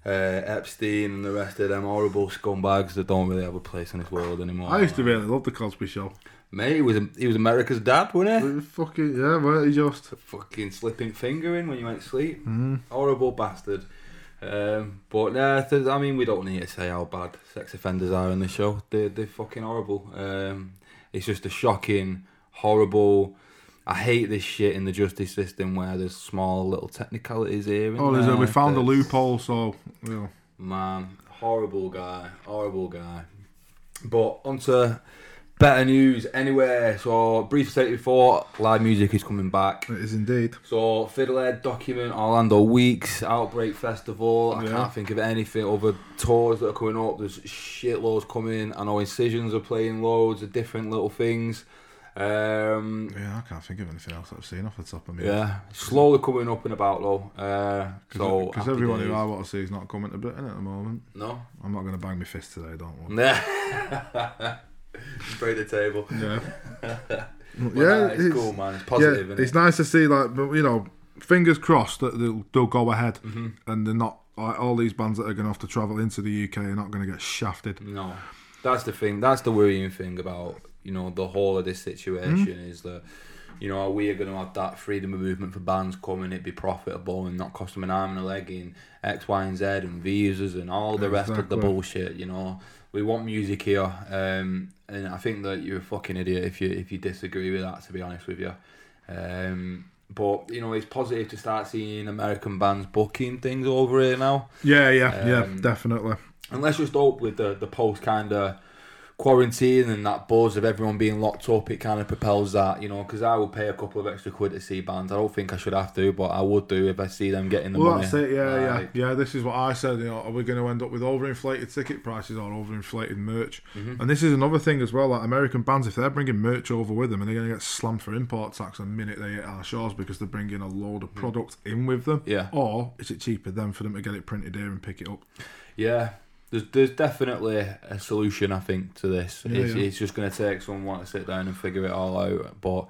Speaker 1: uh, Epstein and the rest of them horrible scumbags that don't really have a place in this world anymore.
Speaker 2: I used to really love the Cosby Show.
Speaker 1: Mate, he was he was America's dad, wasn't he?
Speaker 2: It was Fucking yeah, weren't he just?
Speaker 1: Fucking slipping finger in when you went to sleep.
Speaker 2: Mm.
Speaker 1: Horrible bastard. Um, but nah, th- I mean, we don't need to say how bad sex offenders are in the show. They're, they're fucking horrible. Um, it's just a shocking, horrible. I hate this shit in the justice system where there's small little technicalities here. And
Speaker 2: Oh, there's a,
Speaker 1: there
Speaker 2: we found a
Speaker 1: that's-
Speaker 2: loophole, so you know.
Speaker 1: Man, horrible guy, horrible guy. But onto better news anyway. So, brief state before live music is coming back.
Speaker 2: it is indeed.
Speaker 1: So, Fiddlehead document Orlando Weeks Outbreak Festival. I
Speaker 2: Yeah.
Speaker 1: can't think of anything other tours that are coming up. There's shitloads coming. I know Incisions are playing loads of different little things. Um,
Speaker 2: Yeah, I can't think of anything else that I've seen off the top of me.
Speaker 1: yeah, slowly coming up and about though. Uh, so
Speaker 2: because
Speaker 1: happy
Speaker 2: everyone
Speaker 1: days.
Speaker 2: who I want to see is not coming to Britain at the moment.
Speaker 1: no,
Speaker 2: I'm not going to bang my fist today, don't worry.
Speaker 1: Nah. Break the table.
Speaker 2: Yeah,
Speaker 1: Well,
Speaker 2: yeah,
Speaker 1: nah, it's, cool, man. It's positive.
Speaker 2: yeah,
Speaker 1: innit?
Speaker 2: it's nice to see. Like, but you know, fingers crossed that they'll, they'll go ahead, and they're not like all these bands that are going to have to travel into the UK are not going to get shafted.
Speaker 1: No, that's the thing. That's the worrying thing about you know the whole of this situation is that you know are we going to have that freedom of movement for bands coming? It be profitable and not cost them an arm and a leg in X, Y, and Z and visas and all the rest of the
Speaker 2: Exactly.
Speaker 1: bullshit. You know, we want music here, um, and I think that you're a fucking idiot if you if you disagree with that. To be honest with you. Um, but you know it's positive to start seeing American bands booking things over here now
Speaker 2: Yeah, yeah,
Speaker 1: Um,
Speaker 2: yeah, definitely.
Speaker 1: and let's just hope with the the post kind of quarantine and that buzz of everyone being locked up, it kind of propels that, you know. Because I would pay a couple of extra quid to see bands. I don't think I should have to, but I would do if I see them getting the
Speaker 2: Well,
Speaker 1: money.
Speaker 2: that's it. Yeah,
Speaker 1: Like,
Speaker 2: yeah, yeah. This is what I said. You know, are we going to end up with overinflated ticket prices or overinflated merch?
Speaker 1: Mm-hmm.
Speaker 2: And this is another thing as well. Like American bands, if they're bringing merch over with them, and they're going to get slammed for import tax the minute they hit our shores because they're bringing a load of product in with them.
Speaker 1: Mm-hmm. Yeah.
Speaker 2: Or is it cheaper then for them to get it printed here and pick it up?
Speaker 1: yeah. There's, there's definitely a solution, I think, to this.
Speaker 2: Yeah,
Speaker 1: it's,
Speaker 2: yeah.
Speaker 1: it's just going to take someone to sit down and figure it all out. But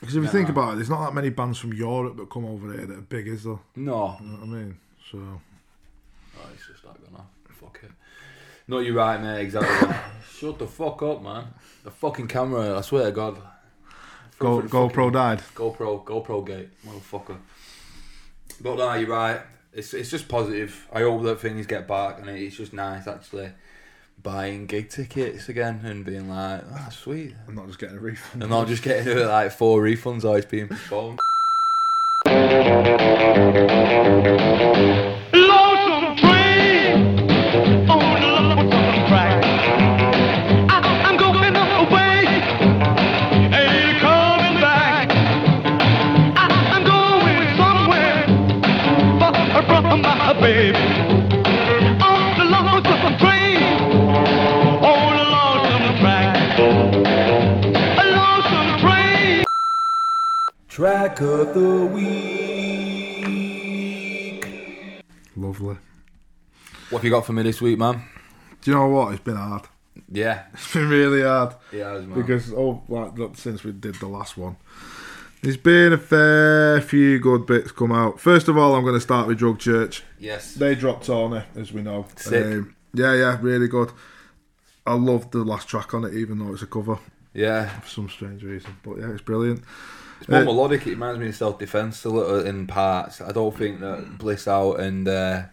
Speaker 2: Because if you
Speaker 1: Yeah,
Speaker 2: think
Speaker 1: man.
Speaker 2: about it, there's not that many bands from Europe that come over here that are big, is there?
Speaker 1: no,
Speaker 2: You know what I mean? So
Speaker 1: Oh, it's just like going off. Fuck it. No, you're right, mate. Exactly. Shut the fuck up, man. The fucking camera. I swear to God.
Speaker 2: Go,
Speaker 1: Fucking-
Speaker 2: GoPro died.
Speaker 1: GoPro, GoPro gate, motherfucker. But no, you're right. It's it's just positive. I hope that things get back, and it's just nice actually buying gig tickets again and being like, ah, sweet,
Speaker 2: I'm not just getting a refund.
Speaker 1: and not just getting uh, like four refunds or it's being postponed.
Speaker 4: Lonesome Oh, train on the lonesome track. I, I'm going away and ain't coming back. I, I'm going somewhere far from my baby. On the lonesome train, on Oh, the lonesome track. A lonesome train.
Speaker 1: Track of the week.
Speaker 2: Lovely.
Speaker 1: What have you got for me this week, man?
Speaker 2: Do you know what? It's been hard.
Speaker 1: Yeah,
Speaker 2: It's been really hard.
Speaker 1: yeah, it was, man.
Speaker 2: because oh, like look, since we did the last one, there's been a fair few good bits come out. First of all, I'm going to start with Drug Church.
Speaker 1: yes,
Speaker 2: They dropped Tony, as we know. Um,
Speaker 1: Sick.
Speaker 2: yeah, yeah, really good. I love the last track on it, even though it's a cover
Speaker 1: yeah.
Speaker 2: for some strange reason. But yeah, it's brilliant.
Speaker 1: It's more
Speaker 2: Uh,
Speaker 1: melodic. It reminds me of self defense a little in parts. I don't think that Bliss Out and uh,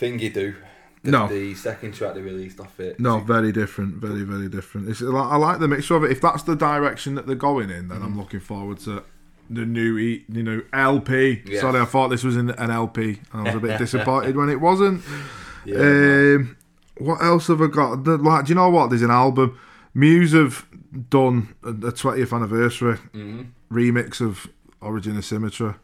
Speaker 1: Thingy do. The,
Speaker 2: No.
Speaker 1: The second track they released off it.
Speaker 2: No, very different, very very different. It's I like the mixture of it. If that's the direction that they're going in, then I'm looking forward to the new E- you know LP.
Speaker 1: Yes.
Speaker 2: Sorry, I thought this was an, an LP, and I was a bit disappointed when it wasn't.
Speaker 1: Yeah,
Speaker 2: Um, what else have I got? The, like, do you know what? There's an album. Muse have done a a 20th anniversary
Speaker 1: Mm-hmm.
Speaker 2: remix of Origin of Symmetra,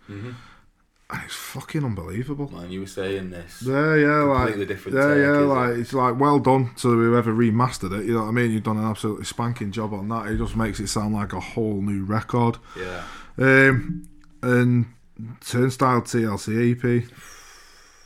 Speaker 2: and it's fucking unbelievable.
Speaker 1: man, you were saying this.
Speaker 2: Yeah, yeah, like
Speaker 1: Completely different
Speaker 2: yeah,
Speaker 1: take,
Speaker 2: yeah,
Speaker 1: is
Speaker 2: like it's like well done to whoever remastered it. You know what I mean? You've done an absolutely spanking job on that. It just makes it sound like a whole new record.
Speaker 1: Yeah.
Speaker 2: Um, and Turnstile TLC EP. E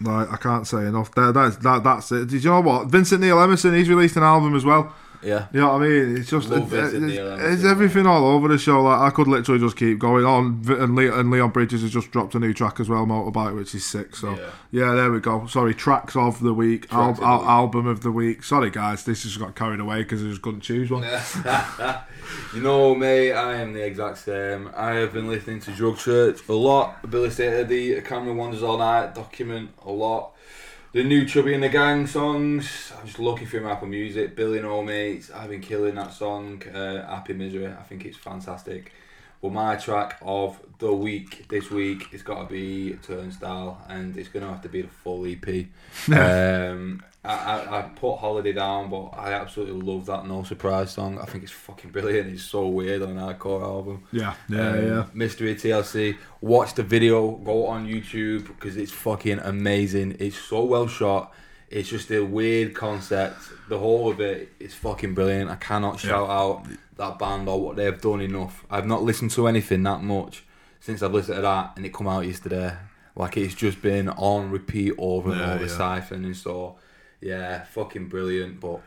Speaker 2: Like I can't say enough. That, that's that, that's it. Did you know what? Vincent Neil Emerson. He's released an album as well.
Speaker 1: Yeah.
Speaker 2: You know what I mean? It's just
Speaker 1: Love
Speaker 2: it's,
Speaker 1: Vincent Neil
Speaker 2: it's-
Speaker 1: Emerson,
Speaker 2: it's everything all over the show. Like I could literally just keep going on. V- And, Le- and Leon Bridges has just dropped a new track as well, Motorbike, which is sick. So
Speaker 1: Yeah.
Speaker 2: yeah, there we go. Sorry, tracks of the week, al-
Speaker 1: Tracks of
Speaker 2: al-
Speaker 1: the week.
Speaker 2: album of the week. Sorry guys, this just got carried away because I just couldn't choose one.
Speaker 1: you know, mate, I am the exact same. I have been listening to Drug Church a lot. Billy Stater, the Camera Wonders All Night document a lot. The new Chubby and the Gang songs. I'm just looking through my Apple Music. Billy and All Mates. I've been killing that song. Uh, Happy Misery. I think it's fantastic. Well, my track of the week this week it's got to be Turnstile, and it's gonna have to be the full EP. um, I, I, I put Holiday down, but I absolutely love that No Surprise song. I think it's fucking brilliant. It's so weird on an hardcore album.
Speaker 2: Yeah, yeah,
Speaker 1: Um,
Speaker 2: yeah.
Speaker 1: Mystery TLC. Watch the video. Go on YouTube because it's fucking amazing. It's so well shot. It's just a weird concept. The whole of it is fucking brilliant. I cannot shout out that band or what they've done enough. I've not listened to anything that much since I've listened to that, and it come out yesterday. Like it's just been on repeat over and
Speaker 2: Yeah,
Speaker 1: over,
Speaker 2: yeah.
Speaker 1: siphoning. So, yeah, fucking brilliant. But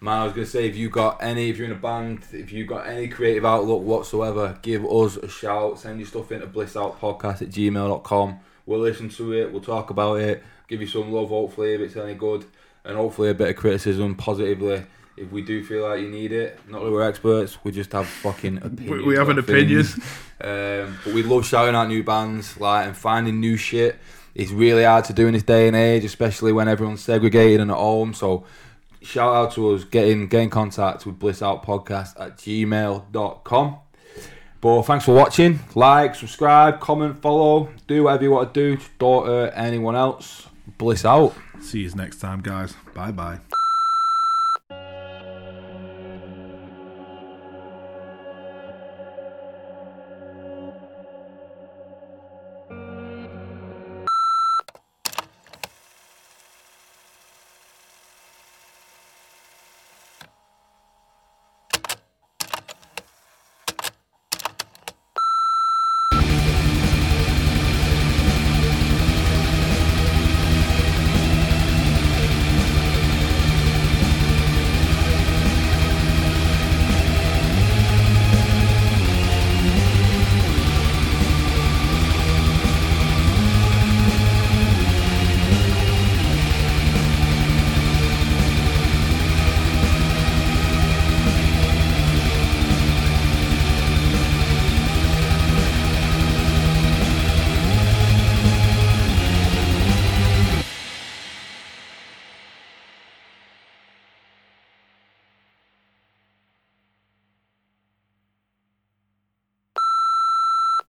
Speaker 1: Man, I was gonna say if you got any, if you're in a band, if you got any creative outlook whatsoever, give us a shout. Send your stuff into blissoutpodcast at gmail.com. We'll listen to it, we'll talk about it, give you some love hopefully if it's any good, and hopefully a bit of criticism positively if we do feel like you need it. Not that we're experts, we just have fucking opinions.
Speaker 2: We, we have an
Speaker 1: on things.
Speaker 2: opinion.
Speaker 1: Um, but we love shouting out new bands, like and finding new shit. It's really hard to do in this day and age, especially when everyone's segregated and at home. So shout out to us, get in, get in contact with blissoutpodcast at gmail.com. But thanks for watching. Like, subscribe, comment, follow, do whatever you want to do. Just don't hurt anyone else. Bliss out.
Speaker 2: See you next time, guys. Bye bye.